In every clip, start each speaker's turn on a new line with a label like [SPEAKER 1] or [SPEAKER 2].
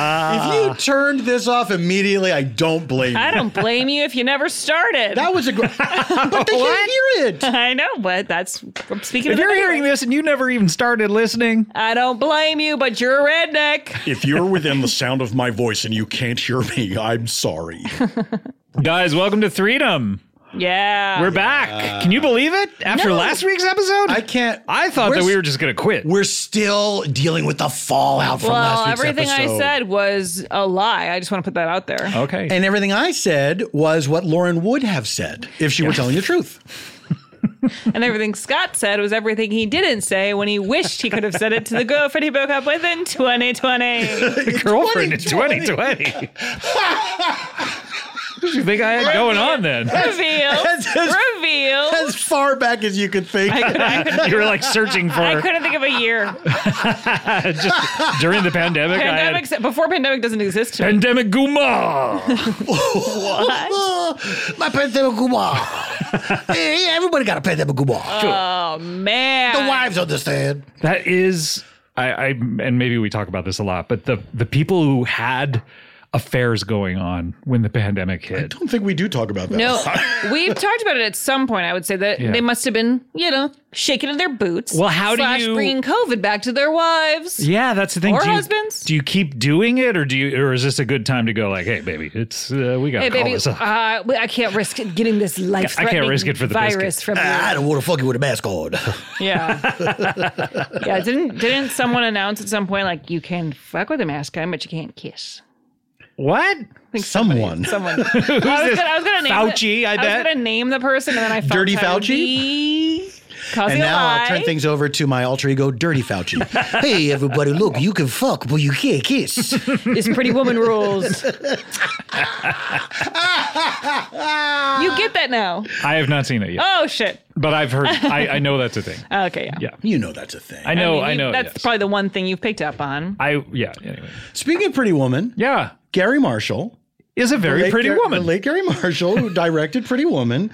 [SPEAKER 1] Uh,
[SPEAKER 2] if you turned this off immediately, I don't blame you.
[SPEAKER 3] I don't blame you if you never started.
[SPEAKER 2] That was a great. but they can't hear it.
[SPEAKER 3] I know, but that's I'm speaking.
[SPEAKER 4] If
[SPEAKER 3] of the
[SPEAKER 4] you're hearing
[SPEAKER 3] neighbor.
[SPEAKER 4] this and you never even started listening,
[SPEAKER 3] I don't blame you, but you're a redneck.
[SPEAKER 1] If you're within the sound of my voice and you can't hear me, I'm sorry.
[SPEAKER 4] guys, welcome to Freedom.
[SPEAKER 3] Yeah,
[SPEAKER 4] We're back. Can you believe it? After
[SPEAKER 3] No.
[SPEAKER 4] last week's episode,
[SPEAKER 2] I can't.
[SPEAKER 4] I thought that
[SPEAKER 2] Where's-
[SPEAKER 4] we were just gonna quit.
[SPEAKER 2] We're still dealing with the fallout from
[SPEAKER 3] well.
[SPEAKER 2] last week's
[SPEAKER 3] Everything I
[SPEAKER 2] episode.
[SPEAKER 3] said was a lie. I just want to put that out there.
[SPEAKER 4] Okay.
[SPEAKER 2] And everything I said was what Lauren would have said if she were telling the truth.
[SPEAKER 3] And everything Scott said was everything he didn't say when he wished he could have said it to the girlfriend he broke up with in 2020.
[SPEAKER 4] the girlfriend in 2020. what do you think I had going on then?
[SPEAKER 3] Reveal.
[SPEAKER 2] That's as-
[SPEAKER 3] Reveal.
[SPEAKER 2] As far back as you could think.
[SPEAKER 4] you were like searching
[SPEAKER 3] I
[SPEAKER 4] for
[SPEAKER 3] couldn't think of a year.
[SPEAKER 4] just during the pandemic. I
[SPEAKER 3] Pandemic,
[SPEAKER 4] had,
[SPEAKER 3] before pandemic doesn't exist. to me.
[SPEAKER 4] pandemic Guma.
[SPEAKER 2] My pandemic guba. hey, everybody got a pandemic guba.
[SPEAKER 3] Oh man.
[SPEAKER 2] The wives understand.
[SPEAKER 4] That is, I, I, and maybe we talk about this a lot, but the the people who had affairs going on when the pandemic hit.
[SPEAKER 1] I don't think we do talk about that.
[SPEAKER 3] No, we've talked about it at some point. I would say that
[SPEAKER 4] Yeah.
[SPEAKER 3] they must have been, you know, shaking in their boots.
[SPEAKER 4] Well, how do
[SPEAKER 3] slash
[SPEAKER 4] you-
[SPEAKER 3] bringing COVID back to their wives?
[SPEAKER 4] Yeah, that's the thing.
[SPEAKER 3] Or
[SPEAKER 4] do you,
[SPEAKER 3] husbands.
[SPEAKER 4] Do you keep doing it, or do you, or is this a good time to go? Like, hey, baby, it's uh, we got to
[SPEAKER 3] Hey,
[SPEAKER 4] call
[SPEAKER 3] baby,
[SPEAKER 4] this
[SPEAKER 3] uh,
[SPEAKER 4] off.
[SPEAKER 3] I can't risk getting this life.
[SPEAKER 4] I can't risk it for the
[SPEAKER 3] virus
[SPEAKER 4] biscuit.
[SPEAKER 3] from you.
[SPEAKER 2] Ah, I don't want to fuck you with a mask on.
[SPEAKER 3] Yeah, yeah. Didn't didn't someone announce at some point like you can fuck with a mask on, but you can't kiss?
[SPEAKER 4] what?
[SPEAKER 3] I think
[SPEAKER 2] Someone.
[SPEAKER 3] Someone. I, was gonna, I was gonna name
[SPEAKER 4] Fauci,
[SPEAKER 3] The,
[SPEAKER 4] I
[SPEAKER 3] I
[SPEAKER 4] bet.
[SPEAKER 3] was gonna name the person, and then I felt
[SPEAKER 2] Dirty
[SPEAKER 3] that would
[SPEAKER 2] Fauci?
[SPEAKER 3] be Causing
[SPEAKER 2] And
[SPEAKER 3] a
[SPEAKER 2] now
[SPEAKER 3] lie.
[SPEAKER 2] I'll turn things over to my alter ego, Dirty Fauci. hey, everybody, look, you can fuck, but you can't kiss.
[SPEAKER 3] This pretty woman rules. you get that now.
[SPEAKER 4] I have not seen it yet,
[SPEAKER 3] Oh shit.
[SPEAKER 4] but I've heard. I, I know that's a thing.
[SPEAKER 3] Okay, yeah.
[SPEAKER 4] Yeah.
[SPEAKER 2] you know that's a thing.
[SPEAKER 4] I know.
[SPEAKER 3] mean,
[SPEAKER 4] I,
[SPEAKER 3] you-
[SPEAKER 4] know.
[SPEAKER 3] That's
[SPEAKER 4] yes.
[SPEAKER 3] probably the one thing you've picked up on.
[SPEAKER 4] I yeah. Anyway,
[SPEAKER 2] Speaking of Pretty Woman,
[SPEAKER 4] yeah,
[SPEAKER 2] Gary Marshall.
[SPEAKER 4] is a very
[SPEAKER 2] late
[SPEAKER 4] pretty
[SPEAKER 2] Gar-
[SPEAKER 4] woman.
[SPEAKER 2] The late Gary Marshall, who directed Pretty Woman.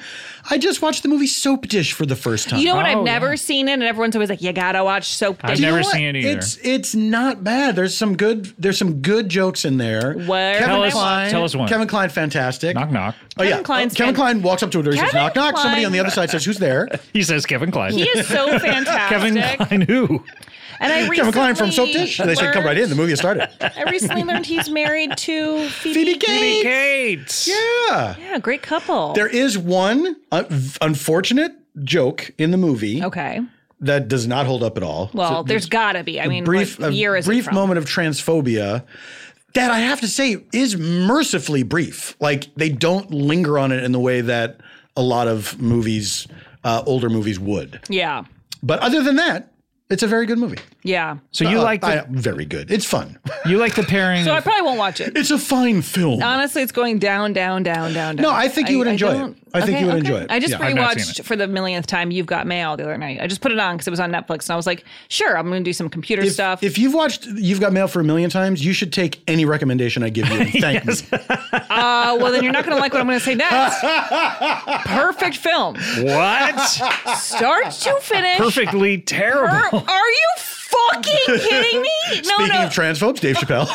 [SPEAKER 2] I just watched the movie Soap Dish for the first time.
[SPEAKER 3] You know what?
[SPEAKER 4] Oh,
[SPEAKER 3] I've never seen it, and everyone's always like, "You gotta watch Soap."
[SPEAKER 4] I've
[SPEAKER 3] Dish."
[SPEAKER 4] never
[SPEAKER 2] You know what?
[SPEAKER 4] seen it either.
[SPEAKER 2] It's it's not bad. There's some good there's some good jokes in there.
[SPEAKER 3] Where-
[SPEAKER 2] Kevin
[SPEAKER 3] Tell us-
[SPEAKER 2] Klein,
[SPEAKER 4] tell us one.
[SPEAKER 2] Kevin Klein, fantastic.
[SPEAKER 4] knock knock.
[SPEAKER 2] Oh yeah,
[SPEAKER 3] Kevin Klein's
[SPEAKER 2] Kevin
[SPEAKER 3] fan-
[SPEAKER 2] Klein walks up to a door and says,
[SPEAKER 3] Kevin
[SPEAKER 2] "Knock knock." Somebody
[SPEAKER 3] Klein-
[SPEAKER 2] on the other side says, "Who's there?"
[SPEAKER 4] He says Kevin Klein.
[SPEAKER 3] He is so fantastic.
[SPEAKER 4] Kevin Klein. Who?
[SPEAKER 3] And I recently
[SPEAKER 2] Kevin Klein from Soap Dish. And they said, "Come right in." The movie has started.
[SPEAKER 3] I recently learned he's married to Phoebe.
[SPEAKER 2] Phoebe Gates.
[SPEAKER 4] Kate.
[SPEAKER 2] Yeah.
[SPEAKER 3] Yeah, great couple.
[SPEAKER 2] There is one uh, unfortunate joke in the movie
[SPEAKER 3] okay.
[SPEAKER 2] that does not hold up at all.
[SPEAKER 3] Well, there's gotta be. I mean,
[SPEAKER 2] brief
[SPEAKER 3] what
[SPEAKER 2] a
[SPEAKER 3] year is it
[SPEAKER 2] brief
[SPEAKER 3] from?
[SPEAKER 2] moment of transphobia that I have to say is mercifully brief. Like they don't linger on it in the way that a lot of movies, uh, older movies, would.
[SPEAKER 3] Yeah,
[SPEAKER 2] But other than that, it's a very good movie.
[SPEAKER 3] yeah.
[SPEAKER 4] So you
[SPEAKER 2] Uh,
[SPEAKER 4] like
[SPEAKER 2] I-
[SPEAKER 4] the,
[SPEAKER 2] very good. It's fun.
[SPEAKER 4] you like the pairing.
[SPEAKER 3] So I
[SPEAKER 4] of-
[SPEAKER 3] probably won't watch it.
[SPEAKER 2] It's a fine film.
[SPEAKER 3] Honestly, it's going down, down, down, down, down.
[SPEAKER 2] No, I think you would enjoy it.
[SPEAKER 3] don't-
[SPEAKER 2] I think you would enjoy it.
[SPEAKER 3] I just
[SPEAKER 2] Yeah.
[SPEAKER 4] I've not seen
[SPEAKER 3] rewatched
[SPEAKER 4] it.
[SPEAKER 3] for the millionth time You've Got Mail the other night. I just put it on because it was on Netflix, and I was like, sure, I'm going to do some computer
[SPEAKER 2] if,
[SPEAKER 3] stuff.
[SPEAKER 2] if you've watched You've Got Mail for a million times, you should take any recommendation I give you and thank me.
[SPEAKER 3] uh, well, then you're not going to like what I'm going to say next. Perfect film,
[SPEAKER 4] what?
[SPEAKER 3] start to finish.
[SPEAKER 4] Perfectly
[SPEAKER 3] Are,
[SPEAKER 4] terrible.
[SPEAKER 3] are you fucking kidding me? No,
[SPEAKER 1] Speaking
[SPEAKER 3] no.
[SPEAKER 1] of transphobes, Dave Chappelle.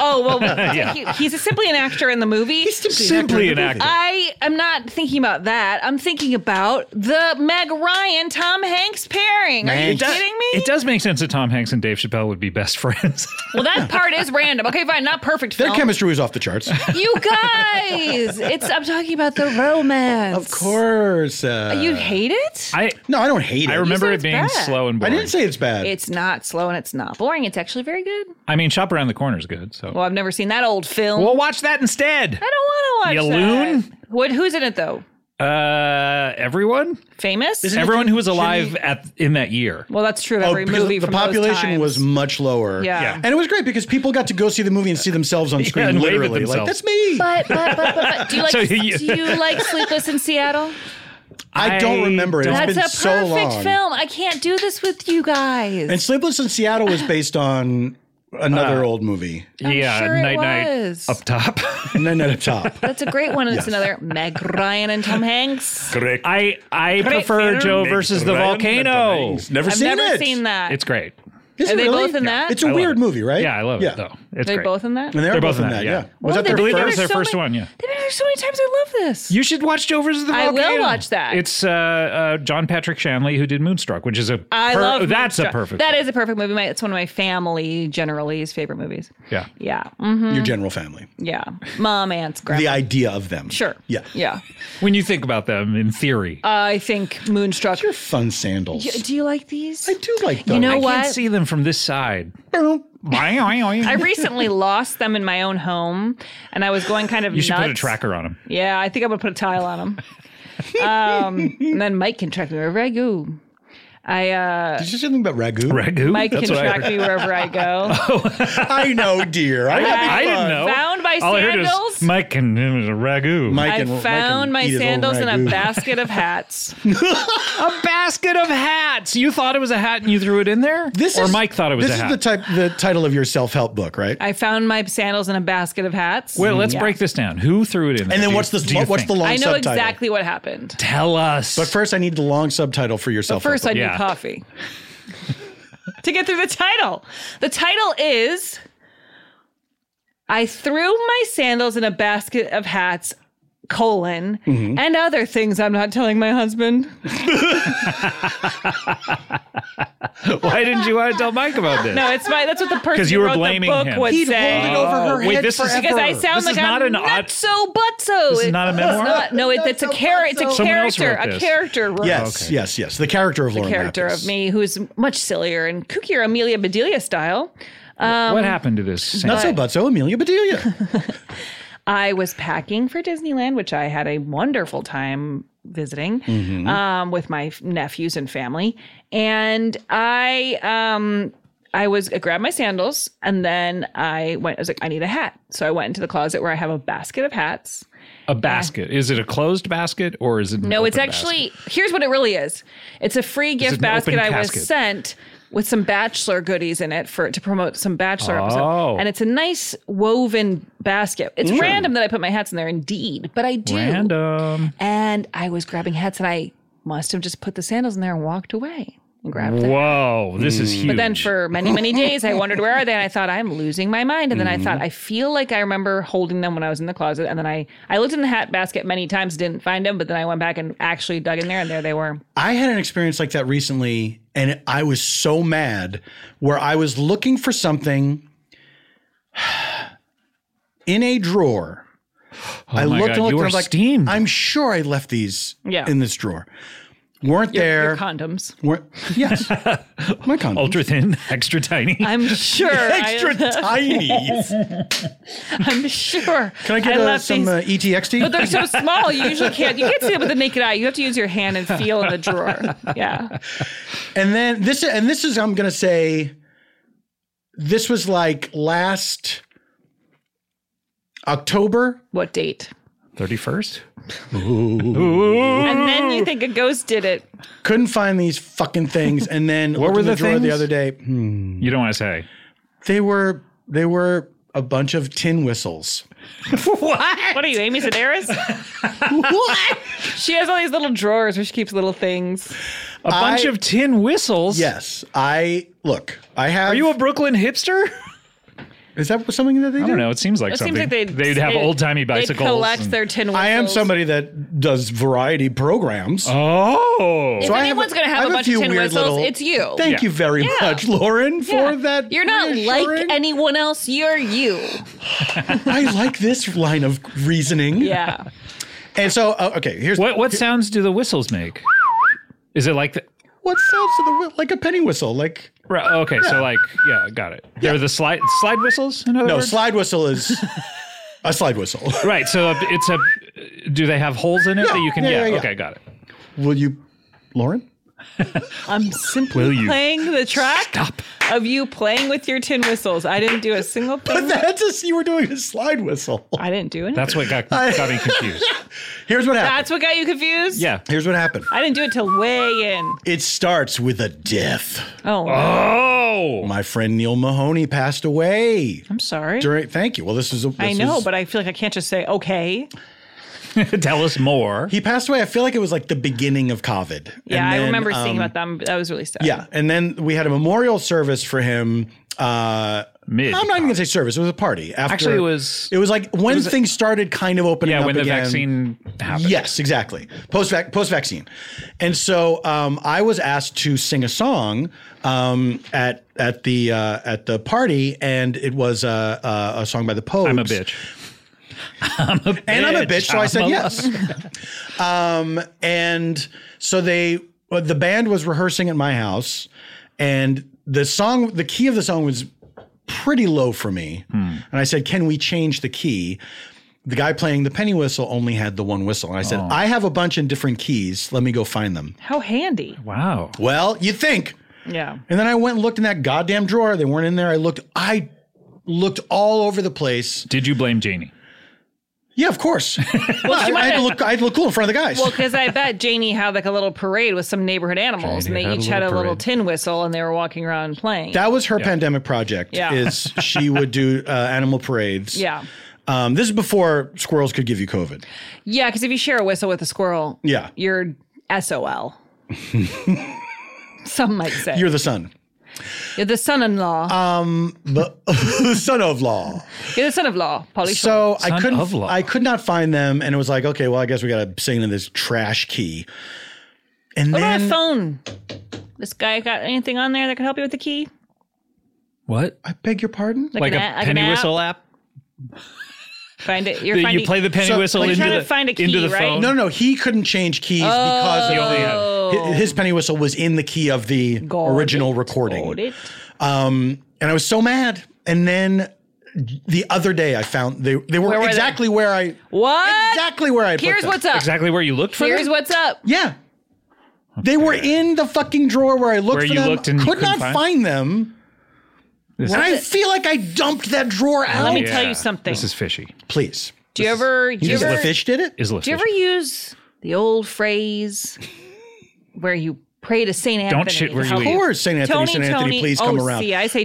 [SPEAKER 3] oh well, he- he's simply an actor in the movie.
[SPEAKER 4] Simply an actor.
[SPEAKER 3] I am not thinking about that. I'm thinking about the Meg Ryan Tom Hanks pairing. Are you
[SPEAKER 4] It does-
[SPEAKER 3] kidding me?
[SPEAKER 4] It does make sense that Tom Hanks and Dave Chappelle would be best friends.
[SPEAKER 3] Well, that part is random. Okay, fine, not perfect.
[SPEAKER 1] Their
[SPEAKER 3] Film.
[SPEAKER 1] chemistry was off the charts.
[SPEAKER 3] You guys, it's I'm talking about the romance.
[SPEAKER 1] of course. Uh,
[SPEAKER 3] you hate it.
[SPEAKER 4] I
[SPEAKER 1] no, I don't hate it.
[SPEAKER 4] I remember
[SPEAKER 3] said
[SPEAKER 4] it
[SPEAKER 3] it's
[SPEAKER 4] being
[SPEAKER 3] bad.
[SPEAKER 4] slow and
[SPEAKER 1] I
[SPEAKER 4] boring.
[SPEAKER 1] didn't say it's bad.
[SPEAKER 3] It's not slow and it's not boring. It's actually very good.
[SPEAKER 4] I mean, Shop Around the Corner is good. So
[SPEAKER 3] Well, I've never seen that old film.
[SPEAKER 4] we'll watch that instead.
[SPEAKER 3] I don't want to
[SPEAKER 4] You
[SPEAKER 3] watch that.
[SPEAKER 4] loon?
[SPEAKER 3] What? Who's in it though?
[SPEAKER 4] Uh, everyone,
[SPEAKER 3] Famous?
[SPEAKER 4] everyone who was alive at in that year.
[SPEAKER 3] well, that's true of every
[SPEAKER 1] Oh, because
[SPEAKER 3] movie
[SPEAKER 1] the
[SPEAKER 3] from those
[SPEAKER 1] population
[SPEAKER 3] times.
[SPEAKER 1] was much lower.
[SPEAKER 3] Yeah. Yeah.
[SPEAKER 1] And it was great because people got to go see the movie and see themselves on screen
[SPEAKER 4] and wave at
[SPEAKER 1] literally. Like,
[SPEAKER 4] themselves.
[SPEAKER 1] that's me.
[SPEAKER 3] But, but, but, but, but do you like
[SPEAKER 4] So you-
[SPEAKER 3] do you like Sleepless in Seattle?
[SPEAKER 1] I don't remember it.
[SPEAKER 4] I
[SPEAKER 1] It's
[SPEAKER 3] That's
[SPEAKER 1] been
[SPEAKER 3] a
[SPEAKER 1] so
[SPEAKER 3] perfect
[SPEAKER 1] long.
[SPEAKER 3] film. I can't do this with you guys.
[SPEAKER 1] And Sleepless in Seattle was based on another old movie.
[SPEAKER 4] Uh, yeah,
[SPEAKER 3] sure it
[SPEAKER 4] night night
[SPEAKER 3] was.
[SPEAKER 4] up top.
[SPEAKER 1] And then at the top.
[SPEAKER 3] That's a great one. and It's another Meg Ryan and Tom Hanks.
[SPEAKER 5] Correct.
[SPEAKER 4] I I prefer
[SPEAKER 3] film.
[SPEAKER 4] Joe versus the volcano.
[SPEAKER 5] Never
[SPEAKER 3] I've
[SPEAKER 5] seen
[SPEAKER 3] never
[SPEAKER 1] it.
[SPEAKER 3] seen that.
[SPEAKER 4] It's great.
[SPEAKER 1] Is
[SPEAKER 3] Are
[SPEAKER 1] it
[SPEAKER 3] they
[SPEAKER 1] really?
[SPEAKER 3] both in that?
[SPEAKER 1] It's a
[SPEAKER 4] love
[SPEAKER 1] weird
[SPEAKER 4] it.
[SPEAKER 1] movie, right?
[SPEAKER 4] Yeah, I love it though. It's
[SPEAKER 3] They
[SPEAKER 4] great.
[SPEAKER 3] both in that.
[SPEAKER 1] And they
[SPEAKER 4] They're
[SPEAKER 1] are both in that, yeah. Was
[SPEAKER 3] Well,
[SPEAKER 1] that their
[SPEAKER 3] they've been
[SPEAKER 4] That
[SPEAKER 3] there
[SPEAKER 4] was
[SPEAKER 1] first?
[SPEAKER 4] their
[SPEAKER 3] so
[SPEAKER 4] first
[SPEAKER 3] many-
[SPEAKER 4] one, yeah.
[SPEAKER 3] They've been there so many times. I love this.
[SPEAKER 4] You should watch Joe versus the
[SPEAKER 3] I will
[SPEAKER 4] Volcano.
[SPEAKER 3] watch that.
[SPEAKER 4] It's uh, uh, John Patrick Shanley who did Moonstruck, which is a
[SPEAKER 3] I
[SPEAKER 4] per-
[SPEAKER 3] love
[SPEAKER 4] that's a
[SPEAKER 3] Moonstruck.
[SPEAKER 4] perfect.
[SPEAKER 3] That is a perfect movie. My, it's one of my family generally's favorite movies.
[SPEAKER 4] yeah.
[SPEAKER 3] Yeah, mm,
[SPEAKER 1] Your general family.
[SPEAKER 3] yeah. Mom, aunts, grandma.
[SPEAKER 1] The idea of them.
[SPEAKER 3] sure.
[SPEAKER 1] Yeah.
[SPEAKER 3] yeah.
[SPEAKER 4] When you think about them in theory,
[SPEAKER 3] I think Moonstruck.
[SPEAKER 1] Your fun sandals.
[SPEAKER 3] Y- Do you like these?
[SPEAKER 1] I do like those.
[SPEAKER 3] You know
[SPEAKER 4] I
[SPEAKER 3] what?
[SPEAKER 4] can't see them from this side.
[SPEAKER 3] I
[SPEAKER 4] you
[SPEAKER 3] recently lost them in my own home, and I was going kind of.
[SPEAKER 4] should
[SPEAKER 3] nuts.
[SPEAKER 4] put a tracker on them.
[SPEAKER 3] Yeah, I think I'm gonna put a tile on them. um, and then Mike can track me wherever I go. I uh,
[SPEAKER 1] Did you say something about ragu?
[SPEAKER 4] Ragu.
[SPEAKER 3] Mike
[SPEAKER 4] That's
[SPEAKER 3] can
[SPEAKER 4] what I
[SPEAKER 3] track
[SPEAKER 4] heard.
[SPEAKER 3] me wherever I go.
[SPEAKER 1] Oh, I know, dear. I have
[SPEAKER 4] I didn't know.
[SPEAKER 3] Found by
[SPEAKER 4] All I heard was
[SPEAKER 3] sandals.
[SPEAKER 4] Mike and ragu.
[SPEAKER 1] Mike
[SPEAKER 3] I
[SPEAKER 1] and- Mike
[SPEAKER 3] found
[SPEAKER 1] and
[SPEAKER 3] my
[SPEAKER 1] eat his own
[SPEAKER 3] sandals in a
[SPEAKER 1] ragu.
[SPEAKER 3] basket of hats.
[SPEAKER 4] a basket of hats. You thought it was a hat and you threw it in there? or
[SPEAKER 1] is-
[SPEAKER 4] Mike thought it was
[SPEAKER 1] this
[SPEAKER 4] a hat.
[SPEAKER 1] is the type, the title of your self-help book, right?
[SPEAKER 3] I found my sandals in a basket of hats.
[SPEAKER 4] Wait, let's
[SPEAKER 3] Yeah.
[SPEAKER 4] break this down. Who threw it in there?
[SPEAKER 1] and then
[SPEAKER 4] do you-
[SPEAKER 1] what's the
[SPEAKER 4] do you
[SPEAKER 1] what's
[SPEAKER 4] think?
[SPEAKER 1] the long
[SPEAKER 3] I know
[SPEAKER 1] subtitle?
[SPEAKER 3] exactly what happened.
[SPEAKER 4] Tell us.
[SPEAKER 1] But first, I need the long subtitle for your self-help.
[SPEAKER 3] First, I need
[SPEAKER 4] Yeah.
[SPEAKER 3] coffee to get through the title. The title is I threw my sandals in a basket of hats, colon,
[SPEAKER 1] Mm-hmm.
[SPEAKER 3] and other things I'm not telling my husband.
[SPEAKER 4] Why didn't you want to tell Mike about this?
[SPEAKER 3] No, it's my, that's what the person
[SPEAKER 4] 'Cause you
[SPEAKER 3] who
[SPEAKER 4] were
[SPEAKER 3] wrote
[SPEAKER 4] blaming
[SPEAKER 3] the book
[SPEAKER 4] him.
[SPEAKER 3] would
[SPEAKER 4] He'd
[SPEAKER 3] say.
[SPEAKER 1] hold it over her
[SPEAKER 4] wait,
[SPEAKER 1] head
[SPEAKER 4] this is
[SPEAKER 3] because I sound
[SPEAKER 4] this
[SPEAKER 3] like
[SPEAKER 4] is not
[SPEAKER 3] I'm
[SPEAKER 4] an odd.
[SPEAKER 3] not so butso.
[SPEAKER 4] This is not a memoir?
[SPEAKER 3] no, it, it's a character. It's a
[SPEAKER 4] Someone else
[SPEAKER 3] character.
[SPEAKER 4] wrote
[SPEAKER 3] A
[SPEAKER 4] this.
[SPEAKER 3] character. wrote
[SPEAKER 1] yes, yes, yes. The character of Lauren.
[SPEAKER 3] character
[SPEAKER 1] Lapkus.
[SPEAKER 3] of me who's much sillier and kookier Amelia Bedelia style. Um,
[SPEAKER 4] what happened to this? Sam?
[SPEAKER 1] Not so but so Amelia Bedelia.
[SPEAKER 3] I was packing for Disneyland, which I had a wonderful time visiting
[SPEAKER 4] Mm-hmm.
[SPEAKER 3] um, with my f- nephews and family. And I, um, I was I grabbed my sandals and then I went. I was like, I need a hat, so I went into the closet where I have a basket of hats.
[SPEAKER 4] a basket. Is it a closed basket or is it? an
[SPEAKER 3] No, it's
[SPEAKER 4] open
[SPEAKER 3] actually here's what it really is. It's a free gift
[SPEAKER 4] an open
[SPEAKER 3] basket I was
[SPEAKER 4] casket.
[SPEAKER 3] sent with some bachelor goodies in it for to promote some bachelor
[SPEAKER 4] Oh.
[SPEAKER 3] episode. And it's a nice woven basket. It's random that I put my hats in there indeed, but I do.
[SPEAKER 4] basket? random?
[SPEAKER 3] And I was grabbing hats and I must have just put the sandals in there and walked away and grabbed them.
[SPEAKER 4] Whoa, this is huge.
[SPEAKER 3] But then for many, many days, I wondered where are they, and I thought I'm losing my mind. And then I
[SPEAKER 1] Mm-hmm.
[SPEAKER 3] thought I feel like I remember holding them when I was in the closet. And then I I looked in the hat basket many times, didn't find them. But then I went back and actually dug in there, and there they were.
[SPEAKER 1] I had an experience like that recently, and I was so mad where I was looking for something in a drawer. I
[SPEAKER 4] Oh my
[SPEAKER 1] looked
[SPEAKER 4] God,
[SPEAKER 1] and looked
[SPEAKER 4] you
[SPEAKER 1] and
[SPEAKER 4] are
[SPEAKER 1] I'm like,
[SPEAKER 4] steamed.
[SPEAKER 1] I'm sure I left these
[SPEAKER 3] Yeah.
[SPEAKER 1] in this drawer. Weren't there?
[SPEAKER 3] Your condoms.
[SPEAKER 1] Were, yes. My condoms.
[SPEAKER 4] ultra thin, extra tiny.
[SPEAKER 3] I'm sure.
[SPEAKER 1] Extra
[SPEAKER 3] I,
[SPEAKER 1] tiny.
[SPEAKER 3] I'm sure.
[SPEAKER 1] Can I get uh, some uh, ETXT?
[SPEAKER 3] but they're so small, you usually can't. You can't see them with the naked eye. You have to use your hand and feel in the drawer. Yeah.
[SPEAKER 1] and then this, and this is, I'm going to say, this was like last October.
[SPEAKER 3] What date?
[SPEAKER 4] Thirty first.
[SPEAKER 3] And then you think a ghost did it.
[SPEAKER 1] Couldn't find these fucking things, and then what
[SPEAKER 4] were
[SPEAKER 1] in the,
[SPEAKER 4] the
[SPEAKER 1] drawer the
[SPEAKER 4] things?
[SPEAKER 1] other day. Hmm.
[SPEAKER 4] You don't want to say.
[SPEAKER 1] They were they were a bunch of tin whistles.
[SPEAKER 3] What are you, Amy Sedaris? what? She has all these little drawers where she keeps little things.
[SPEAKER 4] A bunch
[SPEAKER 1] I-
[SPEAKER 4] of tin whistles.
[SPEAKER 1] Yes, I Look, I have.
[SPEAKER 4] Are you a Brooklyn hipster?
[SPEAKER 1] is that something that they do?
[SPEAKER 4] I don't know. It seems like
[SPEAKER 3] It
[SPEAKER 4] something.
[SPEAKER 3] seems like they'd,
[SPEAKER 4] would have
[SPEAKER 3] they'd-
[SPEAKER 4] old timey
[SPEAKER 3] they'd
[SPEAKER 4] bicycles.
[SPEAKER 3] collect
[SPEAKER 4] and-
[SPEAKER 3] their tin
[SPEAKER 1] I am
[SPEAKER 3] whistles.
[SPEAKER 1] somebody that does variety programs.
[SPEAKER 4] Oh,
[SPEAKER 6] If
[SPEAKER 1] So I have
[SPEAKER 6] anyone's
[SPEAKER 1] a-
[SPEAKER 6] going to
[SPEAKER 1] I
[SPEAKER 6] have a bunch
[SPEAKER 1] few
[SPEAKER 6] of tin
[SPEAKER 1] weird
[SPEAKER 6] whistles,
[SPEAKER 1] little-
[SPEAKER 6] it's you.
[SPEAKER 1] Thank
[SPEAKER 4] Yeah.
[SPEAKER 1] you very
[SPEAKER 6] Yeah.
[SPEAKER 1] much, Lauren,
[SPEAKER 6] Yeah.
[SPEAKER 1] for that.
[SPEAKER 6] You're not like
[SPEAKER 1] reassuring-
[SPEAKER 6] anyone else. You're you.
[SPEAKER 1] I like this line of reasoning.
[SPEAKER 3] Yeah.
[SPEAKER 1] And so, uh, okay, here's
[SPEAKER 4] what what sounds do the whistles make? Is it like the,
[SPEAKER 1] what sounds to the whi- like a penny whistle, like
[SPEAKER 4] right, okay? So like yeah, got it. They're the slide slide whistles. In other
[SPEAKER 1] no
[SPEAKER 4] words?
[SPEAKER 1] slide whistle is a slide whistle.
[SPEAKER 4] Right. So it's a. Do they have holes in it that you can?
[SPEAKER 1] yeah,
[SPEAKER 4] Yeah.
[SPEAKER 1] yeah, yeah.
[SPEAKER 4] Okay, got it.
[SPEAKER 1] Will you, Lauren?
[SPEAKER 3] I'm
[SPEAKER 4] Will
[SPEAKER 3] simply
[SPEAKER 4] you
[SPEAKER 3] playing the track of you playing with your tin whistles. I didn't do a single thing.
[SPEAKER 1] That's a you were doing a slide whistle.
[SPEAKER 3] I didn't do anything.
[SPEAKER 4] That's what got got me confused.
[SPEAKER 1] Here's what happened.
[SPEAKER 3] That's what got you confused?
[SPEAKER 4] Yeah.
[SPEAKER 1] Here's what happened.
[SPEAKER 3] I didn't do it till way in.
[SPEAKER 1] It starts with a death.
[SPEAKER 3] Oh,
[SPEAKER 4] Oh.
[SPEAKER 1] My friend Neil Mahoney passed away
[SPEAKER 3] I'm sorry.
[SPEAKER 1] during. Thank you. Well, this is. A,
[SPEAKER 3] I
[SPEAKER 1] this
[SPEAKER 3] know,
[SPEAKER 1] is-
[SPEAKER 3] but I feel like I can't just say, okay.
[SPEAKER 4] Tell us more.
[SPEAKER 1] he passed away. I feel like it was like the beginning of COVID.
[SPEAKER 3] Yeah,
[SPEAKER 1] And
[SPEAKER 3] I
[SPEAKER 1] then,
[SPEAKER 3] remember seeing
[SPEAKER 1] um,
[SPEAKER 3] about them. That was really sad.
[SPEAKER 1] Yeah, and then we had a memorial service for him. Uh,
[SPEAKER 4] Mid.
[SPEAKER 1] I'm not even gonna say service. It was a party. After,
[SPEAKER 4] Actually, it was-
[SPEAKER 1] It was like when things started kind of opening
[SPEAKER 4] yeah,
[SPEAKER 1] up
[SPEAKER 4] when the
[SPEAKER 1] again.
[SPEAKER 4] vaccine happened.
[SPEAKER 1] Yes, exactly. Post post vaccine, and so um, I was asked to sing a song um, at at the uh, at the party, and it was uh, uh, a song by the Pogues.
[SPEAKER 4] I'm a bitch. I'm a bitch.
[SPEAKER 1] and I'm a bitch, so I said
[SPEAKER 4] I'm a-
[SPEAKER 1] yes. um, and so they, well, the band was rehearsing at my house, and the song, the key of the song was pretty low for me, and I said, "Can we change the key?" The guy playing the penny whistle only had the one whistle, and I said, "I have a bunch in different keys. Let me go find them."
[SPEAKER 3] How handy.
[SPEAKER 4] Wow.
[SPEAKER 1] Well, you think.
[SPEAKER 3] Yeah.
[SPEAKER 1] And then I went and looked in that goddamn drawer. They weren't in there. I looked. I looked all over the place.
[SPEAKER 4] Did you blame Janie?
[SPEAKER 1] Yeah, of course. I, I had to look. I had to look cool in front of the guys.
[SPEAKER 3] Well, because I bet Janie had like a little parade with some neighborhood animals,
[SPEAKER 4] Janie
[SPEAKER 3] and
[SPEAKER 4] had
[SPEAKER 3] they
[SPEAKER 4] a
[SPEAKER 3] each had a
[SPEAKER 4] little
[SPEAKER 3] little
[SPEAKER 4] parade.
[SPEAKER 3] tin whistle, and they were walking around playing.
[SPEAKER 1] That was her pandemic project.
[SPEAKER 3] Yeah.
[SPEAKER 1] Is she would do uh, animal parades.
[SPEAKER 3] yeah,
[SPEAKER 1] Um, this is before squirrels could give you COVID.
[SPEAKER 3] yeah. Because if you share a whistle with a squirrel,
[SPEAKER 1] Yeah.
[SPEAKER 3] you're SOL. Some might say
[SPEAKER 1] You're the son.
[SPEAKER 3] you're the son-in-law.
[SPEAKER 4] Uh,
[SPEAKER 1] But the son of law.
[SPEAKER 3] you're the son-in-law, Polly. Shore.
[SPEAKER 1] So I
[SPEAKER 4] Son
[SPEAKER 1] couldn't
[SPEAKER 4] of law.
[SPEAKER 1] I could not find them and it was like, okay, well, I guess we gotta sing in this trash key. And
[SPEAKER 3] What about a
[SPEAKER 1] then
[SPEAKER 3] phone? This guy got anything on there that could help you with the key?
[SPEAKER 4] What?
[SPEAKER 1] I beg your pardon?
[SPEAKER 4] Like,
[SPEAKER 3] an
[SPEAKER 4] a
[SPEAKER 3] app- like an
[SPEAKER 4] penny
[SPEAKER 3] app?
[SPEAKER 4] whistle app?
[SPEAKER 3] Find it. You're
[SPEAKER 4] That
[SPEAKER 3] finding,
[SPEAKER 4] you play the penny
[SPEAKER 1] So-
[SPEAKER 4] whistle
[SPEAKER 1] Like
[SPEAKER 4] into
[SPEAKER 3] trying
[SPEAKER 4] the
[SPEAKER 3] to find a key,
[SPEAKER 4] into the
[SPEAKER 3] right?
[SPEAKER 4] phone. Oh.
[SPEAKER 1] No, no, he couldn't change keys because
[SPEAKER 4] You only
[SPEAKER 1] of
[SPEAKER 4] have-
[SPEAKER 1] the, hi- his penny whistle was in the key of the
[SPEAKER 3] Got
[SPEAKER 1] original
[SPEAKER 3] it,
[SPEAKER 1] recording.
[SPEAKER 3] got it.
[SPEAKER 1] Um, and I was so mad. And then the other day I found they they were,
[SPEAKER 3] Where were they?
[SPEAKER 1] exactly where I
[SPEAKER 3] What?
[SPEAKER 1] exactly where I put
[SPEAKER 3] Here's
[SPEAKER 1] them.
[SPEAKER 3] what's up.
[SPEAKER 4] exactly where you looked for.
[SPEAKER 3] Here's
[SPEAKER 4] them?
[SPEAKER 3] what's up.
[SPEAKER 1] Yeah. They were in the fucking drawer where I looked
[SPEAKER 4] Where
[SPEAKER 1] for
[SPEAKER 4] you
[SPEAKER 1] them.
[SPEAKER 4] looked and you
[SPEAKER 1] could not
[SPEAKER 4] couldn't
[SPEAKER 1] find,
[SPEAKER 4] find-
[SPEAKER 1] them. And I feel like I dumped that drawer out.
[SPEAKER 3] Let me
[SPEAKER 4] Yeah.
[SPEAKER 3] tell you something.
[SPEAKER 4] This is fishy.
[SPEAKER 1] Please.
[SPEAKER 3] do you ever? Do you
[SPEAKER 1] Because
[SPEAKER 3] ever?
[SPEAKER 1] the fish did it?
[SPEAKER 4] Is
[SPEAKER 3] Do you ever use the old phrase where you pray to Saint Anthony?
[SPEAKER 4] Don't shit where you
[SPEAKER 3] How-
[SPEAKER 1] Of course, St. Anthony,
[SPEAKER 3] Tony,
[SPEAKER 1] St. Anthony,
[SPEAKER 3] Tony.
[SPEAKER 1] please come
[SPEAKER 3] oh,
[SPEAKER 1] around.
[SPEAKER 3] See, I say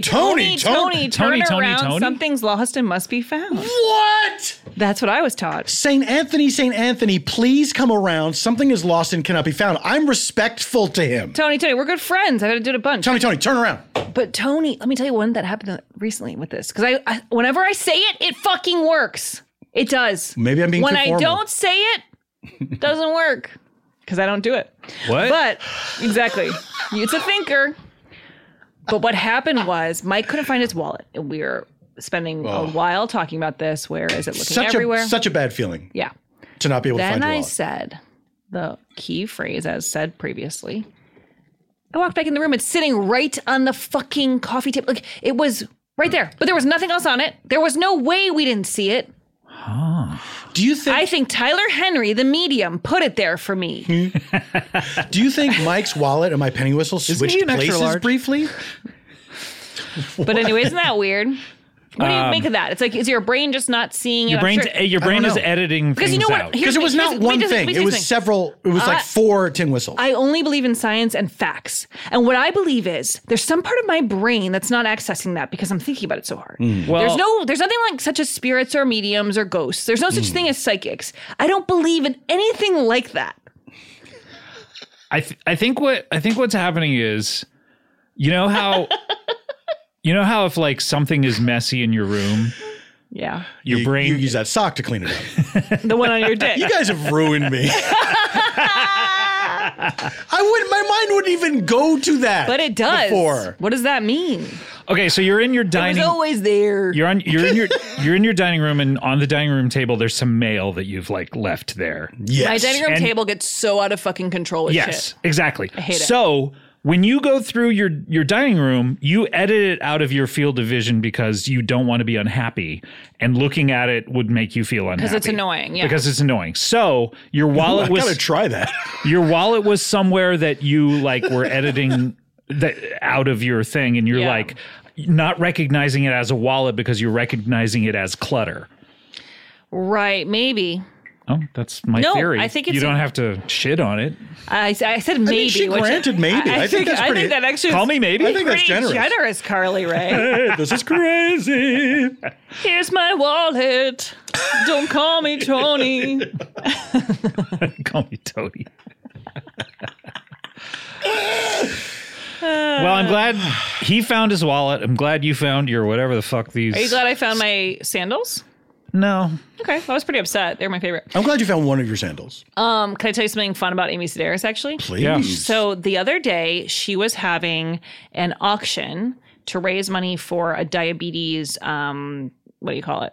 [SPEAKER 3] Tony,
[SPEAKER 1] Tony, Tony,
[SPEAKER 3] Tony,
[SPEAKER 4] Tony,
[SPEAKER 3] turn
[SPEAKER 4] Tony,
[SPEAKER 3] around.
[SPEAKER 4] Tony?
[SPEAKER 3] Something's lost and must be found.
[SPEAKER 1] What?
[SPEAKER 3] That's what I was taught.
[SPEAKER 1] St. Anthony, St. Anthony, please come around. Something is lost and cannot be found. I'm respectful to him.
[SPEAKER 3] Tony, Tony, we're good friends. I did a bunch.
[SPEAKER 1] Tony, Tony, turn around.
[SPEAKER 3] But Tony, let me tell you one that happened recently with this. Because I, I, whenever I say it, it fucking works. It does.
[SPEAKER 1] Maybe I'm being
[SPEAKER 3] When
[SPEAKER 1] too
[SPEAKER 3] I
[SPEAKER 1] formal.
[SPEAKER 3] don't say it, it doesn't work. Because I don't do it.
[SPEAKER 4] What?
[SPEAKER 3] But exactly, it's a thinker. But what happened was Mike couldn't find his wallet, and we were spending a while talking about this. Where is it looking
[SPEAKER 1] Such
[SPEAKER 3] everywhere?
[SPEAKER 1] a such a bad feeling
[SPEAKER 3] yeah.
[SPEAKER 1] to not be able to
[SPEAKER 3] Then
[SPEAKER 1] find your
[SPEAKER 3] I
[SPEAKER 1] wallet.
[SPEAKER 3] said the key phrase as said previously. I walked back in the room. It's sitting right on the fucking coffee table. Like it was right there, but there was nothing else on it. There was no way we didn't see it.
[SPEAKER 1] Do you think
[SPEAKER 3] I think Tyler Henry, the medium, put it there for me.
[SPEAKER 1] Do you think Mike's wallet and my penny whistle
[SPEAKER 4] he
[SPEAKER 1] switched
[SPEAKER 4] an extra
[SPEAKER 1] places
[SPEAKER 4] large?
[SPEAKER 1] briefly?
[SPEAKER 3] But anyway, isn't that weird? What do you make of
[SPEAKER 1] Um,
[SPEAKER 3] that? It's like is your brain just not seeing it?
[SPEAKER 4] Your
[SPEAKER 3] I'm
[SPEAKER 4] brain's e,
[SPEAKER 3] sure-
[SPEAKER 4] your
[SPEAKER 1] I don't
[SPEAKER 4] brain is
[SPEAKER 1] know.
[SPEAKER 4] editing
[SPEAKER 3] Because
[SPEAKER 4] things
[SPEAKER 3] you know what?
[SPEAKER 4] out.
[SPEAKER 3] Here's
[SPEAKER 1] Because it
[SPEAKER 3] the-
[SPEAKER 1] was
[SPEAKER 3] here's-
[SPEAKER 1] not
[SPEAKER 3] let me
[SPEAKER 1] one
[SPEAKER 3] just- let
[SPEAKER 1] thing.
[SPEAKER 3] me
[SPEAKER 1] It
[SPEAKER 3] just
[SPEAKER 1] was
[SPEAKER 3] explain.
[SPEAKER 1] several. It was like
[SPEAKER 3] I-
[SPEAKER 1] four tin whistles.
[SPEAKER 3] I only believe in science and facts. And what I believe is there's some part of my brain that's not accessing that because I'm thinking about it so hard.
[SPEAKER 1] Mm.
[SPEAKER 4] Well-
[SPEAKER 3] there's no there's nothing like such as spirits or mediums or ghosts. There's no such
[SPEAKER 1] Mm.
[SPEAKER 3] thing as psychics. I don't believe in anything like that.
[SPEAKER 4] I th- I think what I think what's happening is, you know how You know how if like something is messy in your room,
[SPEAKER 3] Yeah.
[SPEAKER 4] your
[SPEAKER 1] you,
[SPEAKER 4] brain
[SPEAKER 1] you use that sock to clean it up.
[SPEAKER 3] The one on your dick.
[SPEAKER 1] You guys have ruined me. I wouldn't. My mind wouldn't even go to that.
[SPEAKER 3] but it does.
[SPEAKER 1] Before
[SPEAKER 3] What does that mean?
[SPEAKER 4] Okay, so you're in your
[SPEAKER 6] It was
[SPEAKER 4] dining
[SPEAKER 6] always there.
[SPEAKER 4] you're on you're in your you're in your dining room and on the dining room table there's some mail that you've like left there.
[SPEAKER 1] yes,
[SPEAKER 6] My dining room
[SPEAKER 4] and-
[SPEAKER 6] table gets so out of fucking control with
[SPEAKER 4] Yes,
[SPEAKER 6] shit.
[SPEAKER 4] exactly.
[SPEAKER 6] hate it.
[SPEAKER 4] so when you go through your your dining room, you edit it out of your field of vision because you don't want to be unhappy, and looking at it would make you feel unhappy
[SPEAKER 3] it's annoying, yeah.
[SPEAKER 4] Because it's annoying. So your
[SPEAKER 1] Ooh,
[SPEAKER 4] wallet
[SPEAKER 1] Oh, I
[SPEAKER 4] was
[SPEAKER 1] gotta try that.
[SPEAKER 4] your wallet was somewhere that you like were editing that out of your thing, and you're
[SPEAKER 3] Yeah.
[SPEAKER 4] like not recognizing it as a wallet because you're recognizing it as clutter.
[SPEAKER 3] Right. Maybe.
[SPEAKER 4] Oh, that's my
[SPEAKER 3] No,
[SPEAKER 4] theory.
[SPEAKER 3] I think it's
[SPEAKER 4] you don't
[SPEAKER 3] a-
[SPEAKER 4] have to shit on it.
[SPEAKER 3] I, s- I said maybe.
[SPEAKER 1] she
[SPEAKER 3] which-
[SPEAKER 1] granted maybe. I think that's
[SPEAKER 3] I
[SPEAKER 1] pretty-
[SPEAKER 3] think that actually
[SPEAKER 4] Call
[SPEAKER 3] is
[SPEAKER 4] me maybe.
[SPEAKER 1] I think that's
[SPEAKER 3] pretty
[SPEAKER 1] generous.
[SPEAKER 3] generous, Carly Ray.
[SPEAKER 4] Hey, this is crazy.
[SPEAKER 3] Here's my wallet. Don't call me Tony.
[SPEAKER 4] Call me Tony. well, I'm glad he found his wallet. I'm glad you found your whatever the fuck these.
[SPEAKER 3] Are you glad I found my sandals?
[SPEAKER 4] No.
[SPEAKER 3] Okay, I was pretty upset. They're my favorite.
[SPEAKER 1] I'm glad you found one of your sandals.
[SPEAKER 3] Um, can I tell you something fun about Amy Sedaris? Actually,
[SPEAKER 1] Please.
[SPEAKER 4] Yeah.
[SPEAKER 3] So the other day, she was having an auction to raise money for a diabetes, um, what do you call it?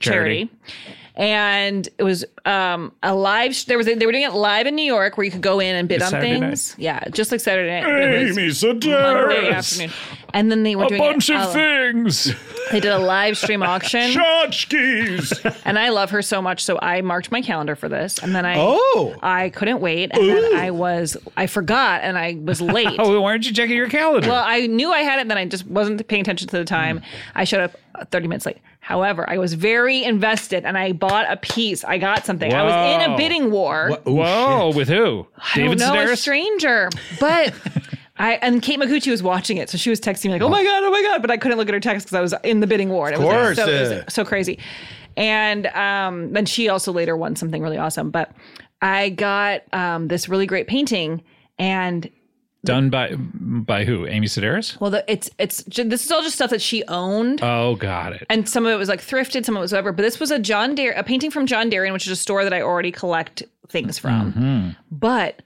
[SPEAKER 4] Charity.
[SPEAKER 3] And it was um, a live. Sh- there was a, they were doing it live in New York, where you could go in and bid
[SPEAKER 4] It's
[SPEAKER 3] on
[SPEAKER 4] Saturday
[SPEAKER 3] things. Yeah, just like Saturday night. but it was Monday
[SPEAKER 4] Sedaris.
[SPEAKER 3] afternoon. And then they were
[SPEAKER 4] A
[SPEAKER 3] doing
[SPEAKER 4] bunch
[SPEAKER 3] it,
[SPEAKER 4] of
[SPEAKER 3] uh,
[SPEAKER 4] things.
[SPEAKER 3] They did a live stream auction,
[SPEAKER 4] Tchotchkes.
[SPEAKER 3] and I love her so much, so I marked my calendar for this. And then I,
[SPEAKER 1] Oh.
[SPEAKER 3] I couldn't wait, and then I was, I forgot, and I was late.
[SPEAKER 4] oh, why aren't you checking your calendar?
[SPEAKER 3] Well, Uh, I knew I had it, then I just wasn't paying attention to the
[SPEAKER 4] Mm.
[SPEAKER 3] time. I showed up uh, 30 minutes late. However, I was very invested and I bought a piece. I got something. I was in
[SPEAKER 4] Wow.
[SPEAKER 3] a bidding war.
[SPEAKER 4] Oh, Whoa, with who?
[SPEAKER 3] I
[SPEAKER 4] David
[SPEAKER 3] don't know, a
[SPEAKER 4] Sedaris?
[SPEAKER 3] stranger. But I and Kate Maguchi was watching it, so she was texting me like, "Oh my god, oh my god!" But I couldn't look at her text because I was in the bidding war. And it was like,
[SPEAKER 1] course,
[SPEAKER 3] so, it was
[SPEAKER 1] uh.
[SPEAKER 3] so crazy. And um, then she also later won something really awesome. But I got um, this really great painting, and
[SPEAKER 4] Done by by who? Amy Sedaris?
[SPEAKER 3] well, the, it's it's ju- this is all just stuff that she owned.
[SPEAKER 4] Oh, got it.
[SPEAKER 3] and some of it was like thrifted, some of it was whatever. But this was a John Dar- a painting from John Darien, which is a store that I already collect things from.
[SPEAKER 4] Mm-hmm.
[SPEAKER 3] But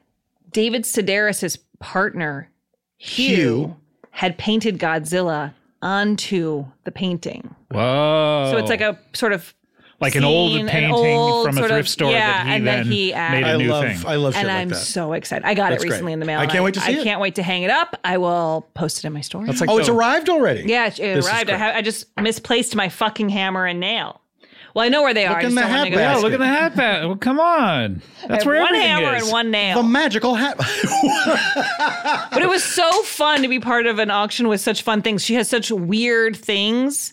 [SPEAKER 3] David Sedaris's partner, Hugh,
[SPEAKER 1] Hugh.
[SPEAKER 3] had painted Godzilla onto the painting.
[SPEAKER 4] Whoa.
[SPEAKER 3] So it's like a sort of
[SPEAKER 4] Oh. like an old
[SPEAKER 3] scene, an
[SPEAKER 4] painting
[SPEAKER 3] old
[SPEAKER 4] from a
[SPEAKER 3] sort of-
[SPEAKER 4] thrift store
[SPEAKER 3] yeah,
[SPEAKER 4] that he
[SPEAKER 3] and
[SPEAKER 4] then
[SPEAKER 3] then he
[SPEAKER 4] made
[SPEAKER 3] added-
[SPEAKER 4] a
[SPEAKER 1] I
[SPEAKER 4] new
[SPEAKER 1] love.
[SPEAKER 4] thing.
[SPEAKER 1] I love shit
[SPEAKER 3] and
[SPEAKER 1] like
[SPEAKER 3] I'm
[SPEAKER 1] that.
[SPEAKER 3] so excited. I got
[SPEAKER 1] That's
[SPEAKER 3] it
[SPEAKER 1] great.
[SPEAKER 3] recently in the mail.
[SPEAKER 1] I
[SPEAKER 3] and
[SPEAKER 1] can't wait to
[SPEAKER 3] I
[SPEAKER 1] see it.
[SPEAKER 3] can't wait to hang it up. I will post it in my story.
[SPEAKER 4] It's like
[SPEAKER 1] oh, it's
[SPEAKER 4] the-
[SPEAKER 1] arrived already.
[SPEAKER 3] Yeah, it
[SPEAKER 1] This is
[SPEAKER 3] arrived. I,
[SPEAKER 1] great.
[SPEAKER 3] ha- I just misplaced my fucking hammer and nail. Well, I know where they are. I
[SPEAKER 1] in
[SPEAKER 3] just
[SPEAKER 1] the
[SPEAKER 3] don't wanna
[SPEAKER 1] hat
[SPEAKER 3] go-
[SPEAKER 4] Yeah,
[SPEAKER 1] basket.
[SPEAKER 4] look at the hat bat. Well, come on. That's where
[SPEAKER 3] one
[SPEAKER 4] everything
[SPEAKER 3] hammer
[SPEAKER 4] is.
[SPEAKER 3] and one nail.
[SPEAKER 1] The magical hat.
[SPEAKER 3] But it was so fun to be part of an auction with such fun things. She has such weird things.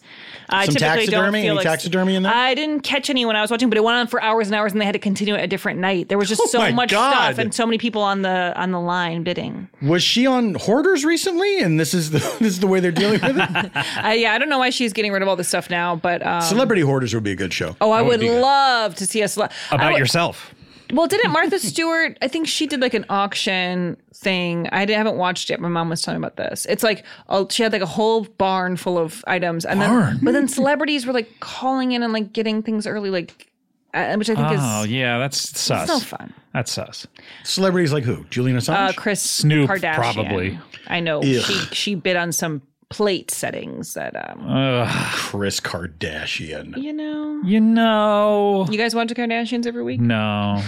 [SPEAKER 3] I
[SPEAKER 1] Some
[SPEAKER 3] typically don't
[SPEAKER 1] taxidermy?
[SPEAKER 3] feel
[SPEAKER 1] Any
[SPEAKER 3] like
[SPEAKER 1] taxidermy in there?
[SPEAKER 3] I didn't catch any when I was watching, but it went on for hours and hours, and they had to continue it a different night. There was just
[SPEAKER 1] Oh
[SPEAKER 3] so
[SPEAKER 1] my
[SPEAKER 3] much
[SPEAKER 1] God.
[SPEAKER 3] stuff and so many people on the on the line bidding.
[SPEAKER 1] Was she on Hoarders recently? And this is the this is the way they're dealing with it.
[SPEAKER 3] I, yeah, I don't know why she's getting rid of all this stuff now, but um,
[SPEAKER 1] Celebrity Hoarders would be a good show.
[SPEAKER 3] oh, I
[SPEAKER 4] would
[SPEAKER 3] would
[SPEAKER 4] be good.
[SPEAKER 3] love to see us. About
[SPEAKER 4] About yourself.
[SPEAKER 3] Well, didn't Martha Stewart? I think she did like an auction thing. I didn't- haven't watched it. My mom was telling me about this. It's like oh, she had like a whole barn full of items, and
[SPEAKER 4] Barn?
[SPEAKER 3] then but then celebrities were like calling in and like getting things early, like uh, which I think
[SPEAKER 4] Oh,
[SPEAKER 3] is
[SPEAKER 4] yeah, that's sus.
[SPEAKER 3] no fun.
[SPEAKER 4] That's sus.
[SPEAKER 1] Celebrities like who? Julian Assange.
[SPEAKER 3] Uh, Chris
[SPEAKER 4] Snoop,
[SPEAKER 3] Kardashian.
[SPEAKER 4] probably.
[SPEAKER 3] I know she she bid on some plate settings that
[SPEAKER 4] Uh,
[SPEAKER 3] um
[SPEAKER 1] Chris Kardashian.
[SPEAKER 3] you know
[SPEAKER 4] You know.
[SPEAKER 3] you guys watch the Kardashians every week.
[SPEAKER 4] No.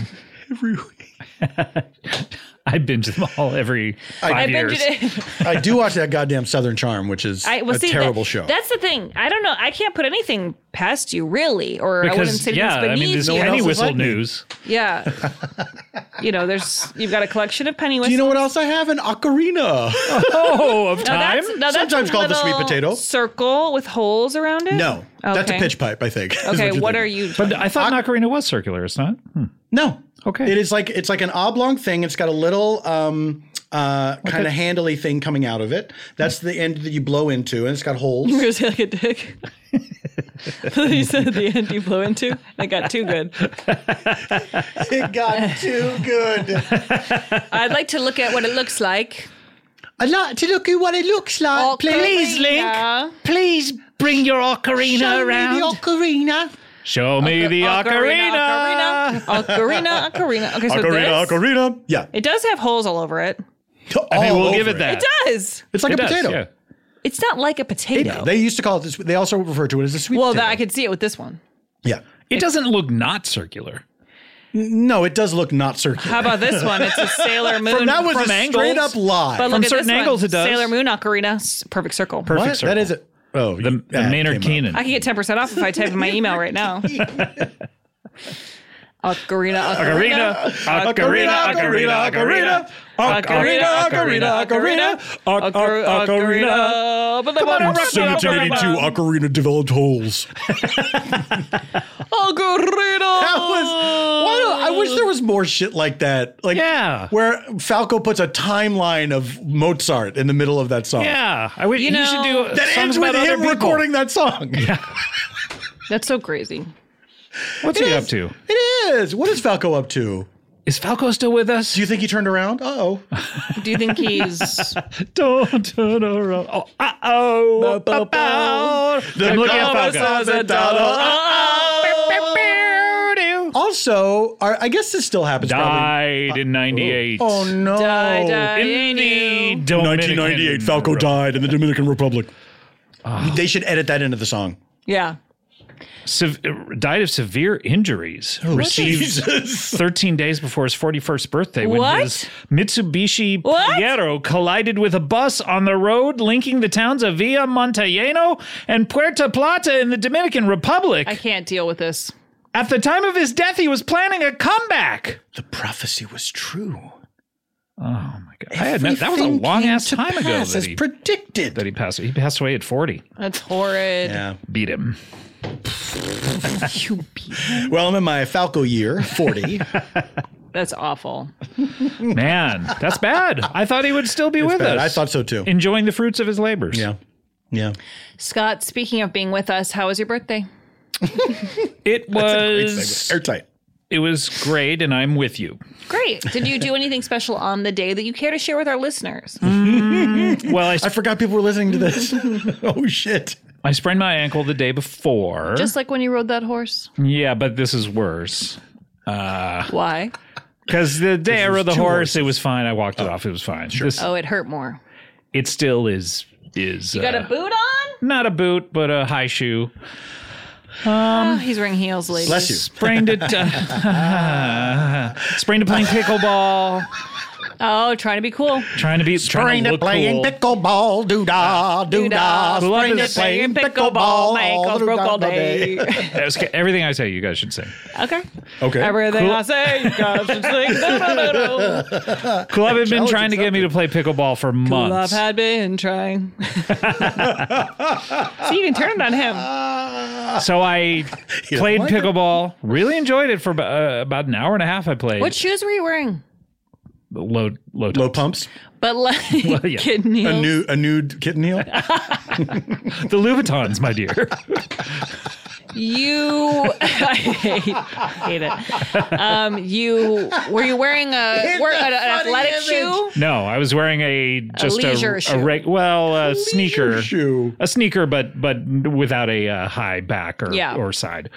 [SPEAKER 4] I binge them all every five
[SPEAKER 3] I
[SPEAKER 4] years.
[SPEAKER 3] binged it.
[SPEAKER 1] I do watch that goddamn Southern Charm, which is
[SPEAKER 3] I, well,
[SPEAKER 1] a
[SPEAKER 3] see,
[SPEAKER 1] terrible
[SPEAKER 3] that-
[SPEAKER 1] show.
[SPEAKER 3] That's the thing. I don't know. I can't put anything past you, really, or I wouldn't
[SPEAKER 4] Because,
[SPEAKER 3] say
[SPEAKER 4] yeah,
[SPEAKER 3] this
[SPEAKER 4] I mean,
[SPEAKER 3] beneath
[SPEAKER 4] this
[SPEAKER 3] you.
[SPEAKER 4] penny
[SPEAKER 1] else is
[SPEAKER 4] whistle
[SPEAKER 1] like me.
[SPEAKER 4] news.
[SPEAKER 3] Yeah. you know, there's you've got a collection of penny
[SPEAKER 1] Do
[SPEAKER 3] whistles.
[SPEAKER 1] you know what else I have? An ocarina.
[SPEAKER 4] Oh, of
[SPEAKER 3] Now
[SPEAKER 4] time?
[SPEAKER 3] that's, now that's
[SPEAKER 1] Sometimes
[SPEAKER 3] a
[SPEAKER 1] called the sweet
[SPEAKER 3] little
[SPEAKER 1] potato.
[SPEAKER 3] circle with holes around it.
[SPEAKER 1] no, that's a
[SPEAKER 3] Oh, Okay.
[SPEAKER 1] pitch pipe. I think. is
[SPEAKER 3] Okay,
[SPEAKER 1] you're
[SPEAKER 3] what
[SPEAKER 1] thinking.
[SPEAKER 3] are you?
[SPEAKER 4] but I thought an ocarina was circular. It's not? Hmm.
[SPEAKER 1] No.
[SPEAKER 4] Okay.
[SPEAKER 1] It is like it's like an oblong thing. It's got a little um uh kind of handily thing coming out of it. That's the end that you blow into, and it's got holes.
[SPEAKER 3] You're gonna say like a dick. you said the end you blow into. I got too good.
[SPEAKER 1] it got too good.
[SPEAKER 3] I'd like to look at what it looks like.
[SPEAKER 1] I'd like to look at what it looks like,
[SPEAKER 3] Oh,
[SPEAKER 1] please.
[SPEAKER 3] please. Yeah.
[SPEAKER 4] Please bring your ocarina
[SPEAKER 1] Show me the ocarina.
[SPEAKER 4] Show me the ocarina.
[SPEAKER 3] Ocarina, ocarina, ocarina. Okay, so
[SPEAKER 5] Ocarina,
[SPEAKER 3] this,
[SPEAKER 5] ocarina. Yeah.
[SPEAKER 3] it does have holes all over it.
[SPEAKER 4] I think
[SPEAKER 1] All
[SPEAKER 4] we'll give
[SPEAKER 1] over
[SPEAKER 4] it that.
[SPEAKER 3] It does.
[SPEAKER 1] It's like
[SPEAKER 4] It
[SPEAKER 1] a
[SPEAKER 4] does,
[SPEAKER 1] potato.
[SPEAKER 4] yeah.
[SPEAKER 3] It's not like a
[SPEAKER 1] It-
[SPEAKER 3] potato.
[SPEAKER 1] They used to call it this. They also refer to it as a sweet
[SPEAKER 3] well, that,
[SPEAKER 1] potato.
[SPEAKER 3] I could see it with this one.
[SPEAKER 1] yeah.
[SPEAKER 4] It doesn't look not circular.
[SPEAKER 1] No, it does look not circular.
[SPEAKER 3] How about this one? It's a Sailor Moon.
[SPEAKER 1] that was
[SPEAKER 4] From
[SPEAKER 1] a straight
[SPEAKER 4] angles?
[SPEAKER 1] up lie.
[SPEAKER 3] but
[SPEAKER 4] from
[SPEAKER 3] look at
[SPEAKER 4] certain
[SPEAKER 3] this
[SPEAKER 4] angles
[SPEAKER 3] one.
[SPEAKER 4] it does.
[SPEAKER 3] Sailor Moon ocarina, s- perfect circle.
[SPEAKER 4] Perfect
[SPEAKER 1] what?
[SPEAKER 4] circle.
[SPEAKER 1] That is it. Oh,
[SPEAKER 4] the,
[SPEAKER 1] you-
[SPEAKER 4] the
[SPEAKER 1] that
[SPEAKER 4] Maynard
[SPEAKER 1] came up.
[SPEAKER 4] Keenan.
[SPEAKER 3] I can get ten percent off if I type in my email right now. ocarina,
[SPEAKER 4] Ocarina,
[SPEAKER 3] ocarina,
[SPEAKER 4] ocarina, ocarina, ocarina.
[SPEAKER 3] ocarina, ocarina, ocarina,
[SPEAKER 5] Oc- oc- ocarina.
[SPEAKER 3] ocarina.
[SPEAKER 5] 1782 ocarina developed holes.
[SPEAKER 1] That
[SPEAKER 3] Ocarina.
[SPEAKER 1] was. Why do, I wish there was more shit like that. Like,
[SPEAKER 4] Yeah.
[SPEAKER 1] where Falco puts a timeline of Mozart in the middle of that song.
[SPEAKER 4] Yeah, I wish you,
[SPEAKER 3] know,
[SPEAKER 4] should do
[SPEAKER 1] that
[SPEAKER 4] songs
[SPEAKER 1] ends with
[SPEAKER 4] about other
[SPEAKER 1] him
[SPEAKER 4] people.
[SPEAKER 1] recording that song.
[SPEAKER 3] That's so crazy.
[SPEAKER 4] What's he up to?
[SPEAKER 1] It is. What is Falco up to?
[SPEAKER 4] Is Falco still with us?
[SPEAKER 1] Do you think he turned around? Uh oh.
[SPEAKER 3] Do you think he's?
[SPEAKER 4] Don't turn around. Oh, uh oh. Then look at Falco.
[SPEAKER 1] Also, our, I guess this still happens. probably.
[SPEAKER 4] Died in '98.
[SPEAKER 1] Oh no.
[SPEAKER 3] Die, die,
[SPEAKER 4] In the
[SPEAKER 3] uh, you.
[SPEAKER 4] Dominican Ah.
[SPEAKER 5] 1998, Falco died in the Dominican Republic.
[SPEAKER 1] They should edit that into the song.
[SPEAKER 3] Yeah.
[SPEAKER 4] Sev- died of severe injuries. received 13 days before his 41st birthday when
[SPEAKER 3] What?
[SPEAKER 4] his Mitsubishi
[SPEAKER 3] What?
[SPEAKER 4] Pajero collided with a bus on the road linking the towns of Villa Montellano and Puerto Plata in the Dominican Republic.
[SPEAKER 3] I can't deal with this.
[SPEAKER 4] At the time of his death, he was planning a comeback.
[SPEAKER 1] The prophecy was true.
[SPEAKER 4] Oh my god! I had no, that was a
[SPEAKER 1] Everything
[SPEAKER 4] long
[SPEAKER 1] came
[SPEAKER 4] ass
[SPEAKER 1] to
[SPEAKER 4] time ago
[SPEAKER 1] pass
[SPEAKER 4] that
[SPEAKER 1] as
[SPEAKER 4] he,
[SPEAKER 1] predicted.
[SPEAKER 4] that he passed. He passed away at 40.
[SPEAKER 3] That's horrid.
[SPEAKER 1] yeah.
[SPEAKER 4] Beat him.
[SPEAKER 1] Well, I'm in my Falco year, 40.
[SPEAKER 3] That's awful.
[SPEAKER 4] Man, that's bad. I thought he would still be with
[SPEAKER 1] But
[SPEAKER 4] us.
[SPEAKER 1] I thought so too.
[SPEAKER 4] enjoying the fruits of his labors.
[SPEAKER 1] Yeah. Yeah.
[SPEAKER 3] Scott, speaking of being with us, how was your birthday?
[SPEAKER 4] It was
[SPEAKER 1] Airtight.
[SPEAKER 4] it was great, and I'm with you.
[SPEAKER 3] Great. Did you do anything special on the day that you care to share with our listeners?
[SPEAKER 4] Well, I,
[SPEAKER 1] I forgot people were listening to this. oh shit.
[SPEAKER 4] I sprained my ankle the day before.
[SPEAKER 3] Just like when you rode that horse.
[SPEAKER 4] yeah, but this is worse
[SPEAKER 3] Why?
[SPEAKER 4] because the day I rode the horse, it was fine. I walked it off. It was fine. This-
[SPEAKER 3] Oh, it hurt more.
[SPEAKER 4] It still is is
[SPEAKER 3] Got a
[SPEAKER 4] uh,
[SPEAKER 3] boot on?
[SPEAKER 4] not a boot, but a high shoe.
[SPEAKER 3] Oh, he's wearing heels, ladies.
[SPEAKER 1] Bless you.
[SPEAKER 4] Sprained it. Uh, sprained it playing pickleball.
[SPEAKER 3] Oh, trying to be cool.
[SPEAKER 4] Trying to be trying to look cool.
[SPEAKER 1] pickleball, doo da, doo
[SPEAKER 3] Doodah.
[SPEAKER 4] Sprained it
[SPEAKER 3] Playing pickleball, my ankles broke all day.
[SPEAKER 4] That was- everything I say, you guys should sing.
[SPEAKER 3] okay.
[SPEAKER 1] Okay.
[SPEAKER 3] Everything I say, you guys should sing. Da-da-da-da.
[SPEAKER 4] Club had been trying to get me to play pickleball for
[SPEAKER 3] Love
[SPEAKER 4] months.
[SPEAKER 3] had been trying. See, you can turn it on him.
[SPEAKER 4] So I played pickleball. Really enjoyed it for uh, about an hour and a half. I played
[SPEAKER 3] What shoes were you wearing?
[SPEAKER 4] low low.
[SPEAKER 1] Low
[SPEAKER 4] top.
[SPEAKER 1] pumps.
[SPEAKER 3] But like
[SPEAKER 4] yeah.
[SPEAKER 3] kitten heels.
[SPEAKER 1] A nude, a nude kitten heel.
[SPEAKER 4] The Louboutins, my dear.
[SPEAKER 3] You, I hate, hate it. Um, you were you wearing a were, an, an athletic shoe?
[SPEAKER 4] No, I was wearing a just a,
[SPEAKER 3] leisure
[SPEAKER 4] a
[SPEAKER 3] shoe.
[SPEAKER 4] reg- well a sneaker
[SPEAKER 1] shoe.
[SPEAKER 4] a sneaker, but but without a uh, high back or
[SPEAKER 3] Yeah.
[SPEAKER 4] or side.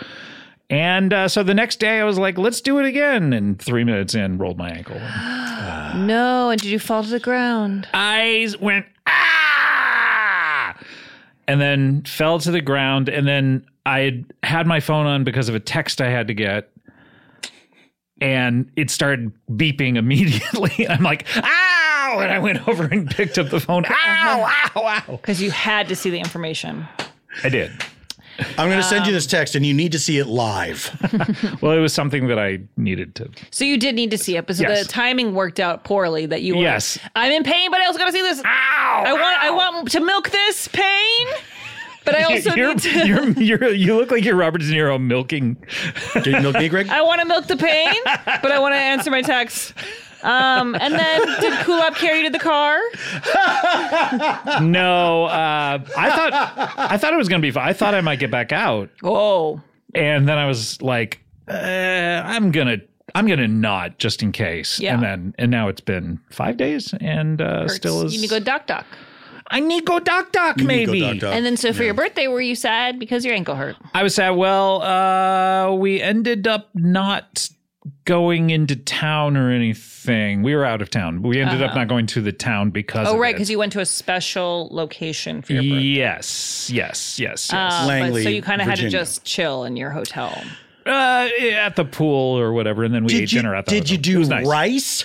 [SPEAKER 4] And uh, so the next day, I was like, "Let's do it again." And three minutes in, rolled my ankle.
[SPEAKER 3] No, and did you fall to the ground?
[SPEAKER 4] I went ah, and then fell to the ground. And then I had had my phone on because of a text I had to get, and it started beeping immediately. I'm like, ow! And I went over and picked up the phone. Ow! Ow! Ow!
[SPEAKER 3] Because you had to see the information.
[SPEAKER 4] I did.
[SPEAKER 1] I'm going to send you this text, and you need to see it live.
[SPEAKER 4] Well, it was something that I needed to.
[SPEAKER 3] So you did need to see it, but so
[SPEAKER 4] Yes.
[SPEAKER 3] the timing worked out poorly. That you were,
[SPEAKER 4] Yes.
[SPEAKER 3] I'm in pain, but I also got to see this.
[SPEAKER 4] Ow!
[SPEAKER 3] I want I want to milk this pain, but I also
[SPEAKER 4] you're,
[SPEAKER 3] need to.
[SPEAKER 4] you're, you're, you look like you're Robert De Niro milking.
[SPEAKER 1] Did you milk me, Greg?
[SPEAKER 3] I want to milk the pain, but I want to answer my text. Um, and then did Kulop carry you to the car?
[SPEAKER 4] No, uh, I thought I thought it was gonna be. fine. I thought I might get back out.
[SPEAKER 3] Whoa.
[SPEAKER 4] and then I was like, uh, I'm gonna. I'm gonna not just in case.
[SPEAKER 3] Yeah.
[SPEAKER 4] And then and now it's been five days and uh, still is
[SPEAKER 3] You need to go duck duck.
[SPEAKER 4] I need go doc doc
[SPEAKER 5] need to go
[SPEAKER 4] maybe.
[SPEAKER 5] doc doc.
[SPEAKER 3] And uh, then so for your birthday, were you sad because your ankle hurt?
[SPEAKER 4] I was sad. Well, uh, we ended up not going into town or anything. We were out of town. We ended up not going to the town because
[SPEAKER 3] Uh-huh. Oh
[SPEAKER 4] of
[SPEAKER 3] right,
[SPEAKER 4] it.
[SPEAKER 3] because you went to a special location for your birthday.
[SPEAKER 4] Yes, yes, yes, yes.
[SPEAKER 3] Uh,
[SPEAKER 1] Langley,
[SPEAKER 3] but, so you kind of had to
[SPEAKER 1] Virginia.
[SPEAKER 3] just chill in your hotel.
[SPEAKER 4] Uh, at the pool or whatever, and then we ate
[SPEAKER 1] Did you,
[SPEAKER 4] dinner at the
[SPEAKER 1] did
[SPEAKER 4] hotel.
[SPEAKER 1] you
[SPEAKER 4] It
[SPEAKER 1] do
[SPEAKER 4] was nice.
[SPEAKER 1] rice?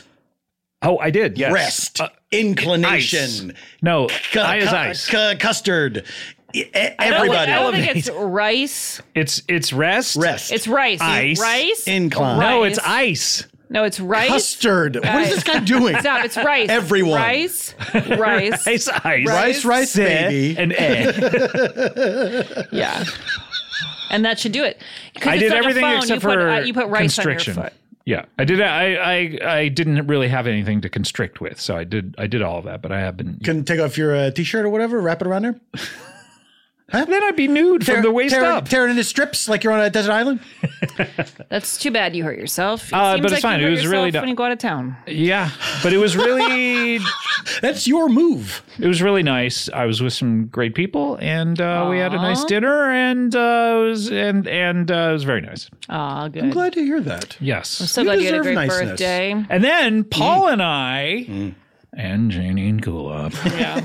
[SPEAKER 4] Oh, I did. Yes.
[SPEAKER 1] Rest,
[SPEAKER 4] Uh, ice.
[SPEAKER 1] inclination,
[SPEAKER 4] No,
[SPEAKER 1] cu-
[SPEAKER 4] I is
[SPEAKER 1] cu-
[SPEAKER 4] ice.
[SPEAKER 1] cu- custard. E-
[SPEAKER 3] I don't,
[SPEAKER 1] Everybody,
[SPEAKER 3] think- I don't think it's rice.
[SPEAKER 4] It's it's rest.
[SPEAKER 1] rest,
[SPEAKER 3] It's rice.
[SPEAKER 4] Ice.
[SPEAKER 3] Rice.
[SPEAKER 1] incline,
[SPEAKER 4] No,
[SPEAKER 3] Rice.
[SPEAKER 4] it's ice.
[SPEAKER 3] no, it's rice.
[SPEAKER 1] custard. What is this guy doing?
[SPEAKER 3] Stop. It's rice.
[SPEAKER 1] Everyone.
[SPEAKER 3] Rice. Rice.
[SPEAKER 4] Ice, ice,
[SPEAKER 1] Rice, rice,
[SPEAKER 4] Se-
[SPEAKER 1] baby.
[SPEAKER 4] and egg.
[SPEAKER 3] Yeah. And that should do it. 'Cause
[SPEAKER 4] I
[SPEAKER 3] it's
[SPEAKER 4] did
[SPEAKER 3] on a
[SPEAKER 4] everything
[SPEAKER 3] phone,
[SPEAKER 4] except
[SPEAKER 3] you put,
[SPEAKER 4] for
[SPEAKER 3] uh, you put rice on your
[SPEAKER 4] constriction.
[SPEAKER 3] foot.
[SPEAKER 4] Yeah, I did. I, I I didn't really have anything to constrict with, so I did. I did all of that, but I have been.
[SPEAKER 1] Can take off your uh, t-shirt or whatever, wrap it around there.
[SPEAKER 4] then I'd be nude
[SPEAKER 1] Tear-
[SPEAKER 4] from the waist
[SPEAKER 1] tear,
[SPEAKER 4] up.
[SPEAKER 1] tear it into strips like you're on a desert island.
[SPEAKER 3] That's too bad you hurt yourself. It
[SPEAKER 4] Uh,
[SPEAKER 3] seems
[SPEAKER 4] but it's
[SPEAKER 3] like you
[SPEAKER 4] fine. It
[SPEAKER 3] hurt
[SPEAKER 4] was really
[SPEAKER 3] yourself
[SPEAKER 4] not-
[SPEAKER 3] when you go out of town.
[SPEAKER 4] yeah, but it was really
[SPEAKER 1] That's your move.
[SPEAKER 4] it was really nice. I was with some great people, and uh, we had a nice dinner, and uh, it was and and uh, it was very nice.
[SPEAKER 3] Oh, good.
[SPEAKER 1] I'm glad to hear that.
[SPEAKER 4] Yes.
[SPEAKER 3] so Mm. glad you had a
[SPEAKER 1] deserve
[SPEAKER 3] great
[SPEAKER 1] niceness.
[SPEAKER 3] birthday.
[SPEAKER 4] And then Paul and I
[SPEAKER 1] Mm.
[SPEAKER 4] and Janine Kulop.
[SPEAKER 3] Yeah.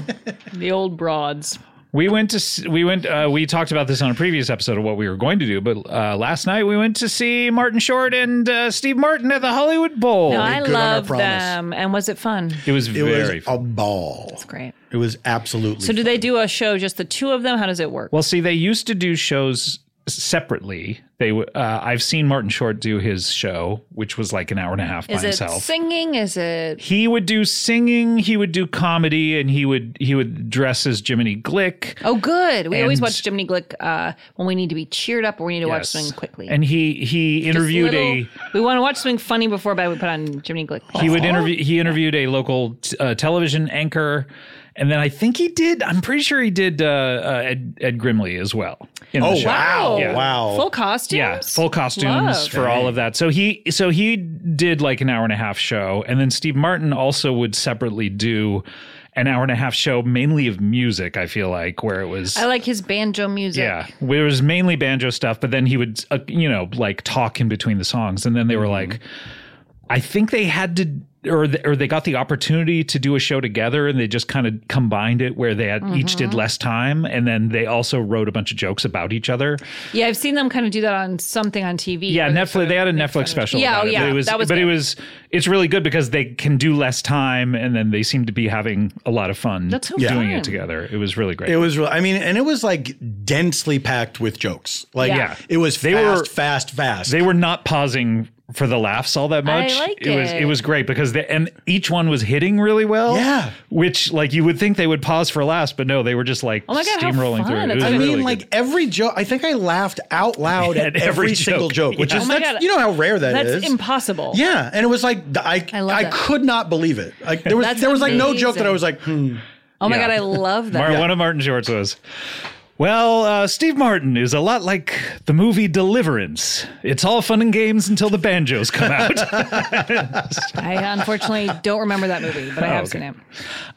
[SPEAKER 3] the old broads.
[SPEAKER 4] We went to s- we went uh, we talked about this on a previous episode of what we were going to do, but uh, last night we went to see Martin Short and uh, Steve Martin at the Hollywood Bowl.
[SPEAKER 3] No, I
[SPEAKER 1] good on our
[SPEAKER 3] love
[SPEAKER 1] promise.
[SPEAKER 3] them. And was it fun?
[SPEAKER 4] it was
[SPEAKER 1] It
[SPEAKER 4] very
[SPEAKER 1] was a ball.
[SPEAKER 3] Great.
[SPEAKER 1] It was absolutely.
[SPEAKER 3] So do they do a show just the two of them? How does it work?
[SPEAKER 4] well. See, they used to do shows separately. They w- uh, I've seen Martin Short do his show, which was like an hour and a half
[SPEAKER 3] is
[SPEAKER 4] by
[SPEAKER 3] it
[SPEAKER 4] himself.
[SPEAKER 3] singing? Is it
[SPEAKER 4] he would do singing, he would do comedy, and he would he would dress as Jiminy Glick.
[SPEAKER 3] Oh, good. We always
[SPEAKER 4] And-
[SPEAKER 3] watch Jiminy Glick uh, when we need to be cheered up or we need to watch
[SPEAKER 4] Yes.
[SPEAKER 3] something quickly.
[SPEAKER 4] And he he
[SPEAKER 3] Just
[SPEAKER 4] interviewed a
[SPEAKER 3] little- We want to watch something funny before bed. We put on Jiminy Glick.
[SPEAKER 4] He would interview. He interviewed a local t- uh, television anchor, and then I think he did. I'm pretty sure he did uh, uh, Ed, Ed Grimley as well. in the
[SPEAKER 1] Oh,
[SPEAKER 4] show.
[SPEAKER 1] wow.
[SPEAKER 4] Yeah.
[SPEAKER 1] Wow.
[SPEAKER 3] Full costumes.
[SPEAKER 4] Yeah, full costumes
[SPEAKER 3] Love.
[SPEAKER 4] for all of that. So he so he did like an hour and a half show, and then Steve Martin also would separately do an hour and a half show, mainly of music. I feel like where it was.
[SPEAKER 3] I like his banjo music.
[SPEAKER 4] Yeah, where it was mainly banjo stuff, but then he would, uh, you know, like talk in between the songs, and then they were
[SPEAKER 3] Mm-hmm.
[SPEAKER 4] like, I think they had to, or th- or they got the opportunity to do a show together, and they just kind of combined it where they had each did
[SPEAKER 3] Mm-hmm.
[SPEAKER 4] less time, and then they also wrote a bunch of jokes about each other.
[SPEAKER 3] Yeah, I've seen them kind of do that on something on TV.
[SPEAKER 4] Yeah,
[SPEAKER 3] where they sort
[SPEAKER 4] Netflix.
[SPEAKER 3] of
[SPEAKER 4] They had a
[SPEAKER 3] make fun
[SPEAKER 4] Netflix
[SPEAKER 3] of-
[SPEAKER 4] special.
[SPEAKER 3] Yeah,
[SPEAKER 4] about
[SPEAKER 3] oh,
[SPEAKER 4] it,
[SPEAKER 3] yeah,
[SPEAKER 4] but it was,
[SPEAKER 3] that was
[SPEAKER 4] but it
[SPEAKER 3] good.
[SPEAKER 4] was, it's really good because they can do less time, and then they seem to be having a lot of fun
[SPEAKER 3] That's so
[SPEAKER 4] doing
[SPEAKER 3] fun.
[SPEAKER 4] it together. It was really great.
[SPEAKER 1] It was real. I mean, and it was like densely packed with jokes. Like,
[SPEAKER 3] Yeah. Yeah.
[SPEAKER 1] it was
[SPEAKER 4] They
[SPEAKER 1] fast,
[SPEAKER 4] were-
[SPEAKER 1] fast, fast.
[SPEAKER 4] they were not pausing for the laughs all that
[SPEAKER 3] I
[SPEAKER 4] much.
[SPEAKER 3] like
[SPEAKER 4] was
[SPEAKER 3] it.
[SPEAKER 4] it was great because they, and each one was hitting really well.
[SPEAKER 1] Yeah.
[SPEAKER 4] which like you would think they would pause for laughs, but no, they were just like
[SPEAKER 3] Oh my God, how
[SPEAKER 4] steamrolling
[SPEAKER 3] fun.
[SPEAKER 4] through. It. It
[SPEAKER 3] That's
[SPEAKER 4] was
[SPEAKER 1] I
[SPEAKER 4] really
[SPEAKER 1] mean,
[SPEAKER 4] good.
[SPEAKER 1] like every joke. I think I laughed out loud
[SPEAKER 4] At
[SPEAKER 1] at, every,
[SPEAKER 4] every
[SPEAKER 1] single
[SPEAKER 4] joke.
[SPEAKER 1] joke, which
[SPEAKER 4] Yeah.
[SPEAKER 1] is
[SPEAKER 3] Oh my
[SPEAKER 1] that's,
[SPEAKER 3] God.
[SPEAKER 1] you know how rare that
[SPEAKER 3] That's
[SPEAKER 1] is.
[SPEAKER 3] impossible.
[SPEAKER 1] Yeah, and it was like the- I
[SPEAKER 3] I
[SPEAKER 1] I,
[SPEAKER 3] love that.
[SPEAKER 1] could not believe it. Like there was
[SPEAKER 3] That's
[SPEAKER 1] there was like no joke that I
[SPEAKER 3] amazing.
[SPEAKER 1] was like, hmm.
[SPEAKER 3] Oh my
[SPEAKER 4] Yeah.
[SPEAKER 3] god, I love that.
[SPEAKER 4] Mar- one of Martin Short's was. Well, uh, Steve Martin is a lot like the movie Deliverance. It's all fun and games until the banjos come out.
[SPEAKER 3] I unfortunately don't remember that movie, but I have
[SPEAKER 4] Oh, okay.
[SPEAKER 3] seen it.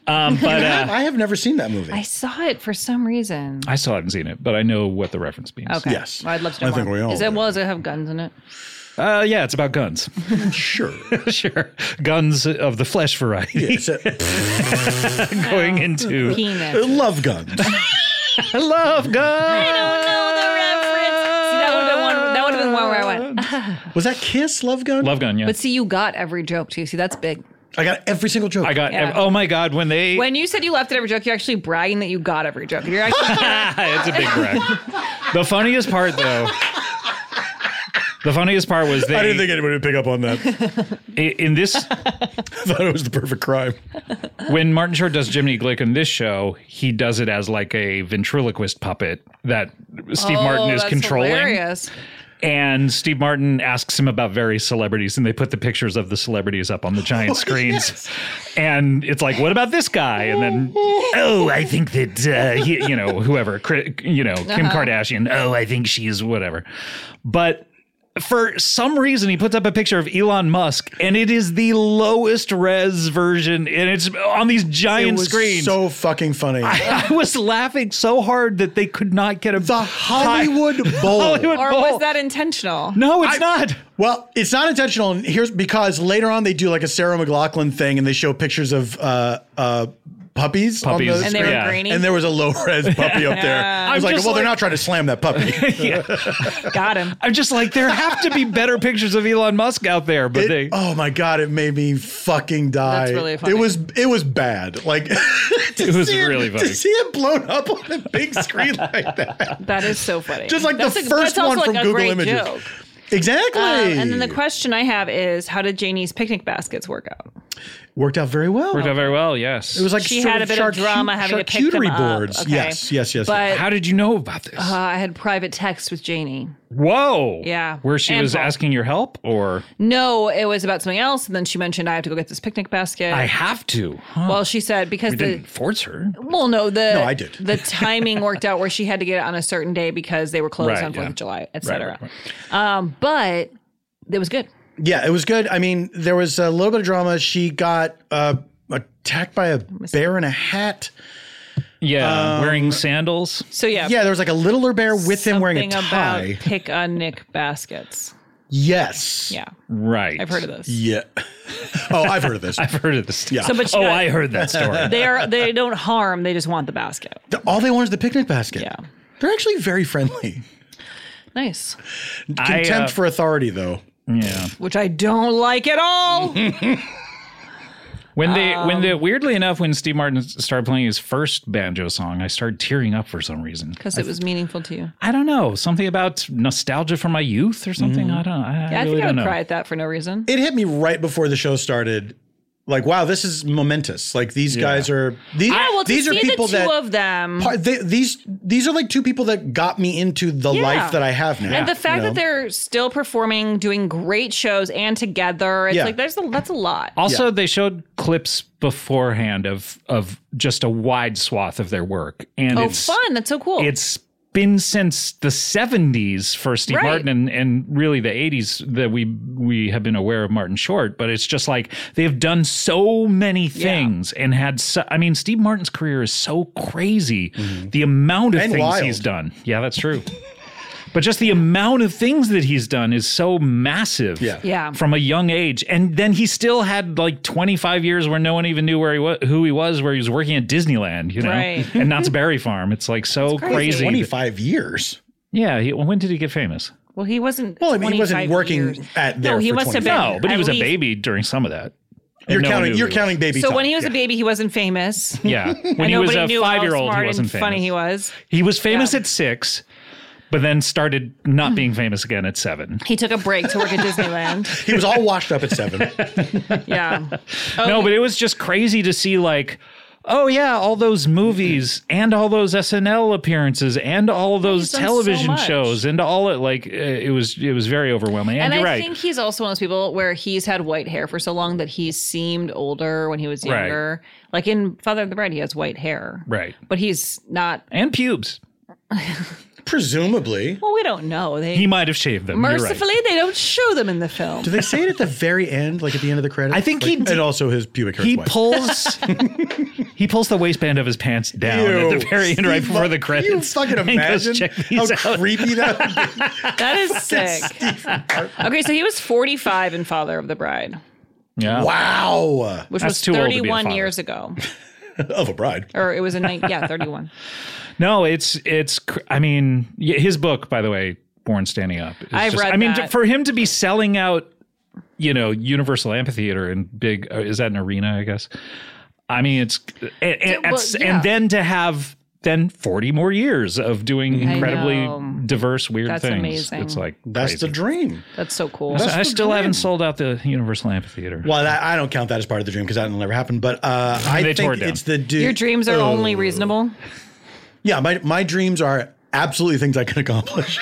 [SPEAKER 4] um, but uh,
[SPEAKER 1] "Hmm, I have never seen that movie.
[SPEAKER 3] I saw it for some reason.
[SPEAKER 4] I still haven't seen it, but I know what the reference means.
[SPEAKER 3] Okay.
[SPEAKER 1] Yes.
[SPEAKER 3] Well, I'd love to
[SPEAKER 1] I
[SPEAKER 3] know
[SPEAKER 1] think
[SPEAKER 3] more.
[SPEAKER 1] we all
[SPEAKER 3] Is it
[SPEAKER 1] do.
[SPEAKER 3] well? Does it have guns in it?
[SPEAKER 4] Uh, yeah, it's about guns.
[SPEAKER 1] sure.
[SPEAKER 4] sure, guns of the flesh variety.
[SPEAKER 1] It's a-
[SPEAKER 4] going into
[SPEAKER 3] Penis.
[SPEAKER 1] love guns.
[SPEAKER 4] I love guns.
[SPEAKER 3] See, that would have been one. That would have been one where I went.
[SPEAKER 1] Was that Kiss Love Gun?
[SPEAKER 4] Love gun, yeah.
[SPEAKER 3] But see, you got every joke too. See, that's big.
[SPEAKER 1] I got every single joke.
[SPEAKER 4] I got.
[SPEAKER 3] Yeah.
[SPEAKER 4] ev- oh my god, when they.
[SPEAKER 3] When you said you laughed at every joke, you're actually bragging that you got every joke. You're actually
[SPEAKER 4] it's a big brag. the funniest part though. The funniest part was they
[SPEAKER 5] I didn't think anybody would pick up on that.
[SPEAKER 4] i- in this
[SPEAKER 5] I thought it was the perfect crime.
[SPEAKER 4] when Martin Short does Jiminy Glick in this show, he does it as like a ventriloquist puppet that Steve Martin is
[SPEAKER 3] Oh, that's
[SPEAKER 4] controlling.
[SPEAKER 3] hilarious.
[SPEAKER 4] And Steve Martin asks him about various celebrities, and they put the pictures of the celebrities up on the
[SPEAKER 1] Oh,
[SPEAKER 4] giant screens. And it's like, what about this guy? And then, oh, I think that, uh, he, you
[SPEAKER 1] Uh-huh.
[SPEAKER 4] know, whoever, Chri- you know, Kim Kardashian, oh, I think she's whatever. But for some reason, he puts up a picture of Elon Musk, and it is the lowest res version, and it's on these
[SPEAKER 1] It
[SPEAKER 4] giant
[SPEAKER 1] was
[SPEAKER 4] screens.
[SPEAKER 1] so fucking funny.
[SPEAKER 4] I was laughing so hard that they could not get a
[SPEAKER 1] the Hollywood Bowl.
[SPEAKER 4] Hollywood
[SPEAKER 3] Or
[SPEAKER 4] Bowl.
[SPEAKER 1] Oh.
[SPEAKER 3] was that intentional?
[SPEAKER 4] no, it's not.
[SPEAKER 1] Well, it's not intentional. And here's because later on they do like a Sarah McLaughlin thing and they show pictures of uh, uh, puppies. on the
[SPEAKER 4] Puppies,
[SPEAKER 3] And they were
[SPEAKER 4] Yeah.
[SPEAKER 3] grainy.
[SPEAKER 1] And there was a low res puppy up there. I
[SPEAKER 4] I'm
[SPEAKER 1] was like,
[SPEAKER 4] just
[SPEAKER 1] well, they're
[SPEAKER 4] like-
[SPEAKER 1] not trying to slam that puppy.
[SPEAKER 3] Got him.
[SPEAKER 4] I'm just like there have to be better pictures of Elon Musk out there, but
[SPEAKER 1] It-
[SPEAKER 4] they.
[SPEAKER 1] oh my god, it made me fucking die.
[SPEAKER 3] That's really funny.
[SPEAKER 1] It was it was bad. Like it
[SPEAKER 4] was really funny.
[SPEAKER 1] To see it blown up on a big screen like that.
[SPEAKER 3] That is so funny.
[SPEAKER 1] Just like the
[SPEAKER 3] That's a-
[SPEAKER 1] first
[SPEAKER 3] that's also
[SPEAKER 1] one
[SPEAKER 3] like
[SPEAKER 1] from
[SPEAKER 3] a
[SPEAKER 1] Google
[SPEAKER 3] great
[SPEAKER 1] Images.
[SPEAKER 3] joke.
[SPEAKER 1] Exactly.
[SPEAKER 3] Um, and then the question I have is, how did Janie's picnic baskets work out?
[SPEAKER 1] worked out very well.
[SPEAKER 4] Worked out very well, yes.
[SPEAKER 1] It was like
[SPEAKER 3] She
[SPEAKER 1] sort
[SPEAKER 3] had a bit of drama having to pick them
[SPEAKER 1] charcuterie
[SPEAKER 3] up.
[SPEAKER 1] boards.
[SPEAKER 3] Okay.
[SPEAKER 1] Yes, yes, yes.
[SPEAKER 3] But
[SPEAKER 4] How did you know about this?
[SPEAKER 3] uh, I had private text with Janie.
[SPEAKER 4] Whoa.
[SPEAKER 3] yeah.
[SPEAKER 4] Where she
[SPEAKER 3] And
[SPEAKER 4] was
[SPEAKER 3] Paul.
[SPEAKER 4] asking your help, or
[SPEAKER 3] No, it was about something else, and then she mentioned I have to go get this picnic basket.
[SPEAKER 4] I have to. Huh.
[SPEAKER 3] well, she said because
[SPEAKER 4] we
[SPEAKER 3] the
[SPEAKER 4] didn't force her.
[SPEAKER 3] well, no, the
[SPEAKER 1] No, I did.
[SPEAKER 3] the timing worked out where she had to get it on a certain day because they were closed
[SPEAKER 4] Right,
[SPEAKER 3] on Fourth
[SPEAKER 4] yeah.
[SPEAKER 3] of July, et
[SPEAKER 4] Right,
[SPEAKER 3] cetera.
[SPEAKER 4] right, right.
[SPEAKER 3] Um, but it was good.
[SPEAKER 1] yeah, it was good. I mean, there was a little bit of drama. She got uh, attacked by a bear in a hat. Um,
[SPEAKER 4] Yeah, wearing sandals.
[SPEAKER 3] So yeah,
[SPEAKER 1] Yeah, there was like a littler bear with him wearing a
[SPEAKER 3] something
[SPEAKER 1] tie.
[SPEAKER 3] about pick a nick baskets.
[SPEAKER 1] yes.
[SPEAKER 3] Yeah,
[SPEAKER 4] Right.
[SPEAKER 3] I've heard of those.
[SPEAKER 1] Yeah. oh, I've heard of this.
[SPEAKER 4] I've heard of this. Yeah.
[SPEAKER 3] So, but
[SPEAKER 4] oh,
[SPEAKER 3] you know-
[SPEAKER 4] I heard that story.
[SPEAKER 3] They are they don't harm. They just want the basket.
[SPEAKER 1] The- All they want is the picnic basket.
[SPEAKER 3] Yeah.
[SPEAKER 1] They're actually very friendly.
[SPEAKER 3] Nice,
[SPEAKER 4] I,
[SPEAKER 1] Contempt
[SPEAKER 4] uh,
[SPEAKER 1] for authority, though.
[SPEAKER 4] yeah.
[SPEAKER 3] which I don't like at all.
[SPEAKER 4] When they, when
[SPEAKER 3] Um,
[SPEAKER 4] the, weirdly enough, when Steve Martin started playing his first banjo song, I started tearing up for some reason.
[SPEAKER 3] Because it was meaningful to you.
[SPEAKER 4] I don't know, something about nostalgia for my youth or something. I don't. I,
[SPEAKER 3] Mm-hmm. I think I
[SPEAKER 4] really don't
[SPEAKER 3] would
[SPEAKER 4] know.
[SPEAKER 3] cry at that for no reason.
[SPEAKER 1] It hit me right before the show started. Like, wow, this is momentous. Like these guys are these,
[SPEAKER 3] yeah, Ah, well, to
[SPEAKER 1] these
[SPEAKER 3] see
[SPEAKER 1] are people
[SPEAKER 3] the two
[SPEAKER 1] that
[SPEAKER 3] of them.
[SPEAKER 1] Part- they- these these are like two people that got me into the
[SPEAKER 3] Yeah.
[SPEAKER 1] life that I have now.
[SPEAKER 3] and the fact
[SPEAKER 1] you know?
[SPEAKER 3] that they're still performing, doing great shows, and together, it's
[SPEAKER 1] Yeah.
[SPEAKER 3] like there's a, that's a lot.
[SPEAKER 4] Also, they showed clips beforehand of of just a wide swath of their work, and
[SPEAKER 3] Oh,
[SPEAKER 4] it's
[SPEAKER 3] fun! That's so cool.
[SPEAKER 4] it's been since the 70s for Steve
[SPEAKER 3] Right.
[SPEAKER 4] Martin and, and really the 80s that we we have been aware of Martin Short but it's just like they've done so many things and had so, I mean Steve Martin's career is so crazy
[SPEAKER 3] Mm-hmm.
[SPEAKER 4] the amount of
[SPEAKER 1] And
[SPEAKER 4] things
[SPEAKER 1] wild.
[SPEAKER 4] he's done yeah that's true but just the amount of things that he's done is so massive
[SPEAKER 1] Yeah.
[SPEAKER 3] Yeah.
[SPEAKER 4] from a young age and then he still had like 25 years where no one even knew where he was who he was where he was working at Disneyland you know
[SPEAKER 3] Right.
[SPEAKER 4] and Knott's Berry Farm it's like so
[SPEAKER 3] crazy.
[SPEAKER 4] crazy that-
[SPEAKER 1] 25 years.
[SPEAKER 4] yeah. He, well, when did he get famous?
[SPEAKER 3] well, he wasn't.
[SPEAKER 1] Well, I mean, he wasn't
[SPEAKER 3] 25
[SPEAKER 1] working
[SPEAKER 3] years.
[SPEAKER 1] at there.
[SPEAKER 3] No, he
[SPEAKER 1] for
[SPEAKER 3] must have
[SPEAKER 1] 25.
[SPEAKER 3] been-
[SPEAKER 4] No, Oh, but he
[SPEAKER 3] at
[SPEAKER 4] was a
[SPEAKER 3] least-
[SPEAKER 4] baby during some of that.
[SPEAKER 1] You're
[SPEAKER 4] No one
[SPEAKER 1] counting.
[SPEAKER 4] knew
[SPEAKER 1] You're
[SPEAKER 4] who he
[SPEAKER 1] counting baby.
[SPEAKER 3] So
[SPEAKER 1] time.
[SPEAKER 3] when he was a
[SPEAKER 1] Yeah.
[SPEAKER 3] baby, he wasn't famous.
[SPEAKER 4] Yeah. When
[SPEAKER 3] I
[SPEAKER 4] he
[SPEAKER 3] know,
[SPEAKER 4] was
[SPEAKER 3] but
[SPEAKER 4] a
[SPEAKER 3] knew how
[SPEAKER 4] five year old,
[SPEAKER 3] smart
[SPEAKER 4] he wasn't
[SPEAKER 3] and
[SPEAKER 4] famous.
[SPEAKER 3] funny. He was.
[SPEAKER 4] He was famous
[SPEAKER 3] Yeah.
[SPEAKER 4] at six, but then started not being famous again at seven.
[SPEAKER 3] He took a break to work at Disneyland.
[SPEAKER 1] he was all washed up at seven.
[SPEAKER 3] Yeah,
[SPEAKER 4] No, but it was just crazy to see, like, oh, yeah, all those movies and all those SNL appearances and all those
[SPEAKER 3] He's done so
[SPEAKER 4] television
[SPEAKER 3] much.
[SPEAKER 4] shows and all it, like, uh, it was, it was very overwhelming.
[SPEAKER 3] and
[SPEAKER 4] And,
[SPEAKER 3] I
[SPEAKER 4] you're right.
[SPEAKER 3] think he's also one of those people where he's had white hair for so long that he seemed older when he was
[SPEAKER 4] Right.
[SPEAKER 3] younger. Like in Father of the Bride, he has white hair,
[SPEAKER 4] right.
[SPEAKER 3] But he's not.
[SPEAKER 4] And pubes.
[SPEAKER 1] Presumably.
[SPEAKER 3] Well, we don't know. They
[SPEAKER 4] He might have shaved them. You're right.
[SPEAKER 3] mercifully they don't show them in the film.
[SPEAKER 1] Do they say it at the very end, like at the end of the credits?
[SPEAKER 4] I think
[SPEAKER 1] Like-
[SPEAKER 4] he did-
[SPEAKER 1] And also his pubic hair.
[SPEAKER 4] he
[SPEAKER 1] twice.
[SPEAKER 4] pulls he pulls the waistband of his pants down at
[SPEAKER 1] Ew.
[SPEAKER 4] the very end right
[SPEAKER 1] Steve
[SPEAKER 4] before
[SPEAKER 1] Mar-
[SPEAKER 4] the
[SPEAKER 1] can
[SPEAKER 4] credits.
[SPEAKER 1] You fucking
[SPEAKER 4] and goes,
[SPEAKER 1] imagine
[SPEAKER 4] Check
[SPEAKER 1] how
[SPEAKER 4] these out.
[SPEAKER 1] creepy that would
[SPEAKER 3] That is sick. okay, so he was 45 in Father of the Bride,
[SPEAKER 4] Yeah.
[SPEAKER 1] be. Wow.
[SPEAKER 3] which
[SPEAKER 4] That's
[SPEAKER 3] was
[SPEAKER 4] too old to be a
[SPEAKER 3] 31
[SPEAKER 4] father.
[SPEAKER 3] years ago,
[SPEAKER 1] Of a bride.
[SPEAKER 3] or it was a night. Yeah, 31.
[SPEAKER 4] No, it's it's cr- I mean y- his book by the way, Born Standing Up. is
[SPEAKER 3] I've read
[SPEAKER 4] I mean
[SPEAKER 3] that.
[SPEAKER 4] for him to be selling out you know, Universal Amphitheater and big uh, is that an arena, I guess. I mean it's uh, and, and,
[SPEAKER 3] well,
[SPEAKER 4] at-
[SPEAKER 3] yeah.
[SPEAKER 4] and then to have then 40 more years of doing incredibly
[SPEAKER 3] know.
[SPEAKER 4] diverse weird
[SPEAKER 3] That's
[SPEAKER 4] things.
[SPEAKER 3] amazing.
[SPEAKER 4] It's like
[SPEAKER 1] That's
[SPEAKER 4] crazy.
[SPEAKER 1] the dream.
[SPEAKER 3] That's so cool.
[SPEAKER 4] So I still haven't sold out the Universal Amphitheater.
[SPEAKER 1] Well, that, I don't count that as part of the dream because that'll never happen. But uh, I
[SPEAKER 4] They
[SPEAKER 1] think
[SPEAKER 4] tore it down.
[SPEAKER 1] it's the dude.
[SPEAKER 3] Your dreams are
[SPEAKER 1] Oh.
[SPEAKER 3] only reasonable.
[SPEAKER 1] Yeah, my my dreams are absolutely things I can accomplish.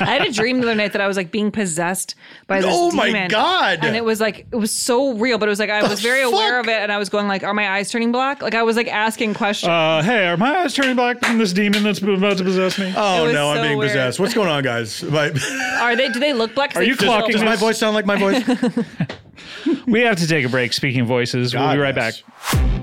[SPEAKER 3] I had a dream the other night that I was like being possessed by this
[SPEAKER 1] Oh my
[SPEAKER 3] demon.
[SPEAKER 1] God.
[SPEAKER 3] And it was like it was so real, but it was like I was very aware of it, and I was going like, "Are my eyes turning black?" Like I was like asking questions.
[SPEAKER 4] Uh, hey, are my eyes turning black from this demon that's about to possess me? Uh,
[SPEAKER 3] It
[SPEAKER 1] Oh
[SPEAKER 3] was
[SPEAKER 1] no, I'm
[SPEAKER 3] so
[SPEAKER 1] being
[SPEAKER 3] weird.
[SPEAKER 1] possessed. What's going on, guys? My,
[SPEAKER 3] Are they? Do they look black? 'Cause
[SPEAKER 4] Are
[SPEAKER 3] they
[SPEAKER 4] you
[SPEAKER 3] feel-
[SPEAKER 4] clocking
[SPEAKER 1] does my
[SPEAKER 4] this?
[SPEAKER 1] voice sound like my voice?
[SPEAKER 4] we have to take a break. Speaking of voices, we'll be
[SPEAKER 1] God,
[SPEAKER 4] right back.
[SPEAKER 1] yes.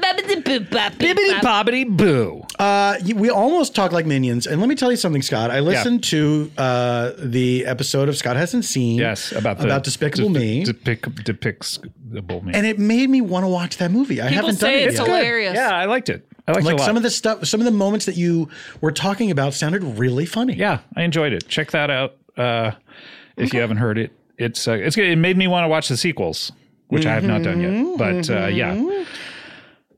[SPEAKER 6] babbity, boop, babbity,
[SPEAKER 4] Bibbity
[SPEAKER 6] bop.
[SPEAKER 4] bobbity boo.
[SPEAKER 1] Uh, y- we almost talk like minions. And let me tell you something, Scott. I listened to uh, the episode of Scott hasn't seen.
[SPEAKER 4] Yes, about the,
[SPEAKER 1] about Despicable
[SPEAKER 4] de-
[SPEAKER 1] Me.
[SPEAKER 4] Depic, depictable me.
[SPEAKER 1] and it made me want to watch that movie. I
[SPEAKER 3] People
[SPEAKER 1] haven't done
[SPEAKER 3] say
[SPEAKER 1] it
[SPEAKER 3] it's
[SPEAKER 1] yet.
[SPEAKER 3] hilarious.
[SPEAKER 4] yeah, I liked it. I liked it
[SPEAKER 1] Like
[SPEAKER 4] a lot.
[SPEAKER 1] some of the stuff, some of the moments that you were talking about sounded really funny.
[SPEAKER 4] yeah, I enjoyed it. Check that out uh, if you haven't heard it. It's uh, it's good. It made me want to watch the sequels, which I have not done
[SPEAKER 1] Mm-hmm,
[SPEAKER 4] yet. But uh, yeah,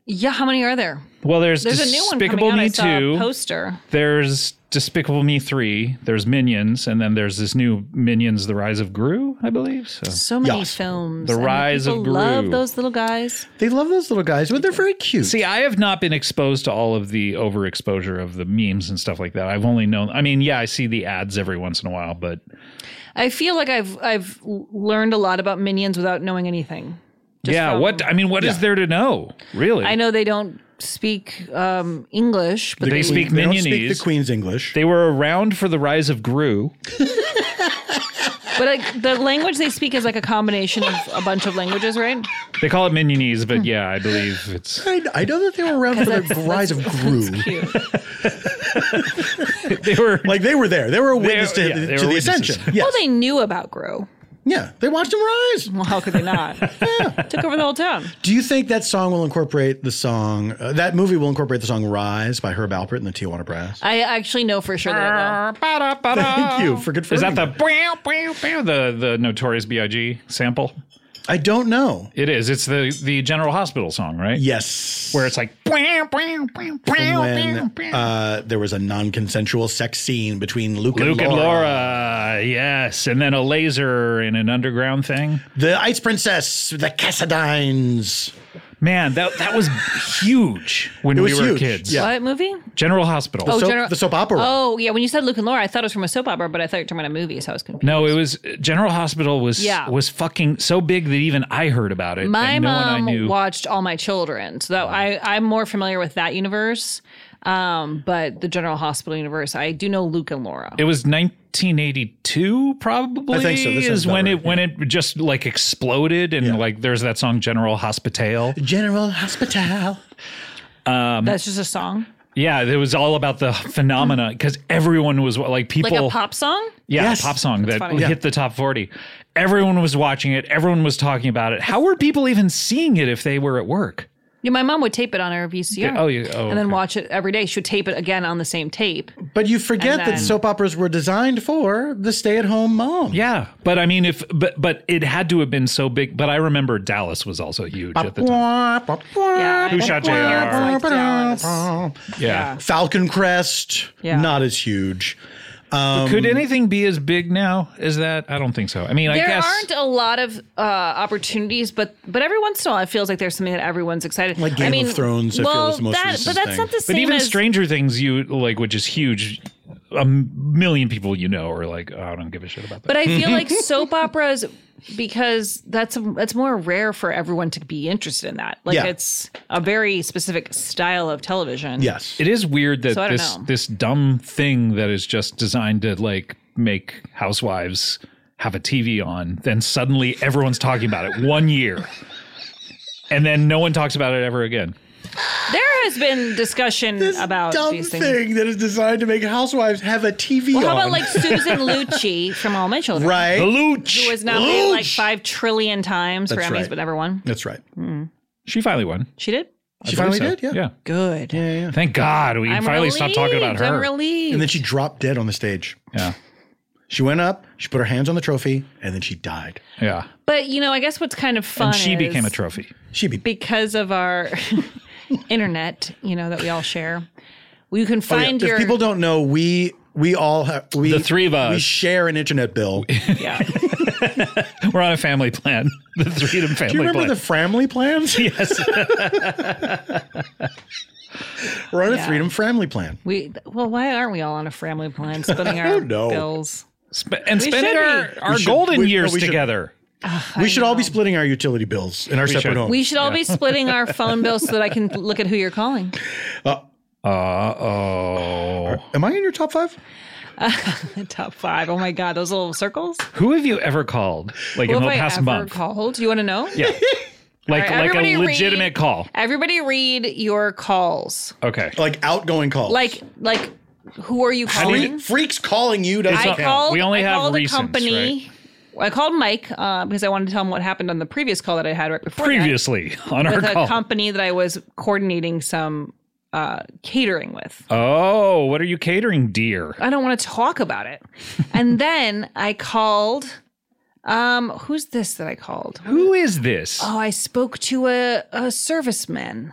[SPEAKER 3] Yeah. How many are there?
[SPEAKER 4] well, there's,
[SPEAKER 3] There's a new one
[SPEAKER 4] Despicable
[SPEAKER 3] coming out. I saw a
[SPEAKER 4] Me Two.
[SPEAKER 3] poster.
[SPEAKER 4] There's Despicable Me Three. There's Minions, and then there's this new Minions: The Rise of Gru, I believe. So
[SPEAKER 3] So many
[SPEAKER 1] Yes.
[SPEAKER 3] films.
[SPEAKER 4] The
[SPEAKER 3] and
[SPEAKER 4] Rise of
[SPEAKER 3] people Love
[SPEAKER 4] Gru.
[SPEAKER 3] those little guys.
[SPEAKER 1] They love those little guys, but they're very cute.
[SPEAKER 4] See, I have not been exposed to all of the overexposure of the memes and stuff like that. I've only known. I mean, yeah, I see the ads every once in a while, but
[SPEAKER 3] I feel like I've I've learned a lot about minions without knowing anything.
[SPEAKER 4] yeah,
[SPEAKER 3] from-
[SPEAKER 4] what I mean, what is there to know, really?
[SPEAKER 3] I know they don't speak um, English, but
[SPEAKER 4] they speak
[SPEAKER 1] they don't speak the
[SPEAKER 4] Minionese.
[SPEAKER 1] Queen's English.
[SPEAKER 4] They were around for the rise of Gru.
[SPEAKER 3] But like the language they speak is like a combination of a bunch of languages, right?
[SPEAKER 4] They call it Minionese, but yeah, I believe it's
[SPEAKER 1] I, I know that they were around for the rise of Gru.
[SPEAKER 3] Cute.
[SPEAKER 4] they were
[SPEAKER 1] Like they were there. They were a witness to,
[SPEAKER 4] yeah, they
[SPEAKER 1] to
[SPEAKER 4] were
[SPEAKER 1] the
[SPEAKER 4] witnesses.
[SPEAKER 1] ascension. Yes.
[SPEAKER 3] Well, they knew about Gru.
[SPEAKER 1] yeah. They watched him rise.
[SPEAKER 3] Well, how could they not? Took over the whole town.
[SPEAKER 1] Do you think that song will incorporate the song, uh, that movie will incorporate the song Rise by Herb Alpert and the Tijuana Brass?
[SPEAKER 6] I actually know for sure that it
[SPEAKER 1] Thank you for good for
[SPEAKER 4] Is that
[SPEAKER 1] knowing
[SPEAKER 4] the bow, bow, bow, the the notorious B.I.G. sample?
[SPEAKER 1] I don't know.
[SPEAKER 4] It is. It's the the General Hospital song, right?
[SPEAKER 1] Yes.
[SPEAKER 4] Where it's like bow, bow, bow, bow,
[SPEAKER 1] when
[SPEAKER 4] bow, bow.
[SPEAKER 1] uh, there was a non consensual sex scene between Luke,
[SPEAKER 4] Luke
[SPEAKER 1] and, Laura.
[SPEAKER 4] and Laura, uh, yes, and then a laser in an underground thing.
[SPEAKER 1] The Ice Princess, the Cassadines.
[SPEAKER 4] Man, that that was huge when
[SPEAKER 1] It
[SPEAKER 4] we
[SPEAKER 1] was
[SPEAKER 4] were
[SPEAKER 1] huge,
[SPEAKER 4] kids.
[SPEAKER 1] yeah.
[SPEAKER 3] What movie?
[SPEAKER 4] General Hospital.
[SPEAKER 1] soap-
[SPEAKER 3] General-
[SPEAKER 1] the soap opera.
[SPEAKER 3] Oh, yeah. When you said Luke and Laura, I thought it was from a soap opera, but I thought you were talking about a movie, so I was confused.
[SPEAKER 4] No, it was General Hospital was
[SPEAKER 3] Yeah.
[SPEAKER 4] was fucking so big that even I heard about it.
[SPEAKER 3] My
[SPEAKER 4] and no one I
[SPEAKER 3] mom
[SPEAKER 4] knew.
[SPEAKER 3] watched All My Children, so that I, I'm more familiar with that universe. Um, but the General Hospital universe, I do know Luke and Laura.
[SPEAKER 4] It was 1982, probably.
[SPEAKER 1] I think so. That sounds
[SPEAKER 4] Is when
[SPEAKER 1] about
[SPEAKER 4] it
[SPEAKER 1] right,
[SPEAKER 4] when it just like exploded and like there's that song General Hospital.
[SPEAKER 1] General Hospital.
[SPEAKER 3] That's just a song,
[SPEAKER 4] Yeah, it was all about the phenomena because everyone was like people
[SPEAKER 3] like a pop song.
[SPEAKER 4] Yeah,
[SPEAKER 1] Yes.
[SPEAKER 4] pop song that
[SPEAKER 3] funny.
[SPEAKER 4] hit the top 40. Everyone was watching it. Everyone was talking about it. How were people even seeing it if they were at work?
[SPEAKER 3] Yeah, my mom would tape it on her VCR.
[SPEAKER 4] Oh, yeah. Oh,
[SPEAKER 3] and then
[SPEAKER 4] okay.
[SPEAKER 3] watch it every day. She would tape it again on the same tape.
[SPEAKER 1] But you forget
[SPEAKER 3] And
[SPEAKER 1] that
[SPEAKER 3] then-
[SPEAKER 1] soap operas were designed for the stay at home mom.
[SPEAKER 4] Yeah, but I mean, if but but it had to have been so big. But I remember Dallas was also huge at the time.
[SPEAKER 3] Yeah,
[SPEAKER 4] Who shot JR?
[SPEAKER 3] Like Dallas.
[SPEAKER 4] Yeah,
[SPEAKER 1] Falcon Crest,
[SPEAKER 3] Yeah.
[SPEAKER 1] not as huge.
[SPEAKER 4] But could anything be as big now as that? I don't think so. I mean, I
[SPEAKER 6] there
[SPEAKER 4] guess
[SPEAKER 6] aren't a lot of uh, opportunities, but but every once in a while, it feels like there's something that everyone's excited.
[SPEAKER 4] Like
[SPEAKER 6] I
[SPEAKER 4] Game of
[SPEAKER 6] mean,
[SPEAKER 4] Thrones, I
[SPEAKER 6] Well,
[SPEAKER 4] feel is the most
[SPEAKER 6] that,
[SPEAKER 4] recent
[SPEAKER 6] but that's
[SPEAKER 4] thing.
[SPEAKER 6] not the
[SPEAKER 4] But
[SPEAKER 6] same
[SPEAKER 4] even
[SPEAKER 6] as
[SPEAKER 4] Stranger Things, you like, which is huge. A million people you know are like, oh, I don't give a shit about that.
[SPEAKER 3] But I feel like soap operas because that's that's more rare for everyone to be interested in that. Like
[SPEAKER 4] Yeah.
[SPEAKER 3] it's a very specific style of television.
[SPEAKER 4] it is weird that
[SPEAKER 3] So I don't
[SPEAKER 4] this
[SPEAKER 3] know.
[SPEAKER 4] this dumb thing that is just designed to like make housewives have a TV on, then suddenly everyone's talking about it one year, and then no one talks about it ever again.
[SPEAKER 3] There has been discussion about
[SPEAKER 1] dumb
[SPEAKER 3] these things.
[SPEAKER 1] thing that is designed to make housewives have a TV.
[SPEAKER 3] Well, how
[SPEAKER 1] on. eh?
[SPEAKER 3] about like Susan Lucci from All My Children?
[SPEAKER 1] Right. Lucci.
[SPEAKER 3] Who was nominated like
[SPEAKER 1] Lucci.
[SPEAKER 3] five trillion times
[SPEAKER 1] That's
[SPEAKER 3] for Emmys,
[SPEAKER 1] right.
[SPEAKER 3] but never won.
[SPEAKER 1] That's right.
[SPEAKER 3] Mm.
[SPEAKER 4] She finally won.
[SPEAKER 3] She did?
[SPEAKER 4] I She finally believe so. did, yeah. Yeah.
[SPEAKER 3] Good.
[SPEAKER 1] Yeah, yeah.
[SPEAKER 4] Thank God we
[SPEAKER 3] can I'm finally stop talking about relieved, her. I'm relieved.
[SPEAKER 1] And then she dropped dead on the stage.
[SPEAKER 4] Yeah.
[SPEAKER 1] She went up, she put her hands on the trophy, and then she died.
[SPEAKER 4] Yeah.
[SPEAKER 3] But you know, I guess what's kind of fun is
[SPEAKER 4] trophy.
[SPEAKER 1] She be
[SPEAKER 3] because of our internet, you know, that we all share. You can
[SPEAKER 1] Oh, yeah.
[SPEAKER 3] find your
[SPEAKER 1] If people don't know, we we all have we the three
[SPEAKER 4] of us
[SPEAKER 1] we share an internet bill.
[SPEAKER 4] We're on a family plan, the three of them family
[SPEAKER 1] Do you remember
[SPEAKER 4] plan.
[SPEAKER 1] the family plans?
[SPEAKER 4] Yes.
[SPEAKER 1] We're on a
[SPEAKER 3] Yeah.
[SPEAKER 1] freedom family plan.
[SPEAKER 3] we well, why aren't we all on a family plan spending
[SPEAKER 1] I
[SPEAKER 3] our
[SPEAKER 1] don't know.
[SPEAKER 3] bills?
[SPEAKER 4] and
[SPEAKER 3] We should
[SPEAKER 4] spending
[SPEAKER 3] be.
[SPEAKER 4] our, our
[SPEAKER 1] We should-
[SPEAKER 4] golden
[SPEAKER 1] we- no,
[SPEAKER 4] years
[SPEAKER 1] we should-
[SPEAKER 4] together.
[SPEAKER 1] we should all be splitting our utility bills in our
[SPEAKER 4] We
[SPEAKER 1] separate
[SPEAKER 4] should.
[SPEAKER 1] homes.
[SPEAKER 3] We should all be splitting our phone bills so that I can look at who you're calling.
[SPEAKER 4] Uh oh.
[SPEAKER 1] Am I in your top five?
[SPEAKER 3] Uh, top five. Oh my god, those little circles.
[SPEAKER 4] Who have you ever called? Like
[SPEAKER 3] Who
[SPEAKER 4] in
[SPEAKER 3] have
[SPEAKER 4] the
[SPEAKER 3] I
[SPEAKER 4] past
[SPEAKER 3] ever
[SPEAKER 4] month?
[SPEAKER 3] called? You want to know?
[SPEAKER 4] Yeah. Like
[SPEAKER 3] All right,
[SPEAKER 4] like
[SPEAKER 3] everybody
[SPEAKER 4] a legitimate
[SPEAKER 3] read-
[SPEAKER 4] call.
[SPEAKER 3] Everybody read your calls.
[SPEAKER 4] Okay.
[SPEAKER 1] Like outgoing calls.
[SPEAKER 3] Like like who are you
[SPEAKER 1] Freak-
[SPEAKER 3] calling?
[SPEAKER 1] freaks calling you doesn't
[SPEAKER 3] I
[SPEAKER 1] count.
[SPEAKER 3] called.
[SPEAKER 4] We only
[SPEAKER 3] I
[SPEAKER 4] have
[SPEAKER 3] called the
[SPEAKER 4] recents,
[SPEAKER 3] company. I called Mike uh, because I wanted to tell him what happened on the previous call that I had right before. that
[SPEAKER 4] Previously on our
[SPEAKER 3] with a
[SPEAKER 4] call.
[SPEAKER 3] company that I was coordinating some uh, catering with.
[SPEAKER 4] oh, what are you catering, dear?
[SPEAKER 3] I don't want to talk about it. and then I called. Um, who's this that I called?
[SPEAKER 4] Who is this?
[SPEAKER 3] Oh, I spoke to a, a serviceman.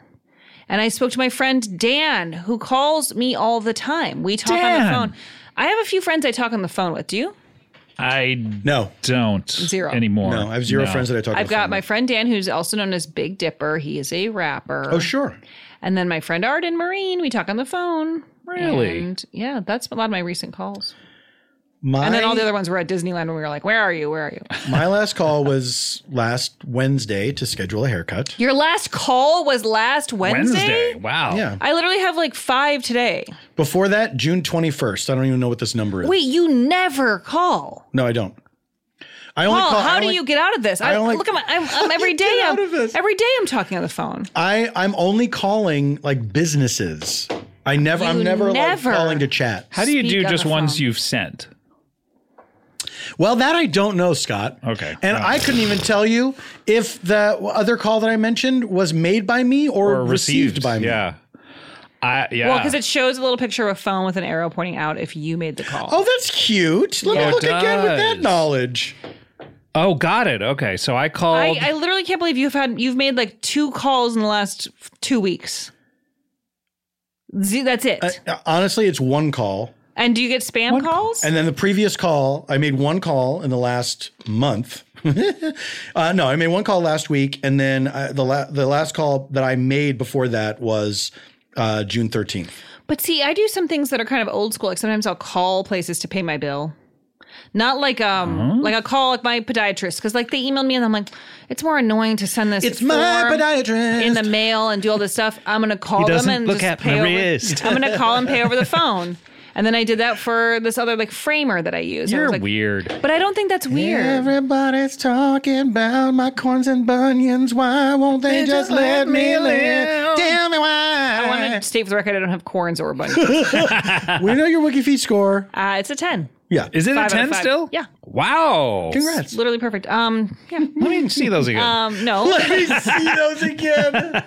[SPEAKER 3] And I spoke to my friend Dan, who calls me all the time. We talk
[SPEAKER 4] Dan.
[SPEAKER 3] on the phone. I have a few friends I talk on the phone with. Do you?
[SPEAKER 4] I
[SPEAKER 1] no
[SPEAKER 4] don't
[SPEAKER 3] Zero.
[SPEAKER 4] anymore.
[SPEAKER 1] No, I have zero friends that I talk
[SPEAKER 3] I've got my friend Dan, who's also known as Big Dipper. He is a rapper.
[SPEAKER 1] Oh, sure.
[SPEAKER 3] And then my friend Arden Marine. We talk on the phone.
[SPEAKER 4] Really?
[SPEAKER 3] And yeah, that's a lot of my recent calls.
[SPEAKER 1] My,
[SPEAKER 3] and then all the other ones were at Disneyland when we were like, "Where are you? Where are you?"
[SPEAKER 1] my last call was last Wednesday to schedule a haircut.
[SPEAKER 3] Your last call was last Wednesday.
[SPEAKER 4] Wow.
[SPEAKER 1] Yeah.
[SPEAKER 3] I literally have like five today.
[SPEAKER 1] Before that, June 21st. I don't even know what this number is.
[SPEAKER 3] Wait, you never call.
[SPEAKER 1] No, I don't. I only
[SPEAKER 3] Paul,
[SPEAKER 1] call.
[SPEAKER 3] how
[SPEAKER 1] I
[SPEAKER 3] do
[SPEAKER 1] only-
[SPEAKER 3] you get out of this? I,
[SPEAKER 1] I only-
[SPEAKER 3] look at my. I'm, I'm every day. I'm, every day I'm talking on the phone.
[SPEAKER 1] I I'm only calling like businesses. I never. I'm
[SPEAKER 3] You
[SPEAKER 1] never,
[SPEAKER 3] never
[SPEAKER 1] like calling to chat.
[SPEAKER 4] How do you
[SPEAKER 3] Speak
[SPEAKER 4] do
[SPEAKER 3] on
[SPEAKER 4] just
[SPEAKER 3] the
[SPEAKER 4] ones
[SPEAKER 3] phone.
[SPEAKER 4] you've sent?
[SPEAKER 1] Well, that I don't know, Scott.
[SPEAKER 4] Okay.
[SPEAKER 1] And
[SPEAKER 4] Wow.
[SPEAKER 1] I couldn't even tell you if the other call that I mentioned was made by me or,
[SPEAKER 4] Or
[SPEAKER 1] received. by me.
[SPEAKER 4] Yeah. I yeah.
[SPEAKER 3] Well, because it shows a little picture of a phone with an arrow pointing out if you made the call.
[SPEAKER 1] Oh, that's cute. Let
[SPEAKER 4] Yeah, it
[SPEAKER 1] me look again with that
[SPEAKER 4] does.
[SPEAKER 1] knowledge.
[SPEAKER 4] Oh, got it. Okay. So I
[SPEAKER 3] I,
[SPEAKER 4] called
[SPEAKER 3] I literally can't believe you've had you've made like two calls in the last f- two weeks. Z- that's it.
[SPEAKER 1] Uh, Honestly, it's one call.
[SPEAKER 3] and do you get spam calls?
[SPEAKER 1] And then the previous call, I made one call in the last month. uh, no, I made one call last week, and then uh, the la- the last call that I made before that was uh, June thirteenth.
[SPEAKER 3] but see, I do some things that are kind of old school. Like sometimes I'll call places to pay my bill. Not like um like I call like my podiatrist because like they emailed me and I'm like it's more annoying to send this
[SPEAKER 1] It's my
[SPEAKER 3] form
[SPEAKER 1] podiatrist.
[SPEAKER 3] in the mail and do all this stuff. I'm gonna call them
[SPEAKER 4] doesn't
[SPEAKER 3] and
[SPEAKER 4] look
[SPEAKER 3] just
[SPEAKER 4] at
[SPEAKER 3] pay
[SPEAKER 4] my
[SPEAKER 3] over,
[SPEAKER 4] wrist.
[SPEAKER 3] I'm gonna call and pay over the phone. And then I did that for this other like framer that I use. I
[SPEAKER 4] You're
[SPEAKER 3] was like,
[SPEAKER 4] weird.
[SPEAKER 3] But I don't think that's weird.
[SPEAKER 1] Everybody's talking about my corns and bunions. Why won't they, just, let, me live? Tell me
[SPEAKER 3] I
[SPEAKER 1] why.
[SPEAKER 3] want to state for the record, I don't have corns or a bunion.
[SPEAKER 1] we know your wiki feet score.
[SPEAKER 3] uh, it's a ten.
[SPEAKER 1] Yeah.
[SPEAKER 4] Is it
[SPEAKER 3] Five
[SPEAKER 4] a
[SPEAKER 3] out of
[SPEAKER 4] 10
[SPEAKER 3] five.
[SPEAKER 4] still?
[SPEAKER 3] Yeah.
[SPEAKER 4] Wow.
[SPEAKER 3] It's literally perfect. Um, yeah.
[SPEAKER 4] Let me see those again.
[SPEAKER 3] Um, no.
[SPEAKER 1] Let me see those again.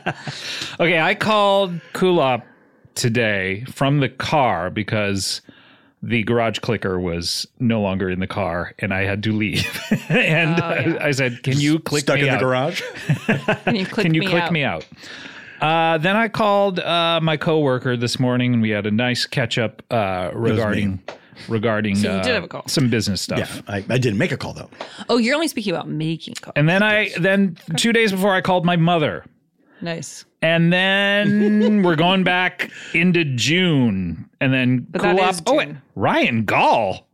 [SPEAKER 4] okay, I called Kulop today from the car because the garage clicker was no longer in the car and I had to leave. and
[SPEAKER 3] Oh,
[SPEAKER 4] I, I said, "Can you click
[SPEAKER 1] Stuck
[SPEAKER 4] me
[SPEAKER 1] in
[SPEAKER 4] out?
[SPEAKER 1] the garage.
[SPEAKER 3] Can you click
[SPEAKER 4] Can you
[SPEAKER 3] me
[SPEAKER 4] click
[SPEAKER 3] out?
[SPEAKER 4] me out?" Uh, then I called uh, my coworker this morning and we had a nice catch up uh, regarding regarding
[SPEAKER 3] So you did
[SPEAKER 4] uh,
[SPEAKER 3] have a call.
[SPEAKER 4] some business stuff.
[SPEAKER 2] I, I didn't make a call though.
[SPEAKER 3] Oh, you're only speaking about making calls.
[SPEAKER 4] And then I then two days before I called my mother.
[SPEAKER 3] Nice.
[SPEAKER 4] And then we're going back into June. And then
[SPEAKER 3] But
[SPEAKER 4] cool
[SPEAKER 3] that
[SPEAKER 4] up.
[SPEAKER 3] is
[SPEAKER 4] Oh,
[SPEAKER 3] June.
[SPEAKER 4] Ryan Gall.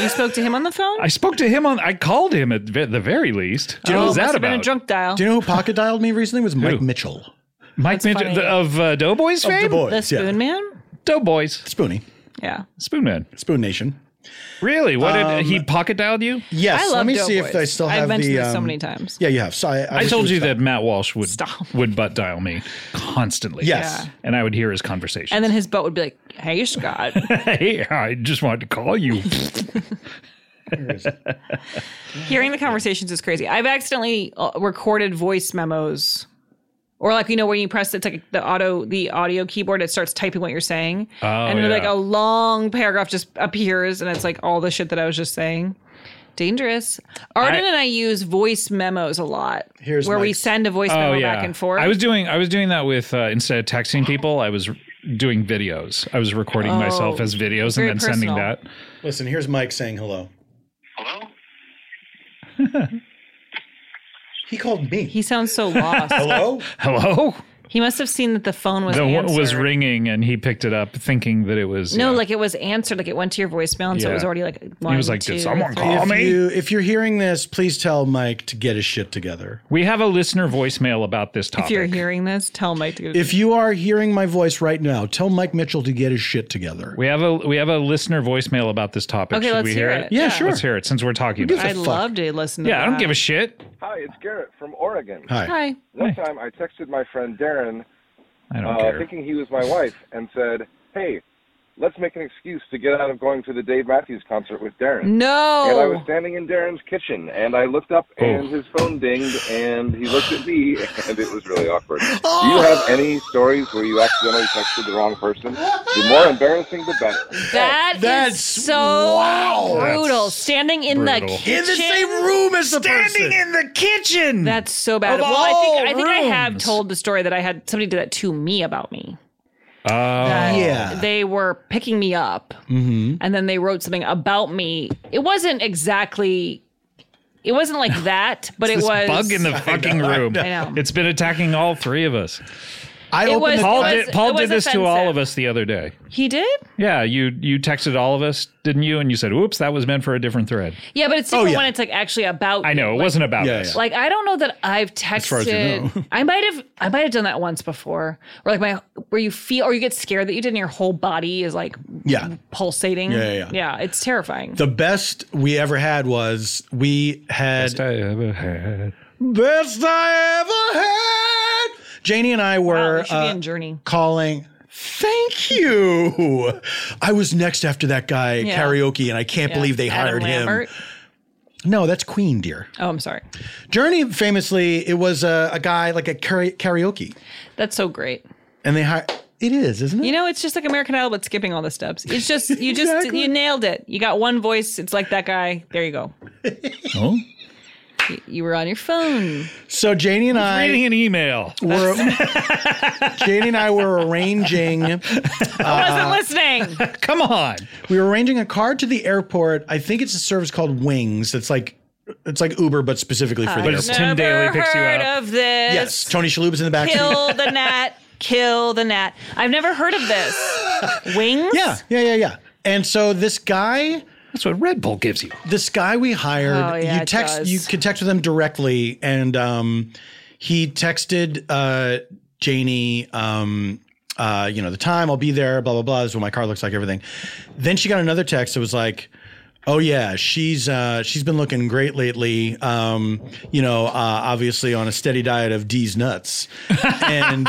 [SPEAKER 3] You spoke to him on the phone?
[SPEAKER 4] I spoke to him on. I called him at ve- the very least.
[SPEAKER 3] Do you know-
[SPEAKER 4] what was
[SPEAKER 3] Oh, must
[SPEAKER 4] that
[SPEAKER 3] have been a
[SPEAKER 4] about?
[SPEAKER 3] drunk dial.
[SPEAKER 2] Do you know who pocket dialed me recently? It was Mike Mitchell.
[SPEAKER 4] Mike Mitchell
[SPEAKER 3] funny.
[SPEAKER 4] the- of uh, Doughboys
[SPEAKER 2] Of
[SPEAKER 4] fame.
[SPEAKER 2] Doughboys,
[SPEAKER 3] the
[SPEAKER 2] yeah.
[SPEAKER 3] Spoon Man?
[SPEAKER 4] Doughboys.
[SPEAKER 2] Spoonie.
[SPEAKER 3] Yeah.
[SPEAKER 4] Spoon Man.
[SPEAKER 2] Spoon Nation.
[SPEAKER 4] Really? What
[SPEAKER 3] Um,
[SPEAKER 4] did he pocket dialed you?
[SPEAKER 2] Yes.
[SPEAKER 3] I love
[SPEAKER 2] let me see if
[SPEAKER 3] Doughboys.
[SPEAKER 2] I still
[SPEAKER 3] I've
[SPEAKER 2] have
[SPEAKER 3] mentioned
[SPEAKER 2] the.
[SPEAKER 3] this so
[SPEAKER 2] um,
[SPEAKER 3] many times.
[SPEAKER 2] Yeah, you have. So I, I
[SPEAKER 4] I
[SPEAKER 2] was
[SPEAKER 4] told
[SPEAKER 2] doing
[SPEAKER 4] you
[SPEAKER 2] stuff.
[SPEAKER 4] that Matt Walsh would
[SPEAKER 3] Stop.
[SPEAKER 4] would butt dial me constantly.
[SPEAKER 2] Yes. Yeah.
[SPEAKER 4] And I would hear his conversation.
[SPEAKER 3] And then his butt would be like, hey, Scott.
[SPEAKER 4] hey, I just wanted to call you.
[SPEAKER 3] Hearing the conversations is crazy. I've accidentally uh, recorded voice memos. Or like you know when you press it's like the auto the audio keyboard it starts typing what you're saying
[SPEAKER 4] Oh,
[SPEAKER 3] and then, like a
[SPEAKER 4] yeah.
[SPEAKER 3] long paragraph just appears and it's like all the shit that I was just saying. Dangerous. Arden
[SPEAKER 4] I-
[SPEAKER 3] and I use voice memos a lot.
[SPEAKER 2] Here's
[SPEAKER 3] where we
[SPEAKER 2] Mike's.
[SPEAKER 3] send a voice memo back and forth.
[SPEAKER 4] Oh, I was doing I was doing that with uh, instead of texting people, I was r- doing videos. I was recording myself
[SPEAKER 3] Oh,
[SPEAKER 4] as videos
[SPEAKER 3] very
[SPEAKER 4] and then sending
[SPEAKER 3] personal.
[SPEAKER 4] that.
[SPEAKER 2] Listen, here's Mike saying hello.
[SPEAKER 1] Hello?
[SPEAKER 2] He called me.
[SPEAKER 3] he sounds so lost.
[SPEAKER 2] hello.
[SPEAKER 4] Hello,
[SPEAKER 3] He must have seen that the phone was
[SPEAKER 4] the one
[SPEAKER 3] answered.
[SPEAKER 4] was ringing, and he picked it up, thinking that it was
[SPEAKER 3] No,
[SPEAKER 4] yeah.
[SPEAKER 3] like it was answered, like it went to your voicemail, and so it was
[SPEAKER 4] Yeah.
[SPEAKER 3] already like one,
[SPEAKER 4] he was like,
[SPEAKER 3] two,
[SPEAKER 4] "Did someone
[SPEAKER 3] three."
[SPEAKER 4] call
[SPEAKER 2] if
[SPEAKER 4] me?"
[SPEAKER 2] you if you're hearing this, please tell Mike to get his shit together.
[SPEAKER 4] we have a listener voicemail about this
[SPEAKER 3] If
[SPEAKER 4] topic.
[SPEAKER 3] you're hearing this, tell Mike to go.
[SPEAKER 2] If you are hearing my voice right now, tell Mike Mitchell to get his shit together.
[SPEAKER 4] we have a we have a listener voicemail about this topic.
[SPEAKER 3] Okay,
[SPEAKER 4] Should
[SPEAKER 3] let's
[SPEAKER 4] we
[SPEAKER 3] hear
[SPEAKER 4] hear
[SPEAKER 3] it.
[SPEAKER 4] it?
[SPEAKER 3] Yeah, Yeah.
[SPEAKER 2] sure.
[SPEAKER 4] Let's hear it since we're talking
[SPEAKER 2] Who gives
[SPEAKER 4] about
[SPEAKER 2] a
[SPEAKER 4] it.
[SPEAKER 3] I'd
[SPEAKER 2] fuck?
[SPEAKER 3] love to listen. to
[SPEAKER 4] Yeah, I don't give a
[SPEAKER 3] shit.
[SPEAKER 4] shit.
[SPEAKER 7] Hi, it's Garrett from Oregon.
[SPEAKER 2] Hi.
[SPEAKER 3] Hi.
[SPEAKER 7] One time I texted my friend Darren,
[SPEAKER 4] I don't
[SPEAKER 7] uh,
[SPEAKER 4] care.
[SPEAKER 7] thinking he was my wife, and said, Hey, let's make an excuse to get out of going to the Dave Matthews concert with Darren. And I was
[SPEAKER 3] No.
[SPEAKER 7] standing in Darren's kitchen, and I looked up, and his phone dinged, and he looked at me, and it was really awkward.
[SPEAKER 2] Oh,
[SPEAKER 7] Do you have any stories where you accidentally texted the wrong person? The more embarrassing, the better.
[SPEAKER 3] That
[SPEAKER 2] That's-
[SPEAKER 3] is so
[SPEAKER 2] wow.
[SPEAKER 3] brutal. Standing in
[SPEAKER 4] brutal.
[SPEAKER 3] the kitchen.
[SPEAKER 2] room as the
[SPEAKER 4] in the kitchen.
[SPEAKER 3] That's so bad.
[SPEAKER 4] Of
[SPEAKER 3] well, I think
[SPEAKER 4] all
[SPEAKER 3] I think I have
[SPEAKER 4] rooms.
[SPEAKER 3] told the story that I had somebody do that to me about me.
[SPEAKER 4] oh,
[SPEAKER 2] yeah.
[SPEAKER 3] They were picking me up,
[SPEAKER 4] Mm-hmm.
[SPEAKER 3] and then they wrote something about me. It wasn't exactly. It wasn't like that, but it
[SPEAKER 4] this
[SPEAKER 3] was
[SPEAKER 4] bug in the fucking room.
[SPEAKER 3] I know.
[SPEAKER 4] It's been attacking all three of us.
[SPEAKER 2] I
[SPEAKER 3] It
[SPEAKER 2] opened
[SPEAKER 3] was-
[SPEAKER 2] the
[SPEAKER 4] Paul
[SPEAKER 3] it
[SPEAKER 4] did Paul
[SPEAKER 3] it
[SPEAKER 4] did this to all
[SPEAKER 3] offensive.
[SPEAKER 4] of us the other day.
[SPEAKER 3] He did?
[SPEAKER 4] Yeah, you you texted all of us, didn't you? And you said, "Oops, that was meant for a different thread."
[SPEAKER 3] Yeah, but it's different
[SPEAKER 2] yeah.
[SPEAKER 3] when it's like actually about.
[SPEAKER 4] Oh, I
[SPEAKER 3] you.
[SPEAKER 4] know it
[SPEAKER 3] Like-
[SPEAKER 4] wasn't about
[SPEAKER 2] Yeah,
[SPEAKER 4] us.
[SPEAKER 2] yeah.
[SPEAKER 3] Like I don't know that I've texted.
[SPEAKER 2] far as you know.
[SPEAKER 3] I might have. I might have done that once before, or like my where you feel or you get scared that you did, and your whole body is like
[SPEAKER 2] yeah.
[SPEAKER 3] pulsating.
[SPEAKER 2] Yeah, yeah, yeah.
[SPEAKER 3] it's terrifying.
[SPEAKER 2] The best we ever had was we had
[SPEAKER 4] Best I ever had.
[SPEAKER 2] best I ever had. Janie and I were
[SPEAKER 3] Wow, you should be
[SPEAKER 2] uh,
[SPEAKER 3] in Journey.
[SPEAKER 2] calling. Thank you. I was next after that guy
[SPEAKER 3] Yeah.
[SPEAKER 2] karaoke, and I can't
[SPEAKER 3] Yeah.
[SPEAKER 2] believe they
[SPEAKER 3] Adam
[SPEAKER 2] hired
[SPEAKER 3] Lambert.
[SPEAKER 2] him. No, that's Queen, dear.
[SPEAKER 3] Oh, I'm sorry.
[SPEAKER 2] Journey famously, it was a, a guy like a kara- karaoke,
[SPEAKER 3] That's so great.
[SPEAKER 2] and they hired. It is, isn't it?
[SPEAKER 3] You know, it's just like American Idol, but skipping all the steps. It's just you just
[SPEAKER 2] Exactly.
[SPEAKER 3] you nailed it. You got one voice. It's like that guy. There you go.
[SPEAKER 4] Oh,
[SPEAKER 3] You, you were on your phone.
[SPEAKER 2] so Janie and I
[SPEAKER 4] reading an email.
[SPEAKER 2] were Janie and I were arranging. Uh,
[SPEAKER 3] I wasn't listening.
[SPEAKER 4] Come on.
[SPEAKER 2] We were arranging a car to the airport. I think it's a service called Wings. That's like it's like Uber, but specifically for the
[SPEAKER 4] But
[SPEAKER 2] airport.
[SPEAKER 4] it's Tim Daly
[SPEAKER 3] Never
[SPEAKER 4] picks you
[SPEAKER 3] heard
[SPEAKER 4] up.
[SPEAKER 3] of this.
[SPEAKER 2] Yes, Tony Shalhoub's in the back. seat.
[SPEAKER 3] kill the gnat, kill the gnat. I've never heard of this. Wings?
[SPEAKER 2] Yeah, yeah, yeah, yeah. And so this guy,
[SPEAKER 4] That's what Red Bull gives you.
[SPEAKER 2] this guy we hired,
[SPEAKER 3] Oh, yeah,
[SPEAKER 2] you
[SPEAKER 3] it
[SPEAKER 2] text,
[SPEAKER 3] does.
[SPEAKER 2] you could text with him directly, and um, he texted uh, Janie, um, uh, you know, the time I'll be there, blah blah blah. This is what my car looks like, everything. Then she got another text that was like. Oh yeah, she's uh, she's been looking great lately. Um, you know, uh, obviously on a steady diet of D's nuts, and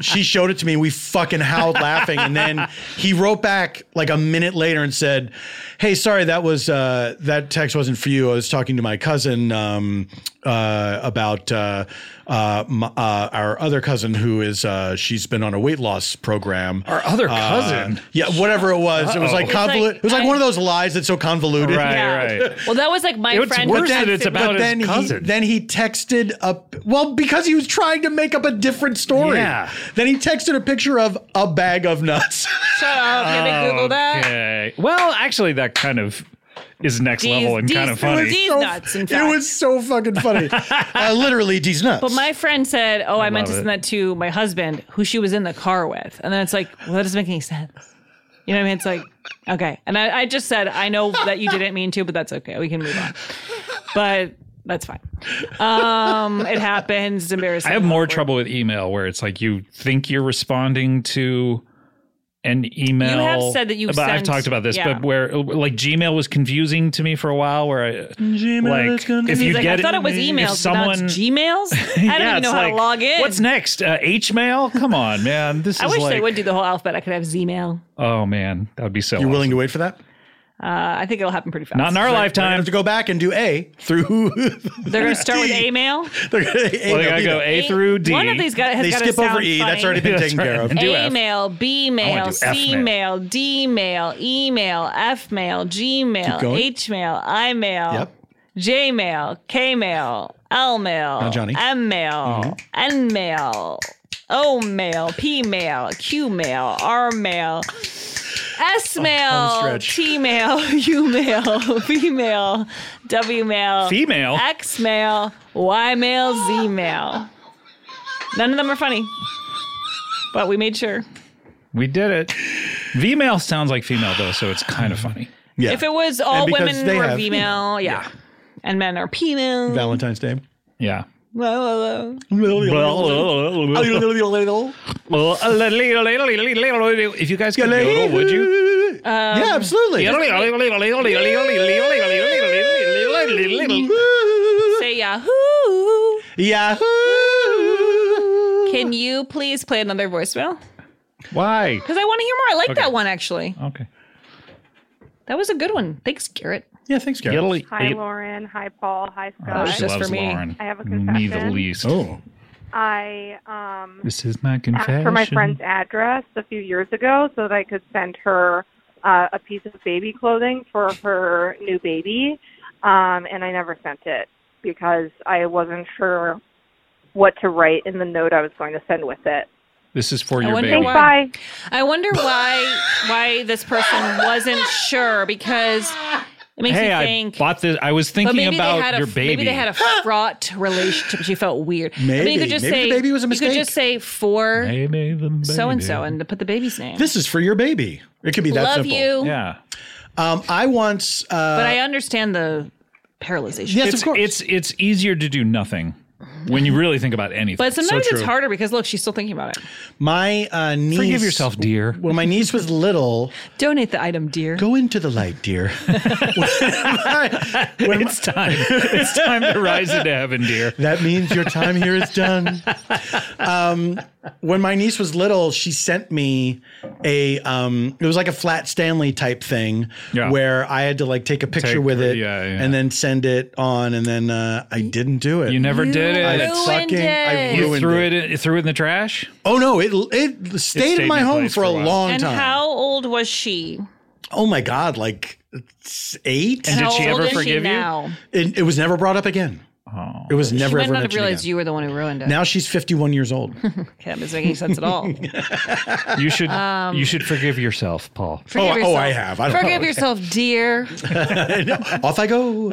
[SPEAKER 2] she showed it to me. and We fucking howled laughing, and then he wrote back like a minute later and said, "Hey, sorry, that was uh, that text wasn't for you. I was talking to my cousin um, uh, about uh, uh, my, uh, our other cousin who is uh, she's been on a weight loss program.
[SPEAKER 4] Our other
[SPEAKER 2] Uh,
[SPEAKER 4] cousin.
[SPEAKER 2] yeah, whatever it was. It was like
[SPEAKER 4] Uh-oh.
[SPEAKER 2] convolut.
[SPEAKER 3] like,
[SPEAKER 2] it was like
[SPEAKER 3] I-
[SPEAKER 2] one of those lies that's so
[SPEAKER 1] convoluted.
[SPEAKER 4] Right, right.
[SPEAKER 3] Well, that was like my
[SPEAKER 4] It's
[SPEAKER 3] friend.
[SPEAKER 4] worse that it's about
[SPEAKER 1] But
[SPEAKER 4] his
[SPEAKER 1] then he,
[SPEAKER 4] cousin.
[SPEAKER 1] then he texted up well because he was trying to make up a different story.
[SPEAKER 4] Yeah.
[SPEAKER 1] Then he texted a picture of a bag of nuts.
[SPEAKER 3] Shut up! You haven't Googled that.
[SPEAKER 4] Oh, Okay. Well, actually, that kind of is next
[SPEAKER 3] D's-
[SPEAKER 4] level and
[SPEAKER 3] D's-
[SPEAKER 4] kind of
[SPEAKER 3] it was
[SPEAKER 4] funny.
[SPEAKER 3] D's nuts. In fact.
[SPEAKER 1] It was so fucking funny. uh, literally, these nuts.
[SPEAKER 3] But my friend said, "Oh, I, meant to
[SPEAKER 4] love
[SPEAKER 3] send
[SPEAKER 4] it.
[SPEAKER 3] that to my husband, who she was in the car with." And then it's like, well, that doesn't make any sense. You know what I mean? It's like, okay. And I, I just said, I know that you didn't mean to, but that's okay. We can move on. But that's fine. Um, it happens. It's embarrassing.
[SPEAKER 4] I have more trouble with email where it's like you think you're responding to an email.
[SPEAKER 3] You have said that you
[SPEAKER 4] But I've
[SPEAKER 3] sent-
[SPEAKER 4] talked about this,
[SPEAKER 3] yeah.
[SPEAKER 4] but where like Gmail was confusing to me for a while. Where I
[SPEAKER 1] Gmail is
[SPEAKER 4] like if
[SPEAKER 3] He's
[SPEAKER 4] you
[SPEAKER 3] like,
[SPEAKER 4] get
[SPEAKER 3] I thought it was emails.
[SPEAKER 4] If
[SPEAKER 3] but now
[SPEAKER 4] someone
[SPEAKER 3] it's Gmails. I don't
[SPEAKER 4] yeah,
[SPEAKER 3] even know
[SPEAKER 4] it's
[SPEAKER 3] how to
[SPEAKER 4] like,
[SPEAKER 3] log in.
[SPEAKER 4] What's next? Uh, Hmail? Come on, man. This
[SPEAKER 3] I
[SPEAKER 4] is
[SPEAKER 3] wish
[SPEAKER 4] like
[SPEAKER 3] they would do the whole alphabet. I could have Zmail.
[SPEAKER 4] oh man, that would be so.
[SPEAKER 1] You're willing
[SPEAKER 4] awesome.
[SPEAKER 1] to wait for that?
[SPEAKER 3] Uh, I think it'll happen pretty fast.
[SPEAKER 4] Not in our
[SPEAKER 1] I
[SPEAKER 4] lifetime.
[SPEAKER 1] have to go back and do A through.
[SPEAKER 3] They're going to start with
[SPEAKER 1] D.
[SPEAKER 3] A mail.
[SPEAKER 1] They're gonna, A
[SPEAKER 4] Well, they gotta
[SPEAKER 1] they'll
[SPEAKER 4] go
[SPEAKER 1] be
[SPEAKER 4] A through D.
[SPEAKER 3] One of these got, has
[SPEAKER 1] They
[SPEAKER 3] got to
[SPEAKER 1] skip over
[SPEAKER 3] sound
[SPEAKER 1] E. That's
[SPEAKER 3] funny.
[SPEAKER 1] already been
[SPEAKER 4] That's
[SPEAKER 1] taken
[SPEAKER 4] right.
[SPEAKER 1] care of.
[SPEAKER 4] And do
[SPEAKER 3] A
[SPEAKER 4] F.
[SPEAKER 3] mail, B
[SPEAKER 4] do
[SPEAKER 3] mail,
[SPEAKER 4] F
[SPEAKER 3] C
[SPEAKER 4] mail.
[SPEAKER 3] mail, D mail, E mail, F mail, G mail,
[SPEAKER 1] Keep going.
[SPEAKER 3] H mail, I mail,
[SPEAKER 1] Yep.
[SPEAKER 3] J mail, K mail, L mail,
[SPEAKER 1] Now, Johnny.
[SPEAKER 3] M mail, N mail, O mail, P mail, Q mail, R mail. S mail,
[SPEAKER 1] stretch.
[SPEAKER 3] T mail, U mail, V mail, W mail,
[SPEAKER 4] Female?
[SPEAKER 3] X mail, Y mail, Z mail. None of them are funny, but we made sure.
[SPEAKER 4] We did it. Vmail sounds like female though, so it's kind of funny.
[SPEAKER 1] Yeah.
[SPEAKER 3] If it was all
[SPEAKER 1] because
[SPEAKER 3] women
[SPEAKER 1] they
[SPEAKER 3] were
[SPEAKER 1] have-
[SPEAKER 3] female, yeah. And men are female.
[SPEAKER 1] Valentine's Day.
[SPEAKER 4] Yeah.
[SPEAKER 3] Blah, blah, blah.
[SPEAKER 4] If you guys could yodel, would you?
[SPEAKER 1] yeah, absolutely.
[SPEAKER 3] Say Yahoo!
[SPEAKER 1] Yahoo!
[SPEAKER 3] Can you please play another voicemail?
[SPEAKER 4] Why?
[SPEAKER 3] Because I want to hear more. I like
[SPEAKER 4] Okay.
[SPEAKER 3] that one actually.
[SPEAKER 4] Okay.
[SPEAKER 3] That was a good one. Thanks, Garrett.
[SPEAKER 1] Yeah, thanks, Gary.
[SPEAKER 4] Yodel-
[SPEAKER 8] Hi, Lauren. Hi, Paul. Hi,
[SPEAKER 4] Oh,
[SPEAKER 8] Scott.
[SPEAKER 3] was
[SPEAKER 4] she
[SPEAKER 3] just
[SPEAKER 4] loves
[SPEAKER 3] for me.
[SPEAKER 4] Lauren.
[SPEAKER 8] I have a
[SPEAKER 4] Me the
[SPEAKER 8] confession.
[SPEAKER 4] least.
[SPEAKER 1] Oh,
[SPEAKER 8] I um,
[SPEAKER 4] This is
[SPEAKER 3] Uh,
[SPEAKER 4] my confession.
[SPEAKER 8] asked for my friend's address a few years ago so that I could send her uh, a piece of baby clothing for her new baby, um, and I never sent it because I wasn't sure what to write in the note I was going to send with it.
[SPEAKER 4] This is for
[SPEAKER 3] I
[SPEAKER 4] your
[SPEAKER 3] wonder
[SPEAKER 4] baby.
[SPEAKER 8] Thanks,
[SPEAKER 3] why-
[SPEAKER 8] bye.
[SPEAKER 3] I wonder why why this person wasn't sure because it makes
[SPEAKER 4] Hey,
[SPEAKER 3] you
[SPEAKER 4] I
[SPEAKER 3] think.
[SPEAKER 4] bought this. I was
[SPEAKER 3] but
[SPEAKER 4] thinking
[SPEAKER 3] maybe they
[SPEAKER 4] about
[SPEAKER 3] had
[SPEAKER 4] your
[SPEAKER 3] a
[SPEAKER 4] baby.
[SPEAKER 3] maybe they had a fraught relationship. She felt weird. I mean, you
[SPEAKER 1] Maybe.
[SPEAKER 3] could just
[SPEAKER 1] Maybe
[SPEAKER 3] say
[SPEAKER 1] the baby was a
[SPEAKER 3] You could
[SPEAKER 1] mistake.
[SPEAKER 3] just say for
[SPEAKER 4] Maybe the baby.
[SPEAKER 3] so and so and put the baby's name.
[SPEAKER 1] this is for your baby. It could be that
[SPEAKER 3] Love
[SPEAKER 1] simple.
[SPEAKER 3] you,
[SPEAKER 4] Yeah.
[SPEAKER 1] Um, I once. Uh,
[SPEAKER 3] but I understand the paralyzation.
[SPEAKER 1] yes,
[SPEAKER 4] It's,
[SPEAKER 1] of course.
[SPEAKER 4] it's it's easier to do nothing when you really think about anything.
[SPEAKER 3] But sometimes it's
[SPEAKER 1] true.
[SPEAKER 3] harder because look, she's still thinking about it.
[SPEAKER 1] my uh, niece.
[SPEAKER 4] Forgive yourself, dear.
[SPEAKER 1] When my niece was little,
[SPEAKER 3] Donate the item, dear.
[SPEAKER 1] go into the light, dear. When my-
[SPEAKER 4] It's time. it's time to rise into heaven, dear.
[SPEAKER 1] That means your time here is done. Um, when my niece was little, she sent me a um, it was like a flat Stanley type thing
[SPEAKER 4] Yeah.
[SPEAKER 1] where I had to like take a picture
[SPEAKER 4] Take-
[SPEAKER 1] with it
[SPEAKER 4] yeah, yeah.
[SPEAKER 1] and then send it on, and then uh, I didn't do it.
[SPEAKER 4] You never did it.
[SPEAKER 1] I
[SPEAKER 3] ruined
[SPEAKER 1] fucking I
[SPEAKER 3] it.
[SPEAKER 4] you
[SPEAKER 1] ruined
[SPEAKER 4] threw
[SPEAKER 1] it.
[SPEAKER 4] it. in- threw it in the trash.
[SPEAKER 1] Oh no, it it stayed,
[SPEAKER 4] stayed
[SPEAKER 1] in my
[SPEAKER 4] in
[SPEAKER 1] home
[SPEAKER 4] place
[SPEAKER 1] for a,
[SPEAKER 4] for a while.
[SPEAKER 1] long
[SPEAKER 3] And
[SPEAKER 1] time.
[SPEAKER 3] how old was she?
[SPEAKER 1] oh my god, like s- eight.
[SPEAKER 4] And
[SPEAKER 3] How
[SPEAKER 4] did she
[SPEAKER 3] old
[SPEAKER 4] ever
[SPEAKER 3] is
[SPEAKER 4] forgive you?
[SPEAKER 3] now?
[SPEAKER 1] It, it was never brought up again.
[SPEAKER 4] Oh.
[SPEAKER 1] It was never
[SPEAKER 3] She might
[SPEAKER 1] ever
[SPEAKER 3] not have
[SPEAKER 1] mentioned
[SPEAKER 3] realized
[SPEAKER 1] again.
[SPEAKER 3] you were the one who ruined it.
[SPEAKER 1] Now she's fifty-one years old.
[SPEAKER 3] okay, that doesn't make any sense at all.
[SPEAKER 1] Oh,
[SPEAKER 4] You should
[SPEAKER 3] Um,
[SPEAKER 4] you should forgive yourself, Paul.
[SPEAKER 3] Forgive
[SPEAKER 1] oh,
[SPEAKER 3] yourself.
[SPEAKER 1] I have. I don't
[SPEAKER 3] Forgive
[SPEAKER 1] know.
[SPEAKER 3] yourself, dear.
[SPEAKER 1] Off I go.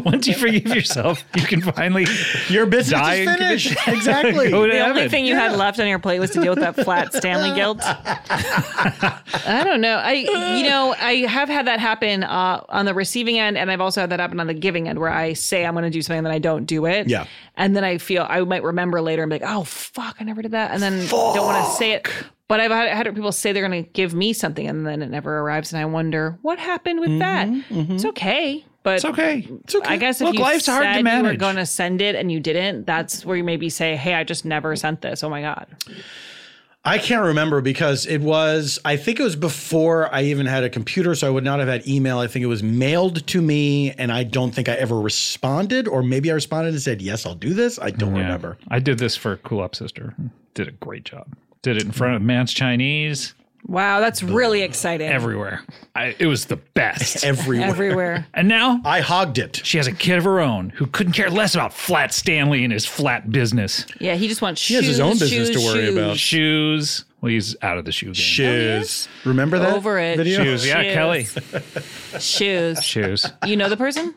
[SPEAKER 4] Once you forgive yourself, you can finally
[SPEAKER 1] Your business
[SPEAKER 4] die
[SPEAKER 1] is
[SPEAKER 4] and
[SPEAKER 1] finished.
[SPEAKER 4] commit-
[SPEAKER 1] Exactly.
[SPEAKER 4] go to
[SPEAKER 3] The only
[SPEAKER 4] heaven.
[SPEAKER 3] thing you had left on your plate was to deal with that flat Stanley guilt. I don't know. I you know I have had that happen uh, on the receiving end, and I've also had that happen on the giving end, where I say I'm going to do something, and then I don't do it.
[SPEAKER 1] Yeah.
[SPEAKER 3] and then I feel I might remember later and be like, oh fuck, I never did that, and then don't want to say it. But I've had, had people say they're going to give me something, and then it never arrives, and I wonder what happened with that. It's okay, but
[SPEAKER 4] Mm-hmm, It's okay. It's okay.
[SPEAKER 3] I guess if
[SPEAKER 4] Look,
[SPEAKER 3] you
[SPEAKER 4] life's
[SPEAKER 3] said
[SPEAKER 4] hard to
[SPEAKER 3] you were
[SPEAKER 4] manage.
[SPEAKER 3] going to send it and you didn't, that's where you maybe say, "Hey, I just never sent this." Oh my god!
[SPEAKER 1] I can't remember because it was, I think it was before I even had a computer, so I would not have had email. I think it was mailed to me, and I don't think I ever responded, or maybe I responded and said, Yes, I'll do this. I don't
[SPEAKER 4] Yeah.
[SPEAKER 1] remember.
[SPEAKER 4] I did this for Cool Up Sister. Did a great job. Did it in front of Man's Chinese.
[SPEAKER 3] Wow, that's really exciting.
[SPEAKER 4] everywhere. I, it was the best.
[SPEAKER 1] everywhere.
[SPEAKER 3] Everywhere.
[SPEAKER 4] And now
[SPEAKER 1] I hog dipped.
[SPEAKER 3] Oh,
[SPEAKER 4] She has a kid of her own who couldn't care less about Flat Stanley and his flat business.
[SPEAKER 6] Yeah, he just wants.
[SPEAKER 1] He has his
[SPEAKER 6] shoes,
[SPEAKER 1] own business
[SPEAKER 6] shoes,
[SPEAKER 1] to worry
[SPEAKER 6] shoes.
[SPEAKER 1] about.
[SPEAKER 4] Shoes. Well, he's out of the shoe game.
[SPEAKER 1] Shoes. Remember that?
[SPEAKER 6] Over it.
[SPEAKER 1] Video?
[SPEAKER 4] Shoes. Yeah,
[SPEAKER 6] Shoes.
[SPEAKER 4] Kelly.
[SPEAKER 6] Shoes.
[SPEAKER 4] Shoes.
[SPEAKER 6] You know the person,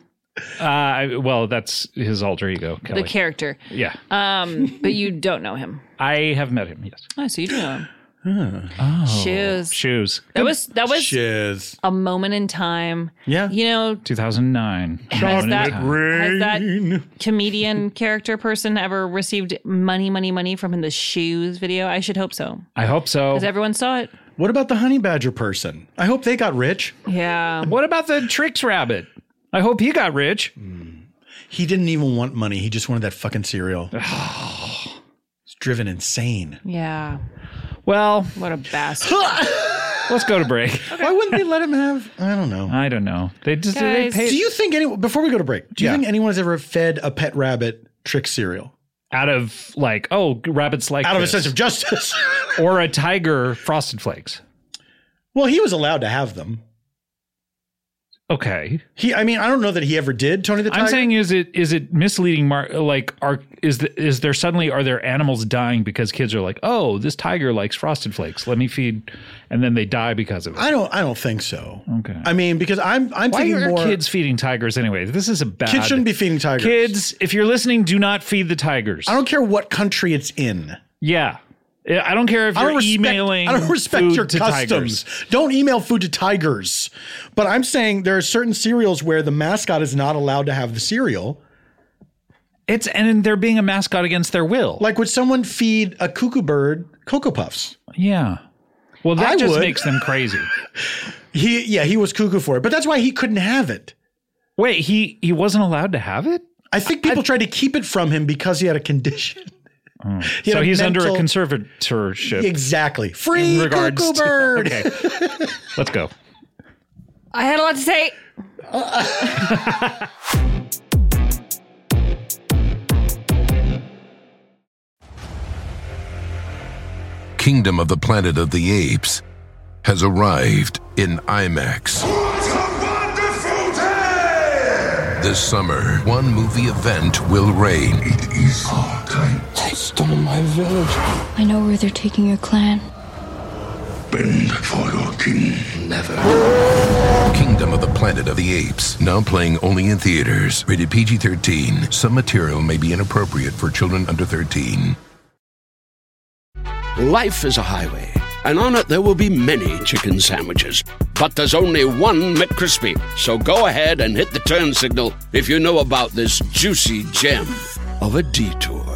[SPEAKER 4] Uh, I- well, that's his alter ego, Kelly.
[SPEAKER 6] the character.
[SPEAKER 4] yeah.
[SPEAKER 6] Um, but you don't know him.
[SPEAKER 4] I have met him, yes.
[SPEAKER 6] Oh, so you do know him.
[SPEAKER 4] Oh.
[SPEAKER 6] Shoes.
[SPEAKER 4] Shoes.
[SPEAKER 6] That was that was
[SPEAKER 1] Shiz.
[SPEAKER 3] Oh,
[SPEAKER 6] a moment in time.
[SPEAKER 1] Yeah.
[SPEAKER 6] You know,
[SPEAKER 4] 2009.
[SPEAKER 6] has that,
[SPEAKER 4] Time.
[SPEAKER 6] has that comedian character person ever received money, money, money from the shoes video? I should hope so.
[SPEAKER 4] I hope so.
[SPEAKER 6] Because everyone saw it.
[SPEAKER 1] What about the honey badger person? I hope they got rich.
[SPEAKER 6] Yeah.
[SPEAKER 4] what about the Tricks Rabbit? I hope he got rich.
[SPEAKER 1] He didn't even want money. He just wanted that fucking cereal. He's driven insane.
[SPEAKER 6] Yeah.
[SPEAKER 4] Well,
[SPEAKER 6] What a bastard.
[SPEAKER 4] let's go to break.
[SPEAKER 1] Why wouldn't they let him have? I don't know.
[SPEAKER 4] I don't know. They just
[SPEAKER 6] Guys.
[SPEAKER 4] they
[SPEAKER 1] Do
[SPEAKER 4] pay
[SPEAKER 1] you think anyone? Before we go to break, do you
[SPEAKER 4] Yeah.
[SPEAKER 1] think anyone's ever fed a pet rabbit trick cereal
[SPEAKER 4] out of like oh rabbits like
[SPEAKER 1] out of a
[SPEAKER 4] this.
[SPEAKER 1] sense of justice?
[SPEAKER 4] or a tiger frosted flakes.
[SPEAKER 1] well, he was allowed to have them.
[SPEAKER 4] Okay,
[SPEAKER 1] He, I mean, I don't know that he ever did. Tony the Tiger.
[SPEAKER 4] I'm saying is it is it misleading? Mar- like are is the, is there suddenly are there animals dying because kids are like oh this tiger likes frosted flakes let me feed and then they die because of it.
[SPEAKER 1] I don't. I don't think so.
[SPEAKER 4] Okay.
[SPEAKER 1] I mean, because I'm. I'm
[SPEAKER 4] Why
[SPEAKER 1] thinking
[SPEAKER 4] are
[SPEAKER 1] more.
[SPEAKER 4] kids feeding tigers anyway? This is a bad.
[SPEAKER 1] kids shouldn't be feeding tigers.
[SPEAKER 4] Kids, if you're listening, do not feed the tigers.
[SPEAKER 1] I don't care what country it's in.
[SPEAKER 4] yeah, I don't care if
[SPEAKER 1] I
[SPEAKER 4] you're
[SPEAKER 1] don't respect,
[SPEAKER 4] emailing.
[SPEAKER 1] I don't respect
[SPEAKER 4] food
[SPEAKER 1] your
[SPEAKER 4] to
[SPEAKER 1] customs.
[SPEAKER 4] tigers.
[SPEAKER 1] Don't email food to tigers. But I'm saying there are certain cereals where the mascot is not allowed to have the cereal.
[SPEAKER 4] It's and they're being a mascot against their will.
[SPEAKER 1] Like would someone feed a cuckoo bird Cocoa Puffs?
[SPEAKER 4] yeah. Well, that
[SPEAKER 1] I
[SPEAKER 4] just
[SPEAKER 1] would.
[SPEAKER 4] makes them crazy.
[SPEAKER 1] He yeah, he was cuckoo for it. But that's why he couldn't have it.
[SPEAKER 4] Wait, he he wasn't allowed to have it.
[SPEAKER 1] I think people tried to keep it from him because he had a condition. He had
[SPEAKER 4] Oh. so
[SPEAKER 1] a
[SPEAKER 4] he's under a
[SPEAKER 1] mental-
[SPEAKER 4] conservatorship
[SPEAKER 1] Exactly.
[SPEAKER 4] in
[SPEAKER 1] Free
[SPEAKER 4] regards
[SPEAKER 1] cuckoo
[SPEAKER 4] to-
[SPEAKER 1] bird.
[SPEAKER 4] Okay, let's go.
[SPEAKER 6] I had a lot to say.
[SPEAKER 9] Kingdom of the Planet of the Apes has arrived in IMAX.
[SPEAKER 10] What a wonderful day!
[SPEAKER 9] This summer, one movie event will reign.
[SPEAKER 10] It is our time.
[SPEAKER 11] They stole my village.
[SPEAKER 12] I know where they're taking your clan.
[SPEAKER 10] Bend for your king. Never.
[SPEAKER 9] Kingdom of the Planet of the Apes, now playing only in theaters. Rated PG 13. Some material may be inappropriate for children under 13.
[SPEAKER 13] Life is a highway, and on it there will be many chicken sandwiches. But there's only one McCrispy. So go ahead and hit the turn signal if you know about this juicy gem of a detour.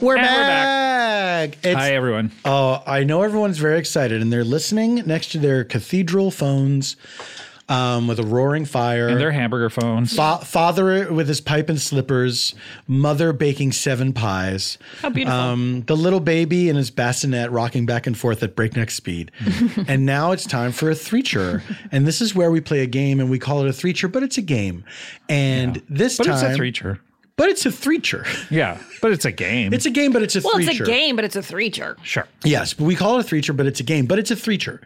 [SPEAKER 1] We're
[SPEAKER 4] And we're
[SPEAKER 1] back. It's,
[SPEAKER 4] Hi everyone.
[SPEAKER 1] Oh, I know everyone's very excited and they're listening next to their cathedral phones um, with a roaring fire.
[SPEAKER 4] And their hamburger phones.
[SPEAKER 1] Fa- father with his pipe and slippers, mother baking seven pies.
[SPEAKER 6] How beautiful.
[SPEAKER 1] Um, the little baby in his bassinet rocking back and forth at breakneck speed. and now it's time for a threecher. And this is where we play a game and we call it a threecher, but it's a game. And this
[SPEAKER 4] But
[SPEAKER 1] time
[SPEAKER 4] it's a threecher.
[SPEAKER 1] But it's a threecher.
[SPEAKER 4] Yeah, but it's a game.
[SPEAKER 1] It's a game, but it's a
[SPEAKER 6] Well,
[SPEAKER 1] threecher.
[SPEAKER 6] it's a game, but it's a three jerk.
[SPEAKER 4] sure.
[SPEAKER 1] Yes, but we call it a threecher, but it's a game, but it's a threecher.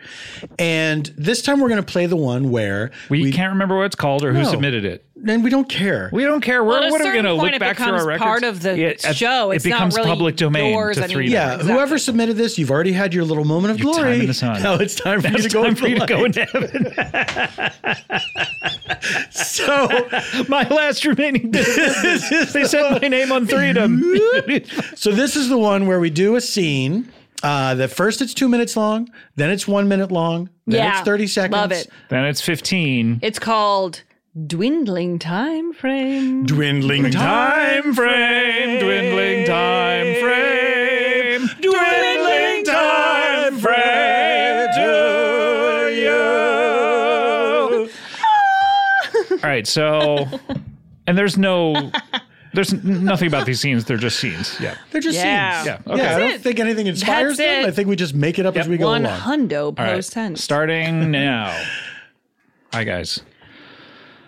[SPEAKER 1] And this time we're going to play the one where
[SPEAKER 4] We, can't remember what it's called or who
[SPEAKER 1] No.
[SPEAKER 4] submitted it.
[SPEAKER 1] and we don't care.
[SPEAKER 4] We don't care. We're
[SPEAKER 6] Well, at a
[SPEAKER 4] what are we
[SPEAKER 6] certain
[SPEAKER 4] going to
[SPEAKER 6] point,
[SPEAKER 4] look
[SPEAKER 6] it
[SPEAKER 4] back through our
[SPEAKER 6] becomes
[SPEAKER 4] records?
[SPEAKER 6] part of the
[SPEAKER 4] at-
[SPEAKER 6] show.
[SPEAKER 4] It
[SPEAKER 6] It's not
[SPEAKER 4] becomes
[SPEAKER 6] really
[SPEAKER 4] public domain
[SPEAKER 6] yours
[SPEAKER 4] to
[SPEAKER 6] anymore.
[SPEAKER 4] three.
[SPEAKER 1] yeah,
[SPEAKER 6] Exactly.
[SPEAKER 1] whoever submitted this, you've already had your little moment of
[SPEAKER 4] Your time
[SPEAKER 1] glory.
[SPEAKER 4] in the sun.
[SPEAKER 1] Now it's time for you to
[SPEAKER 4] It's
[SPEAKER 1] go
[SPEAKER 4] time
[SPEAKER 1] in
[SPEAKER 4] for you to
[SPEAKER 1] the
[SPEAKER 4] go
[SPEAKER 1] light.
[SPEAKER 4] into heaven.
[SPEAKER 1] So,
[SPEAKER 4] My last remaining business. They said my name on three of them.
[SPEAKER 1] so this is the one where we do a scene. Uh, that first it's two minutes long, then it's one minute long, then
[SPEAKER 6] Yeah,
[SPEAKER 1] it's thirty seconds.
[SPEAKER 6] love it.
[SPEAKER 4] then it's 15.
[SPEAKER 6] It's called Dwindling Time Frame.
[SPEAKER 1] Dwindling time.
[SPEAKER 4] frame, dwindling time frame, dwindling time frame to you. All right, so, and there's no, there's n- nothing about these scenes. They're just scenes. Yeah.
[SPEAKER 1] They're just
[SPEAKER 6] Yeah.
[SPEAKER 1] scenes.
[SPEAKER 4] Yeah,
[SPEAKER 1] Yeah,
[SPEAKER 4] okay.
[SPEAKER 1] I don't
[SPEAKER 6] it.
[SPEAKER 1] think anything inspires
[SPEAKER 6] That's
[SPEAKER 1] them.
[SPEAKER 6] it.
[SPEAKER 1] I think we just make it up as we go
[SPEAKER 6] One
[SPEAKER 1] along.
[SPEAKER 6] hundo
[SPEAKER 4] All right.
[SPEAKER 6] post tense.
[SPEAKER 4] Starting now. Hi, guys.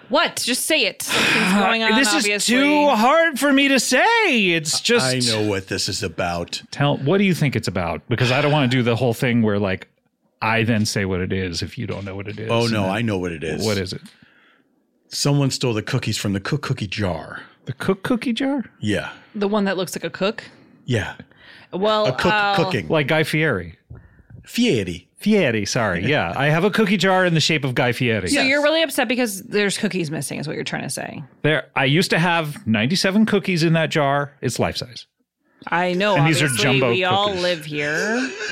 [SPEAKER 3] What? Just say it. Something's going on.
[SPEAKER 4] this
[SPEAKER 3] obviously.
[SPEAKER 4] is too hard for me to say. It's just
[SPEAKER 1] I know what this is about.
[SPEAKER 4] Tell what do you think it's about? Because I don't want to do the whole thing where like I then say what it is if you don't know what it is.
[SPEAKER 1] Oh, no,
[SPEAKER 4] And
[SPEAKER 1] I know what it is.
[SPEAKER 4] What is it?
[SPEAKER 1] Someone stole the cookies from the cook cookie jar.
[SPEAKER 4] The cook cookie jar?
[SPEAKER 1] Yeah.
[SPEAKER 3] The one that looks like a cook.
[SPEAKER 1] Yeah.
[SPEAKER 3] Well, uh,
[SPEAKER 1] A cook
[SPEAKER 3] I'll-
[SPEAKER 1] cooking.
[SPEAKER 4] Like Guy Fieri.
[SPEAKER 1] Fieri.
[SPEAKER 4] Fieri, sorry. Yeah. I have a cookie jar in the shape of Guy Fieri.
[SPEAKER 3] So you're really upset because there's cookies missing, is what you're trying to say.
[SPEAKER 4] There I used to have 97 cookies in that jar. It's life size.
[SPEAKER 3] I know.
[SPEAKER 4] And these are
[SPEAKER 3] obviously,
[SPEAKER 4] jumbo
[SPEAKER 3] We all
[SPEAKER 4] cookies.
[SPEAKER 3] live here.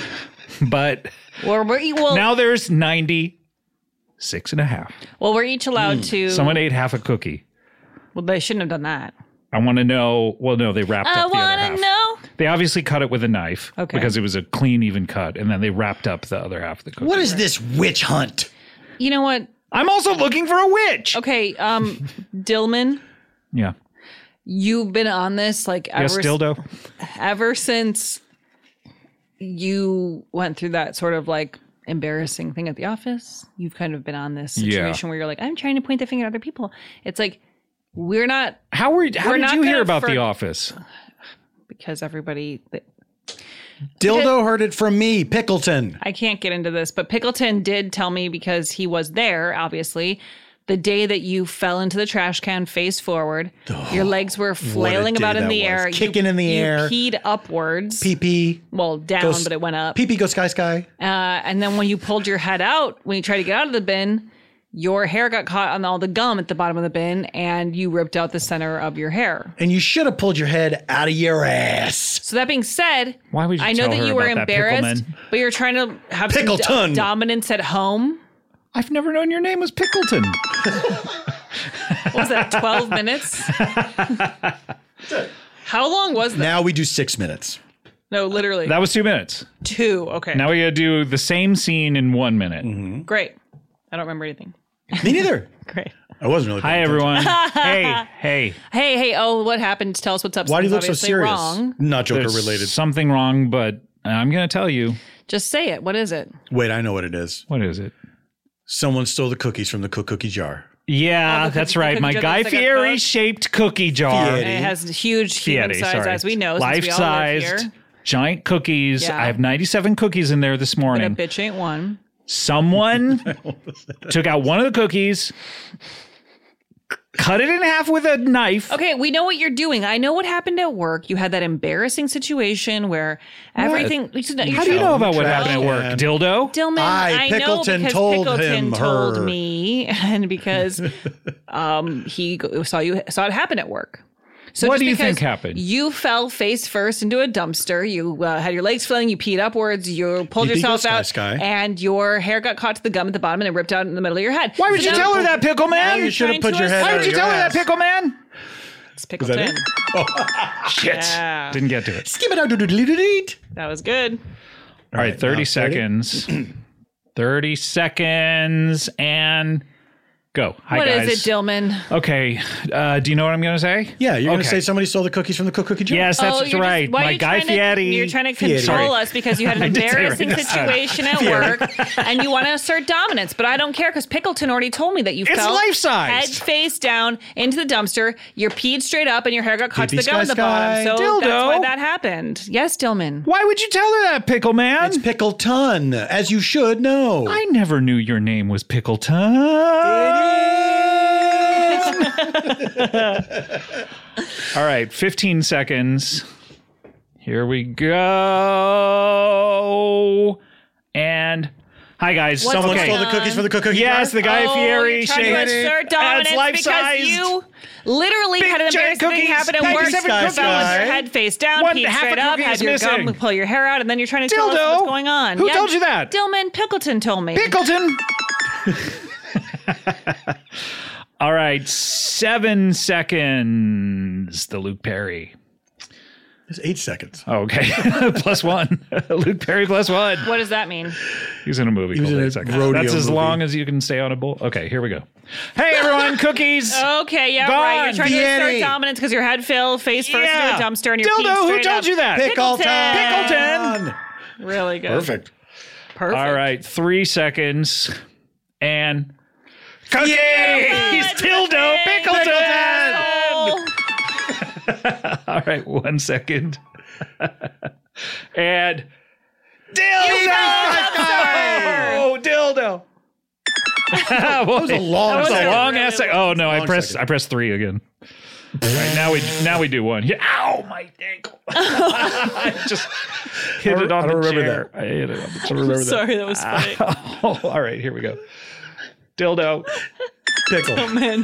[SPEAKER 4] But
[SPEAKER 3] Or we're e- well,
[SPEAKER 4] now there's 96 and a half.
[SPEAKER 3] well, we're each allowed
[SPEAKER 4] Mm.
[SPEAKER 3] to.
[SPEAKER 4] Someone ate half a cookie.
[SPEAKER 3] Well, they shouldn't have done that.
[SPEAKER 4] I want to know. Well, no, they wrapped
[SPEAKER 3] Uh, I
[SPEAKER 4] up the other half.
[SPEAKER 3] want to know.
[SPEAKER 4] They obviously cut it with a knife
[SPEAKER 3] Okay.
[SPEAKER 4] because it was a clean, even cut, and then they wrapped up the other half of the cookie.
[SPEAKER 1] What is this witch hunt?
[SPEAKER 3] You know what?
[SPEAKER 4] I'm also looking for a witch.
[SPEAKER 3] Okay, um, Dillman,
[SPEAKER 4] Yeah.
[SPEAKER 3] you've been on this like ever,
[SPEAKER 4] Yes,
[SPEAKER 3] s-
[SPEAKER 4] dildo.
[SPEAKER 3] ever since you went through that sort of like embarrassing thing at the office. You've kind of been on this
[SPEAKER 4] Yeah.
[SPEAKER 3] situation where you're like, I'm trying to point the finger at other people. It's like we're not
[SPEAKER 4] How were? How
[SPEAKER 3] We're
[SPEAKER 4] did
[SPEAKER 3] not
[SPEAKER 4] you hear
[SPEAKER 3] gonna
[SPEAKER 4] about
[SPEAKER 3] for-
[SPEAKER 4] The Office?
[SPEAKER 3] because everybody that
[SPEAKER 1] Dildo heard it from me, Pickleton.
[SPEAKER 3] I can't get into this, but Pickleton did tell me because he was there, obviously. The day that you fell into the trash can face forward, your legs were flailing
[SPEAKER 1] day
[SPEAKER 3] about in
[SPEAKER 1] that
[SPEAKER 3] the
[SPEAKER 1] was.
[SPEAKER 3] air, You-
[SPEAKER 1] Kicking in the
[SPEAKER 3] you
[SPEAKER 1] air.
[SPEAKER 3] peed upwards,
[SPEAKER 1] Pee pee.
[SPEAKER 3] well down,
[SPEAKER 1] Goes-
[SPEAKER 3] but it went up.
[SPEAKER 1] Pee pee go sky sky.
[SPEAKER 3] Uh, and then when you pulled your head out, when you tried to get out of the bin, your hair got caught on all the gum at the bottom of the bin, and you ripped out the center of your hair.
[SPEAKER 1] And you should have pulled your head out of your ass.
[SPEAKER 3] So that being said,
[SPEAKER 4] Why would you
[SPEAKER 3] I know
[SPEAKER 4] tell
[SPEAKER 3] that
[SPEAKER 4] her
[SPEAKER 3] you were
[SPEAKER 4] about that, pickle
[SPEAKER 3] embarrassed,
[SPEAKER 4] man?
[SPEAKER 3] but you're trying to have some do-
[SPEAKER 1] Pickleton.
[SPEAKER 3] dominance at home.
[SPEAKER 4] I've never known your name was Pickleton.
[SPEAKER 3] What was that 12 minutes how long was that
[SPEAKER 1] Now we do six minutes.
[SPEAKER 3] no literally
[SPEAKER 4] that was two minutes.
[SPEAKER 3] two okay
[SPEAKER 4] Now we got to do the same scene in one minute.
[SPEAKER 3] Mm-hmm. great i don't remember anything
[SPEAKER 1] Me neither.
[SPEAKER 3] great
[SPEAKER 1] I wasn't really.
[SPEAKER 4] Hi everyone. hey, hey.
[SPEAKER 3] hey hey oh what happened tell us what's up
[SPEAKER 1] Why do you look
[SPEAKER 3] Something's
[SPEAKER 1] so
[SPEAKER 3] obviously wrong.
[SPEAKER 1] serious? Not Joker
[SPEAKER 4] There's
[SPEAKER 1] related.
[SPEAKER 4] something wrong, but I'm gonna tell you
[SPEAKER 3] just say it what is it
[SPEAKER 1] Wait, I know what it is.
[SPEAKER 4] what is it.
[SPEAKER 1] Someone stole the cookies from the cook cookie jar.
[SPEAKER 4] Yeah,
[SPEAKER 3] Oh, the cookie-
[SPEAKER 4] that's
[SPEAKER 3] the
[SPEAKER 4] right.
[SPEAKER 3] cookie
[SPEAKER 4] My
[SPEAKER 3] jar
[SPEAKER 4] Guy
[SPEAKER 3] looks like a
[SPEAKER 4] Fieri
[SPEAKER 3] cook.
[SPEAKER 4] shaped cookie jar.
[SPEAKER 1] Fieri.
[SPEAKER 3] it has huge human
[SPEAKER 4] Fieri,
[SPEAKER 3] size
[SPEAKER 4] sorry.
[SPEAKER 3] as we know
[SPEAKER 4] life
[SPEAKER 3] since we all live
[SPEAKER 4] sized
[SPEAKER 3] here
[SPEAKER 4] giant cookies.
[SPEAKER 3] Yeah.
[SPEAKER 4] I have 97 cookies in there this
[SPEAKER 3] but a
[SPEAKER 4] morning.
[SPEAKER 3] bitch ain't one
[SPEAKER 4] Someone took out one of the cookies, cut it in half with a knife.
[SPEAKER 3] Okay, we know what you're doing. I know what happened at work. You had that embarrassing situation where everything.
[SPEAKER 4] How do you know about what
[SPEAKER 1] Trash
[SPEAKER 4] happened at work,
[SPEAKER 1] can.
[SPEAKER 4] dildo?
[SPEAKER 3] Dillman,
[SPEAKER 1] I,
[SPEAKER 3] I,
[SPEAKER 1] Pickleton,
[SPEAKER 3] know because
[SPEAKER 1] told
[SPEAKER 3] Pickleton
[SPEAKER 1] him
[SPEAKER 3] told
[SPEAKER 1] her.
[SPEAKER 3] me, and because um, he go- saw you saw it happen at work. So
[SPEAKER 4] What
[SPEAKER 3] just
[SPEAKER 4] do you think
[SPEAKER 3] because
[SPEAKER 4] happened?
[SPEAKER 3] You fell face first into a dumpster. You uh, had your legs flailing. You peed upwards. You pulled
[SPEAKER 1] Pee-pee
[SPEAKER 3] yourself
[SPEAKER 1] goes sky,
[SPEAKER 3] out,
[SPEAKER 1] sky.
[SPEAKER 3] and your hair got caught to the gum at the bottom, and it ripped out in the middle of your head.
[SPEAKER 4] Why would you
[SPEAKER 3] So-
[SPEAKER 4] tell her that, pickle man?
[SPEAKER 1] You should have
[SPEAKER 3] trying
[SPEAKER 1] put
[SPEAKER 3] to
[SPEAKER 1] your head.
[SPEAKER 3] escape.
[SPEAKER 4] Why
[SPEAKER 1] out
[SPEAKER 4] would
[SPEAKER 1] of
[SPEAKER 4] you
[SPEAKER 1] your
[SPEAKER 4] tell her that,
[SPEAKER 1] ass.
[SPEAKER 4] pickle man?
[SPEAKER 3] It's Pickleton.
[SPEAKER 4] Shit.
[SPEAKER 3] Yeah.
[SPEAKER 4] Didn't get to it.
[SPEAKER 1] Skip it out. do-do-do-do-do.
[SPEAKER 3] That was good.
[SPEAKER 4] All right, 30
[SPEAKER 1] now 30.
[SPEAKER 4] seconds. 30 seconds and go. Hi,
[SPEAKER 3] What is it,
[SPEAKER 4] guys.
[SPEAKER 3] Dillman?
[SPEAKER 4] Okay. Uh, do you know what I'm going to say? Oh,
[SPEAKER 1] Yeah, you're gonna
[SPEAKER 4] Okay.
[SPEAKER 1] say somebody stole the cookies from the cook cookie jar.
[SPEAKER 4] Yes, that's
[SPEAKER 3] Oh, you're just-
[SPEAKER 4] right.
[SPEAKER 3] why are
[SPEAKER 4] My
[SPEAKER 3] you
[SPEAKER 4] guy
[SPEAKER 3] trying to-
[SPEAKER 4] Fieri.
[SPEAKER 3] you're trying to
[SPEAKER 1] Fieri.
[SPEAKER 3] control
[SPEAKER 4] Sorry.
[SPEAKER 3] us because you had an
[SPEAKER 4] I did say it right
[SPEAKER 3] embarrassing
[SPEAKER 4] this time.
[SPEAKER 3] situation at work and you want to assert dominance, but I don't care because Pickleton already told me that you
[SPEAKER 4] It's
[SPEAKER 3] fell head
[SPEAKER 4] life-sized.
[SPEAKER 3] face down into the dumpster, you're peed straight up, and your hair got caught to
[SPEAKER 1] Pee-pee
[SPEAKER 3] the gum at the
[SPEAKER 1] sky,
[SPEAKER 3] bottom. So
[SPEAKER 4] sky.
[SPEAKER 3] that's
[SPEAKER 4] Dildo.
[SPEAKER 3] why that happened. Yes, Dillman.
[SPEAKER 4] Why would you tell her that, Pickle Man?
[SPEAKER 1] It's Pickleton, as you should know.
[SPEAKER 4] I never knew your name was Pickleton. All right, 15 seconds. Here we go. And hi, guys.
[SPEAKER 3] What's
[SPEAKER 1] Someone
[SPEAKER 3] Okay.
[SPEAKER 1] stole the cookies from the cook cookie
[SPEAKER 4] Yes,
[SPEAKER 1] jar.
[SPEAKER 4] the guy
[SPEAKER 3] Oh,
[SPEAKER 4] Fieri
[SPEAKER 3] you're trying to
[SPEAKER 4] shaped.
[SPEAKER 3] assert dominance
[SPEAKER 4] That's life
[SPEAKER 3] because
[SPEAKER 4] sized.
[SPEAKER 3] you literally had an
[SPEAKER 4] Big
[SPEAKER 3] embarrassing
[SPEAKER 4] giant
[SPEAKER 3] thing
[SPEAKER 4] cookies,
[SPEAKER 3] happen at
[SPEAKER 4] packed
[SPEAKER 3] work.
[SPEAKER 4] seven
[SPEAKER 3] fell
[SPEAKER 4] cookies.
[SPEAKER 3] with your head face down,
[SPEAKER 4] One
[SPEAKER 3] peed
[SPEAKER 4] half a
[SPEAKER 3] straight up,
[SPEAKER 4] cookie
[SPEAKER 3] had
[SPEAKER 4] is
[SPEAKER 3] your gum,
[SPEAKER 4] missing.
[SPEAKER 3] pull your hair out, and then you're trying to tell us
[SPEAKER 4] Dildo.
[SPEAKER 3] what's going on.
[SPEAKER 4] Who told you that?
[SPEAKER 3] Dillman Pickleton told me.
[SPEAKER 4] Pickleton. All right, seven seconds. The Luke Perry.
[SPEAKER 1] It's eight seconds.
[SPEAKER 4] Oh, Okay, plus one. Luke Perry plus one.
[SPEAKER 3] What does that mean?
[SPEAKER 4] He's in a movie
[SPEAKER 1] was
[SPEAKER 4] called
[SPEAKER 1] in a
[SPEAKER 4] Eight Seconds.
[SPEAKER 1] rodeo
[SPEAKER 4] That's as
[SPEAKER 1] movie.
[SPEAKER 4] long as you can stay on a bull. Okay, here we go. Hey everyone, cookies.
[SPEAKER 3] Oh, Okay, yeah, right. You're
[SPEAKER 4] Gone.
[SPEAKER 3] trying to
[SPEAKER 1] Vieri.
[SPEAKER 3] assert dominance because your head fell face first
[SPEAKER 4] Yeah.
[SPEAKER 3] into a dumpster and you're peeing
[SPEAKER 4] Dildo, who
[SPEAKER 3] straight
[SPEAKER 4] told
[SPEAKER 3] up.
[SPEAKER 4] you that?
[SPEAKER 3] Pickleton.
[SPEAKER 4] Pickleton.
[SPEAKER 1] Pickleton.
[SPEAKER 3] Really good.
[SPEAKER 1] Perfect.
[SPEAKER 3] Perfect.
[SPEAKER 4] All right, three seconds and Cookies! Tildo Pickleton! All right, one second. and dildo! Oh, dildo! that
[SPEAKER 2] was a long
[SPEAKER 4] That was a
[SPEAKER 2] second.
[SPEAKER 4] long ass. sec- Oh no, I
[SPEAKER 2] Long
[SPEAKER 4] pressed
[SPEAKER 2] second.
[SPEAKER 4] I pressed three again. All right, now we now we do one. Yeah, ow! My ankle. I just hit it on
[SPEAKER 2] I don't
[SPEAKER 4] the
[SPEAKER 2] remember
[SPEAKER 4] chair. I hit it on the chair. I remember that.
[SPEAKER 14] Sorry, that was funny.
[SPEAKER 4] Oh, all right, here we go. Dildo.
[SPEAKER 2] Pickle.
[SPEAKER 14] Oh, man.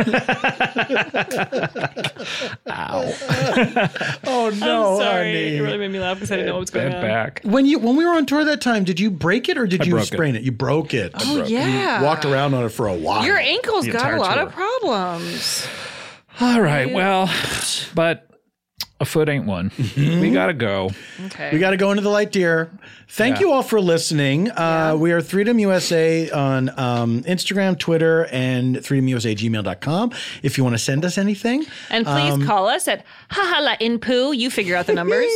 [SPEAKER 2] Oh no,
[SPEAKER 14] I'm sorry.
[SPEAKER 2] honey.
[SPEAKER 14] It really made me laugh because I didn't know what was going on.
[SPEAKER 2] When you when we were on tour that time, did you break it or did
[SPEAKER 4] I
[SPEAKER 2] you
[SPEAKER 4] broke it.
[SPEAKER 2] sprain it? You broke it.
[SPEAKER 3] I Oh, broke it. yeah.
[SPEAKER 2] You walked around on it for a while.
[SPEAKER 3] Your ankle's
[SPEAKER 2] The
[SPEAKER 3] got a
[SPEAKER 2] entire
[SPEAKER 3] lot of
[SPEAKER 2] tour.
[SPEAKER 3] problems.
[SPEAKER 4] All right, well, but a foot ain't one.
[SPEAKER 2] Mm-hmm.
[SPEAKER 4] we gotta go.
[SPEAKER 3] Okay.
[SPEAKER 2] We got to go into the light, dear. Thank
[SPEAKER 4] Yeah.
[SPEAKER 2] you all for listening. Uh, We are Freedom USA on um, Instagram, Twitter, and freedomusagmail.com. If you want to send us anything,
[SPEAKER 3] And please
[SPEAKER 2] Um,
[SPEAKER 3] call us at hahala in poo. You figure out the numbers.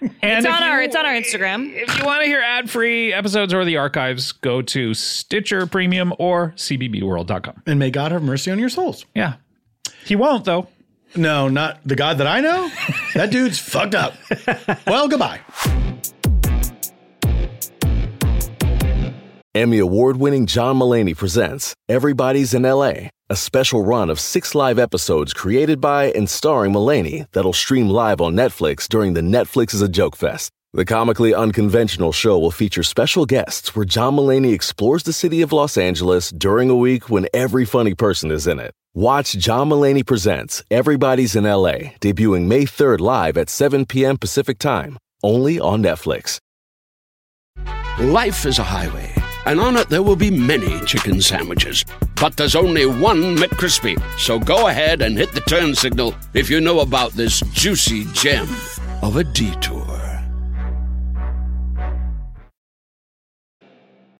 [SPEAKER 4] And
[SPEAKER 3] it's
[SPEAKER 4] if
[SPEAKER 3] on
[SPEAKER 4] you-
[SPEAKER 3] our it's on our Instagram.
[SPEAKER 4] If you want to hear ad free episodes or the archives, go to Stitcher Premium or CBBWorld.com.
[SPEAKER 2] and may God have mercy on your souls.
[SPEAKER 4] Yeah. He won't, though.
[SPEAKER 2] No, not the God that I know. that dude's fucked up. Well, goodbye.
[SPEAKER 1] Emmy award winning John Mullaney presents Everybody's in LA, a special run of six live episodes created by and starring Mullaney that'll stream live on Netflix during the Netflix is a Joke Fest. The comically unconventional show will feature special guests where John Mullaney explores the city of Los Angeles during a week when every funny person is in it. Watch John Mullaney Presents Everybody's in LA, debuting May 3rd live at 7 p.m. Pacific Time, only on Netflix.
[SPEAKER 13] Life is a highway, and on it there will be many chicken sandwiches. But there's only one McCrispy. So go ahead and hit the turn signal if you know about this juicy gem of a detour.